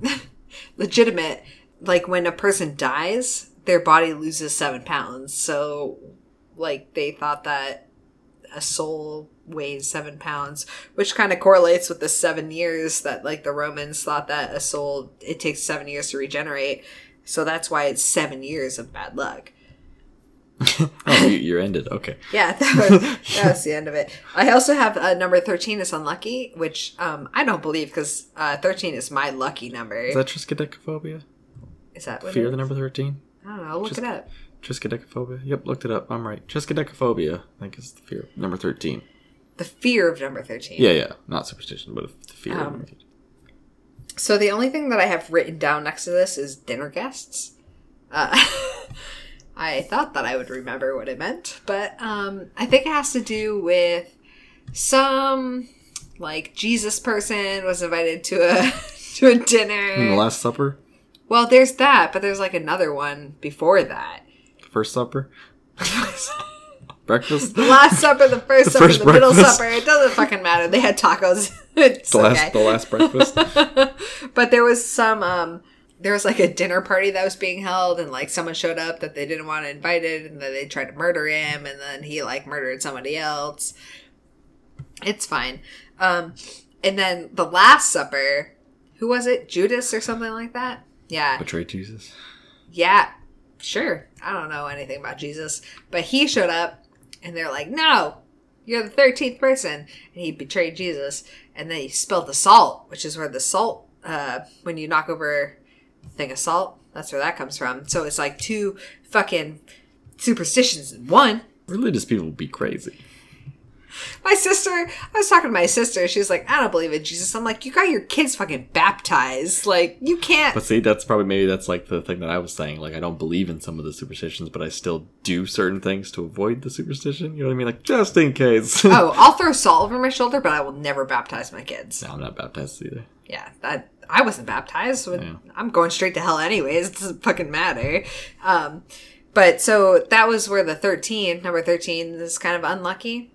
Speaker 3: legitimate. Like when a person dies, their body loses seven pounds. So, like, they thought that a soul weighs seven pounds, which kind of correlates with the seven years that, like, the Romans thought that a soul, it takes seven years to regenerate. So that's why it's seven years of bad luck.
Speaker 1: Oh, you, you're ended. Okay.
Speaker 3: Yeah, [LAUGHS] that was, that was the end of it. I also have uh, number 13 is unlucky, which um, I don't believe because uh, 13 is my lucky number.
Speaker 1: Is that triskaidekaphobia?
Speaker 3: Is that what
Speaker 1: Fear
Speaker 3: it-
Speaker 1: the number 13?
Speaker 3: I don't know. Look
Speaker 1: Just-
Speaker 3: it up.
Speaker 1: Triskaidekaphobia? Yep, looked it up. I'm right. Triskaidekaphobia, I think is the fear. Number 13.
Speaker 3: The fear of number 13.
Speaker 1: Yeah, yeah. Not superstition, but the fear.
Speaker 3: Um, So the only thing that I have written down next to this is dinner guests. Uh, [LAUGHS] I thought that I would remember what it meant, but um, I think it has to do with some like Jesus person was invited to a [LAUGHS] to a
Speaker 1: And the
Speaker 3: dinner.
Speaker 1: Last Supper?
Speaker 3: Well, there's that, but there's like another one before that. [LAUGHS]
Speaker 1: First Supper? Breakfast?
Speaker 3: [LAUGHS] The Last supper, the first supper,
Speaker 1: first
Speaker 3: the middle
Speaker 1: breakfast.
Speaker 3: supper. It doesn't fucking matter. They had tacos. [LAUGHS] it's
Speaker 1: The
Speaker 3: okay.
Speaker 1: last, the last
Speaker 3: [LAUGHS]
Speaker 1: breakfast.
Speaker 3: but there was some um there was like a dinner party that was being held and like someone showed up that they didn't want invited and then they tried to murder him and then he like murdered somebody else it's fine um and then the last supper who was it judas or something like that yeah
Speaker 1: Betray Jesus.
Speaker 3: yeah, sure. I don't know anything about Jesus, but he showed up and they're like, no, you're the 13th person. And he betrayed Jesus. And then he spilled the salt, which is where the salt, uh, when you knock over a thing of salt, that's where that comes from. So it's like two fucking superstitions in one.
Speaker 1: Religious people be crazy.
Speaker 3: My sister, I was talking to my sister. She was like, I don't believe in Jesus. I'm like, you got your kids fucking baptized. Like, you can't.
Speaker 1: But see, that's probably maybe that's like the thing that I was saying. Like, I don't believe in some of the superstitions, but I still do certain things to avoid the superstition. You know what I mean? Like, just in case. [LAUGHS] no,
Speaker 3: Oh, I'll throw salt over my shoulder, but I will never baptize my kids.
Speaker 1: I'm not baptized either.
Speaker 3: yeah, that I wasn't baptized. so
Speaker 1: Yeah.
Speaker 3: I'm going straight to hell anyways. [LAUGHS] It doesn't fucking matter. Um, but so that was where the 13, number 13, is kind of unlucky.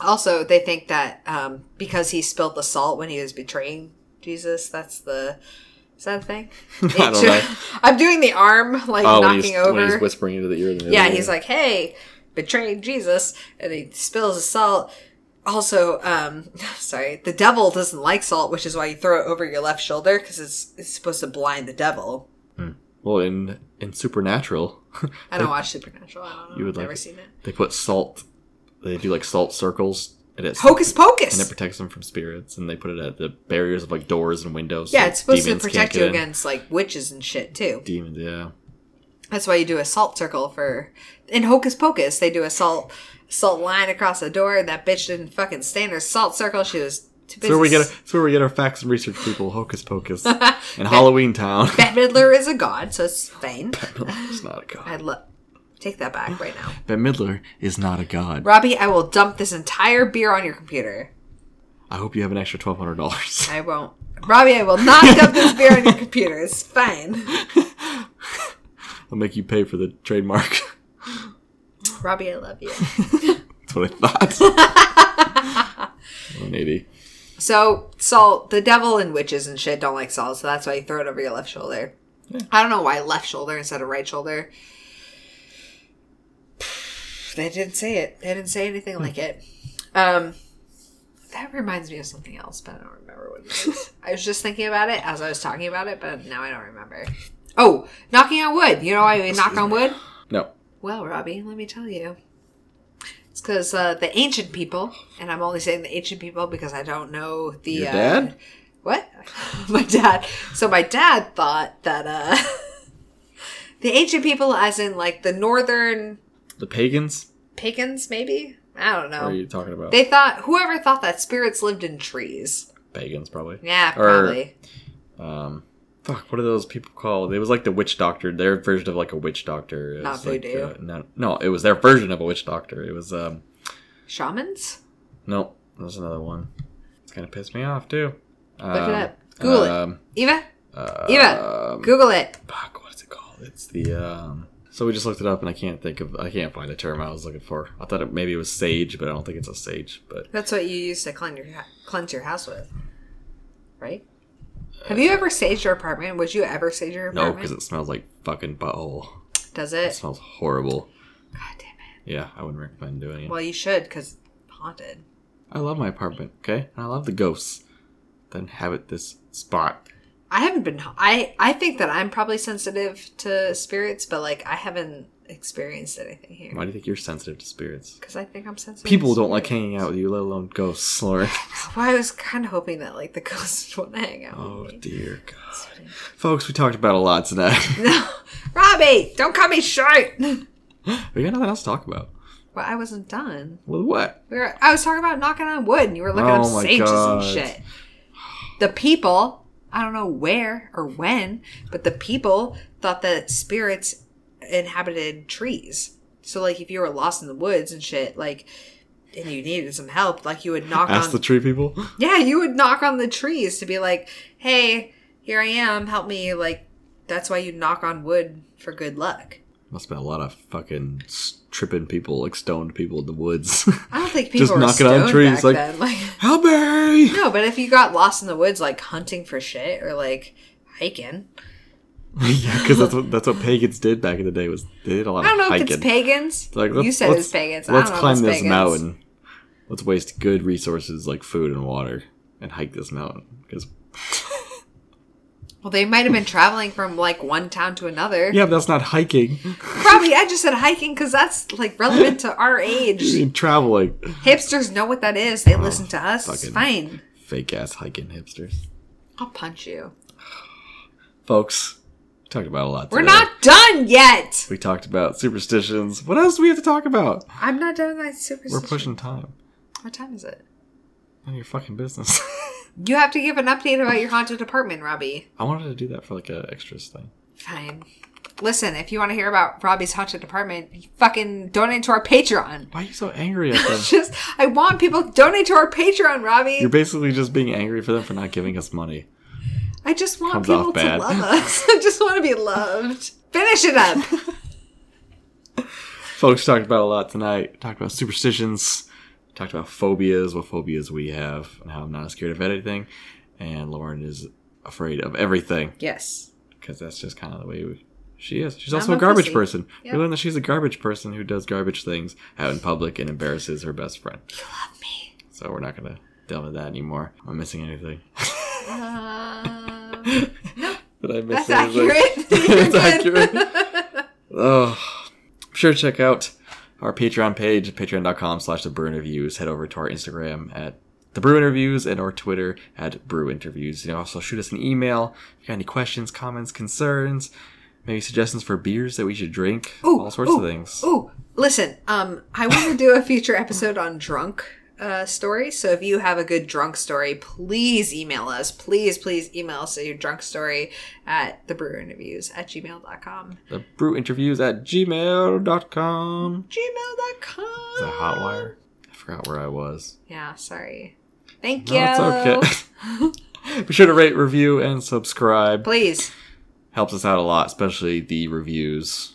Speaker 3: Also, they think that um, because he spilled the salt when he was betraying Jesus, that's the. Is that a thing?
Speaker 1: [LAUGHS] I don't know.
Speaker 3: [LAUGHS] I'm doing the arm, like
Speaker 1: Oh, when
Speaker 3: knocking
Speaker 1: he's,
Speaker 3: over.
Speaker 1: when he's whispering into the ear. Of the
Speaker 3: Yeah,
Speaker 1: other
Speaker 3: he's
Speaker 1: one.
Speaker 3: like, hey, betraying Jesus, and he spills the salt. Also, um, [LAUGHS] sorry, the devil doesn't like salt, which is why you throw it over your left shoulder because it's, it's supposed to blind the devil.
Speaker 1: Well, in in Supernatural, [LAUGHS]
Speaker 3: I don't watch Supernatural. I don't know.
Speaker 1: You would
Speaker 3: I've never
Speaker 1: like it.
Speaker 3: seen it.
Speaker 1: they put salt. They do like salt circles, and it's
Speaker 3: Hocus
Speaker 1: and it
Speaker 3: Pocus.
Speaker 1: protects them from spirits. And they put it at the barriers of like doors and windows.
Speaker 3: Yeah,
Speaker 1: so
Speaker 3: it's supposed to
Speaker 1: demons can't
Speaker 3: protect
Speaker 1: get
Speaker 3: you
Speaker 1: in.
Speaker 3: against like witches and shit too.
Speaker 1: demons. Yeah,
Speaker 3: That's why you do a salt circle for in Hocus Pocus. They do a salt salt line across the door, and that bitch didn't fucking stay in her salt circle. She was too busy.
Speaker 1: so where we get so where we get our facts and research people. Hocus
Speaker 3: [LAUGHS]
Speaker 1: Pocus and Halloween Town.
Speaker 3: Bette Midler is a god, so it's fine.
Speaker 1: [LAUGHS] it's not a
Speaker 3: I
Speaker 1: god.
Speaker 3: love. Take that back right now,
Speaker 1: Ben Midler is not a god.
Speaker 3: [SIGHS] Robbie. I will dump this entire beer on your computer.
Speaker 1: I hope you have an extra twelve hundred
Speaker 3: [LAUGHS]
Speaker 1: dollars.
Speaker 3: I won't, Robbie. I will not [LAUGHS] dump this beer on your computer. It's fine,
Speaker 1: I'll make you pay for the trademark. [LAUGHS]
Speaker 3: Robbie. I love you.
Speaker 1: That's what I thought.
Speaker 3: [LAUGHS]
Speaker 1: One eighty.
Speaker 3: So salt, the devil and witches and shit don't like salt, so that's why you throw it over your left shoulder. I don't know why left shoulder instead of right shoulder. [SIGHS] They didn't say it. They didn't say anything like it. Um, that reminds me of something else, but I don't remember what it is. I was just thinking about it as I was talking about it, but now I don't remember. Oh, knocking on wood. You know why we knock on wood?
Speaker 1: No.
Speaker 3: Well, Robbie, let me tell you. It's because uh, the ancient people, and I'm only saying the ancient people because I don't know the.
Speaker 1: Your
Speaker 3: uh,
Speaker 1: dad?
Speaker 3: What? [LAUGHS] my dad. So my dad thought that uh, [LAUGHS] the ancient people, as in like the northern
Speaker 1: The pagans?
Speaker 3: pagans, maybe? I don't
Speaker 1: What are
Speaker 3: know.
Speaker 1: you talking about?
Speaker 3: They thought, whoever thought that spirits lived in trees.
Speaker 1: pagans, probably.
Speaker 3: Yeah,
Speaker 1: Or-
Speaker 3: probably.
Speaker 1: Um, fuck, what are those people called? It was like the witch doctor. Their version of like a witch doctor. It
Speaker 3: Not
Speaker 1: was like,
Speaker 3: voodoo.
Speaker 1: uh, no, no, it was their version of a witch doctor. It was um,
Speaker 3: Shamans?
Speaker 1: no, that was another one. It's gonna piss me off too. Um,
Speaker 3: Look it up. Google
Speaker 1: um,
Speaker 3: it. Eva?
Speaker 1: uh,
Speaker 3: Eva,
Speaker 1: um,
Speaker 3: Google it.
Speaker 1: fuck, what is it called? It's the um. So we just looked it up, and I can't think of. I can't find the term I was looking for. I thought it, maybe it was sage, but I don't think it's a sage. But
Speaker 3: That's what you use to cleanse your cleanse your house with, right? Have you ever saged your apartment? Would you ever sage your
Speaker 1: Uh, no,
Speaker 3: apartment?
Speaker 1: because it smells like fucking butthole.
Speaker 3: Does
Speaker 1: It
Speaker 3: it?
Speaker 1: smells horrible.
Speaker 3: God damn it.
Speaker 1: Yeah, I wouldn't recommend doing it.
Speaker 3: Well, you should because haunted.
Speaker 1: I love my apartment, okay? And I love the ghosts that inhabit this spot.
Speaker 3: I haven't been. I I think that I'm probably sensitive to spirits, but like I haven't experienced anything here
Speaker 1: Why do you think you're sensitive to spirits?
Speaker 3: because I think I'm sensitive.
Speaker 1: People
Speaker 3: to
Speaker 1: don't like
Speaker 3: spirits.
Speaker 1: hanging out with you, let alone ghosts,
Speaker 3: [LAUGHS]
Speaker 1: Lauren.
Speaker 3: Well, I was kind of hoping that like the [LAUGHS] ghosts would hang out.
Speaker 1: oh
Speaker 3: with me.
Speaker 1: dear God. Folks, we talked about a lot tonight. [LAUGHS]
Speaker 3: No, Robbie, don't cut me short. [LAUGHS] well,
Speaker 1: we got nothing else to talk about.
Speaker 3: I wasn't done.
Speaker 1: Well, what?
Speaker 3: We were. I was talking about knocking on wood, and you were looking
Speaker 1: Oh
Speaker 3: up
Speaker 1: my
Speaker 3: sages
Speaker 1: God.
Speaker 3: and shit. The people, I don't know where or when, but the people thought that spirits inhabited trees. So, like, if you were lost in the woods and shit, like, and you needed some help, like, you would knock
Speaker 1: Ask
Speaker 3: on
Speaker 1: the tree people? [GASPS]
Speaker 3: Yeah, you would knock on the trees to be like, "Hey, here I am. Help me!" Like that's why you knock on wood for good luck.
Speaker 1: Must have been a lot of fucking s- tripping people, like stoned people in the woods. [LAUGHS]
Speaker 3: I don't think people
Speaker 1: Just
Speaker 3: were
Speaker 1: knocking on
Speaker 3: stoned
Speaker 1: trees,
Speaker 3: back
Speaker 1: like-
Speaker 3: then. [LAUGHS] Like
Speaker 1: Help me! [LAUGHS]
Speaker 3: no, but if you got lost in the woods, like hunting for shit or like hiking,
Speaker 1: yeah, because that's what, that's what pagans did back in the day, was they did a lot
Speaker 3: I don't
Speaker 1: of
Speaker 3: know
Speaker 1: hiking.
Speaker 3: if it's pagans.
Speaker 1: Like,
Speaker 3: you
Speaker 1: let's-
Speaker 3: said
Speaker 1: let's-
Speaker 3: it's pagans.
Speaker 1: Let's
Speaker 3: I don't
Speaker 1: climb
Speaker 3: know if
Speaker 1: this
Speaker 3: it's pagans.
Speaker 1: mountain. Let's waste good resources like food and water and hike this mountain because
Speaker 3: Well, they might have been traveling from like one town to another.
Speaker 1: yeah, but that's not hiking.
Speaker 3: Probably. I just said hiking because that's like relevant to our
Speaker 1: I [LAUGHS]
Speaker 3: age.
Speaker 1: mean, traveling,
Speaker 3: Hipsters know what that is. They listen to us. It's
Speaker 1: Oh, fucking-
Speaker 3: fine.
Speaker 1: fake ass hiking hipsters,
Speaker 3: I'll punch you.
Speaker 1: folks. We talked about a lot.
Speaker 3: We're
Speaker 1: today.
Speaker 3: not done yet.
Speaker 1: We talked about superstitions. What else do we have to talk about?
Speaker 3: I'm not done with my superstition.
Speaker 1: We're pushing time.
Speaker 3: What time is it?
Speaker 1: None of your fucking business. [LAUGHS]
Speaker 3: You have to give an update about your haunted apartment, Robbie.
Speaker 1: I wanted to do that for like a extras thing.
Speaker 3: Fine. Listen, if you want to hear about Robbie's haunted apartment, you fucking donate to our Patreon. [LAUGHS]
Speaker 1: Why are you so angry at them?
Speaker 3: Just, I want people to donate to our Patreon, Robbie.
Speaker 1: You're basically just being angry for them for not giving us money.
Speaker 3: I just want
Speaker 1: Comes off
Speaker 3: people to
Speaker 1: bad.
Speaker 3: love us. [LAUGHS] I just want to be loved. Finish it up.
Speaker 1: folks talked about a lot tonight. Talked about superstitions, talked about phobias, what phobias we have, and how I'm not scared of anything. And Lauren is afraid of everything
Speaker 3: yes.
Speaker 1: because that's just kind of the way we, she is. She's
Speaker 3: I'm
Speaker 1: also
Speaker 3: a
Speaker 1: a garbage
Speaker 3: pussy.
Speaker 1: person.
Speaker 3: Yep.
Speaker 1: We learned that she's a garbage person who does garbage things out in public and embarrasses her best friend. You love me. So we're not gonna delve into that anymore. Am I missing anything? [LAUGHS]
Speaker 3: Um,
Speaker 1: Did I miss
Speaker 3: that's
Speaker 1: anything?
Speaker 3: accurate.
Speaker 1: [LAUGHS]
Speaker 3: [LAUGHS]
Speaker 1: That's
Speaker 3: You're good.
Speaker 1: accurate. oh, be sure to check out our Patreon page, patreon.com slash the Brew Interviews. Head over to our Instagram at the Brew Interviews and our Twitter at Brew Interviews. You can also shoot us an email if you got any questions, comments, concerns, maybe suggestions for beers that we should drink,
Speaker 3: Ooh,
Speaker 1: all sorts of
Speaker 3: ooh,
Speaker 1: things.
Speaker 3: Ooh, listen, um, I want to do a future episode on drunk uh, stories. So if you have a good drunk story, please email us. Please, please email us your drunk story at thebrewinterviews at gmail.com.
Speaker 1: The Brew Interviews at gmail.com. Is that
Speaker 3: Gmail.com.
Speaker 1: Hotwire? I forgot where I was.
Speaker 3: Yeah, sorry. Thank
Speaker 1: No,
Speaker 3: you.
Speaker 1: [LAUGHS] it's okay. [LAUGHS] be sure to rate, review, and subscribe.
Speaker 3: Please.
Speaker 1: helps us out a lot, especially the reviews.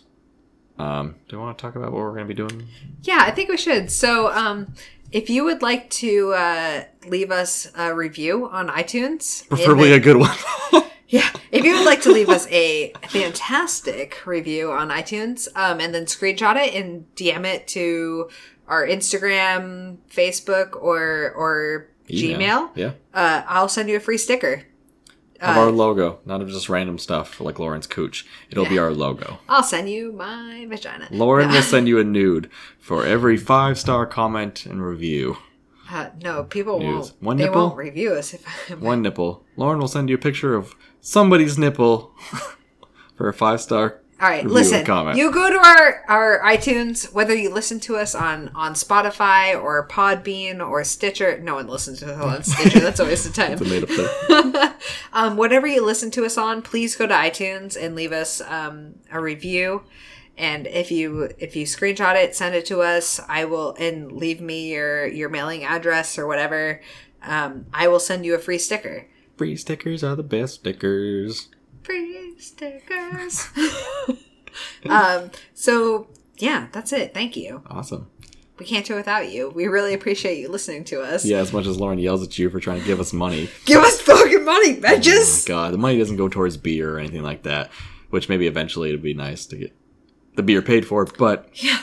Speaker 1: Um, do you want to talk about what we're going to be doing?
Speaker 3: Yeah, I think we should. So, um, if you would like to uh, leave us a review on iTunes, in
Speaker 1: Preferably
Speaker 3: the-
Speaker 1: a good one. [LAUGHS]
Speaker 3: [LAUGHS] Yeah. If you would like to leave us a fantastic review on iTunes um, and then screenshot it and DM it to our Instagram, Facebook, or or Gmail,
Speaker 1: Yeah.
Speaker 3: uh, I'll send you a free sticker.
Speaker 1: Of our logo, not of just random stuff like Lauren's cooch. It'll be our logo.
Speaker 3: I'll send you my vagina.
Speaker 1: Lauren will send you a nude for every five star comment and review.
Speaker 3: Uh, no, people
Speaker 1: News.
Speaker 3: won't.
Speaker 1: One
Speaker 3: they
Speaker 1: nipple?
Speaker 3: won't review us if [LAUGHS] I'm.
Speaker 1: One nipple. Lauren will send you a picture of somebody's nipple [LAUGHS] for a five star.
Speaker 3: All right,
Speaker 1: review
Speaker 3: listen.
Speaker 1: and comment.
Speaker 3: You go to our our iTunes, whether you listen to us on on Spotify or Podbean or Stitcher. No one listens to us
Speaker 1: [LAUGHS]
Speaker 3: on Stitcher. That's a waste of time.
Speaker 1: Made up there.
Speaker 3: um, whatever you listen to us on, please go to iTunes and leave us um, a review. And if you if you screenshot it, send it to us. I will and leave me your your mailing address or whatever. Um, I will send you a free sticker.
Speaker 1: Free stickers are the best stickers.
Speaker 3: Free
Speaker 1: [LAUGHS]
Speaker 3: stickers. [LAUGHS] um, so yeah, that's it. Thank you.
Speaker 1: Awesome.
Speaker 3: We can't do it without you. We really appreciate you listening to us.
Speaker 1: Yeah, as much as Lauren yells at you for trying to give us money.
Speaker 3: Give us fucking money,
Speaker 1: Oh
Speaker 3: bitches.
Speaker 1: my God, the money doesn't go towards beer or anything like that. Which maybe eventually it'd be nice to get the beer paid for, but
Speaker 3: Yes,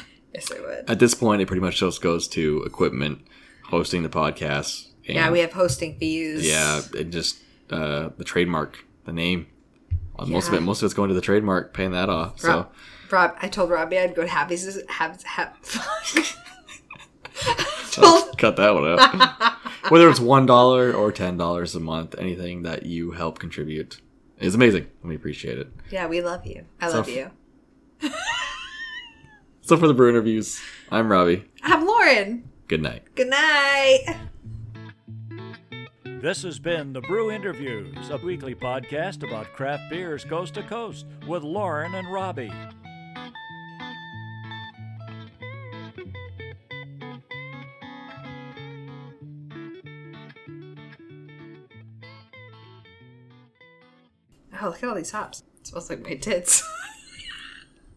Speaker 3: I would.
Speaker 1: at this point, it pretty much just goes to equipment, hosting the podcast. And
Speaker 3: yeah, we have hosting fees.
Speaker 1: yeah, and just uh, the trademark, the name. Uh, Most of
Speaker 3: Yeah.
Speaker 1: it, most of it's going to the trademark, paying that off. So
Speaker 3: Rob, Rob, I told Robbie I'd go to Happy's. Have, [LAUGHS] have,
Speaker 1: [LAUGHS]
Speaker 3: told,
Speaker 1: cut that one out. [LAUGHS] Whether it's one dollar or ten dollars a month, anything that you help contribute is amazing. We appreciate it.
Speaker 3: yeah, we love you. I
Speaker 1: So
Speaker 3: love
Speaker 1: f-
Speaker 3: you.
Speaker 1: So for the brew interviews, I'm Robbie.
Speaker 3: I'm Lauren.
Speaker 1: Good night.
Speaker 3: Good night.
Speaker 2: This has been The Brew Interviews, a weekly podcast about craft beers coast to coast with Lauren and Robbie.
Speaker 3: Oh, look at all these hops. It smells like my tits.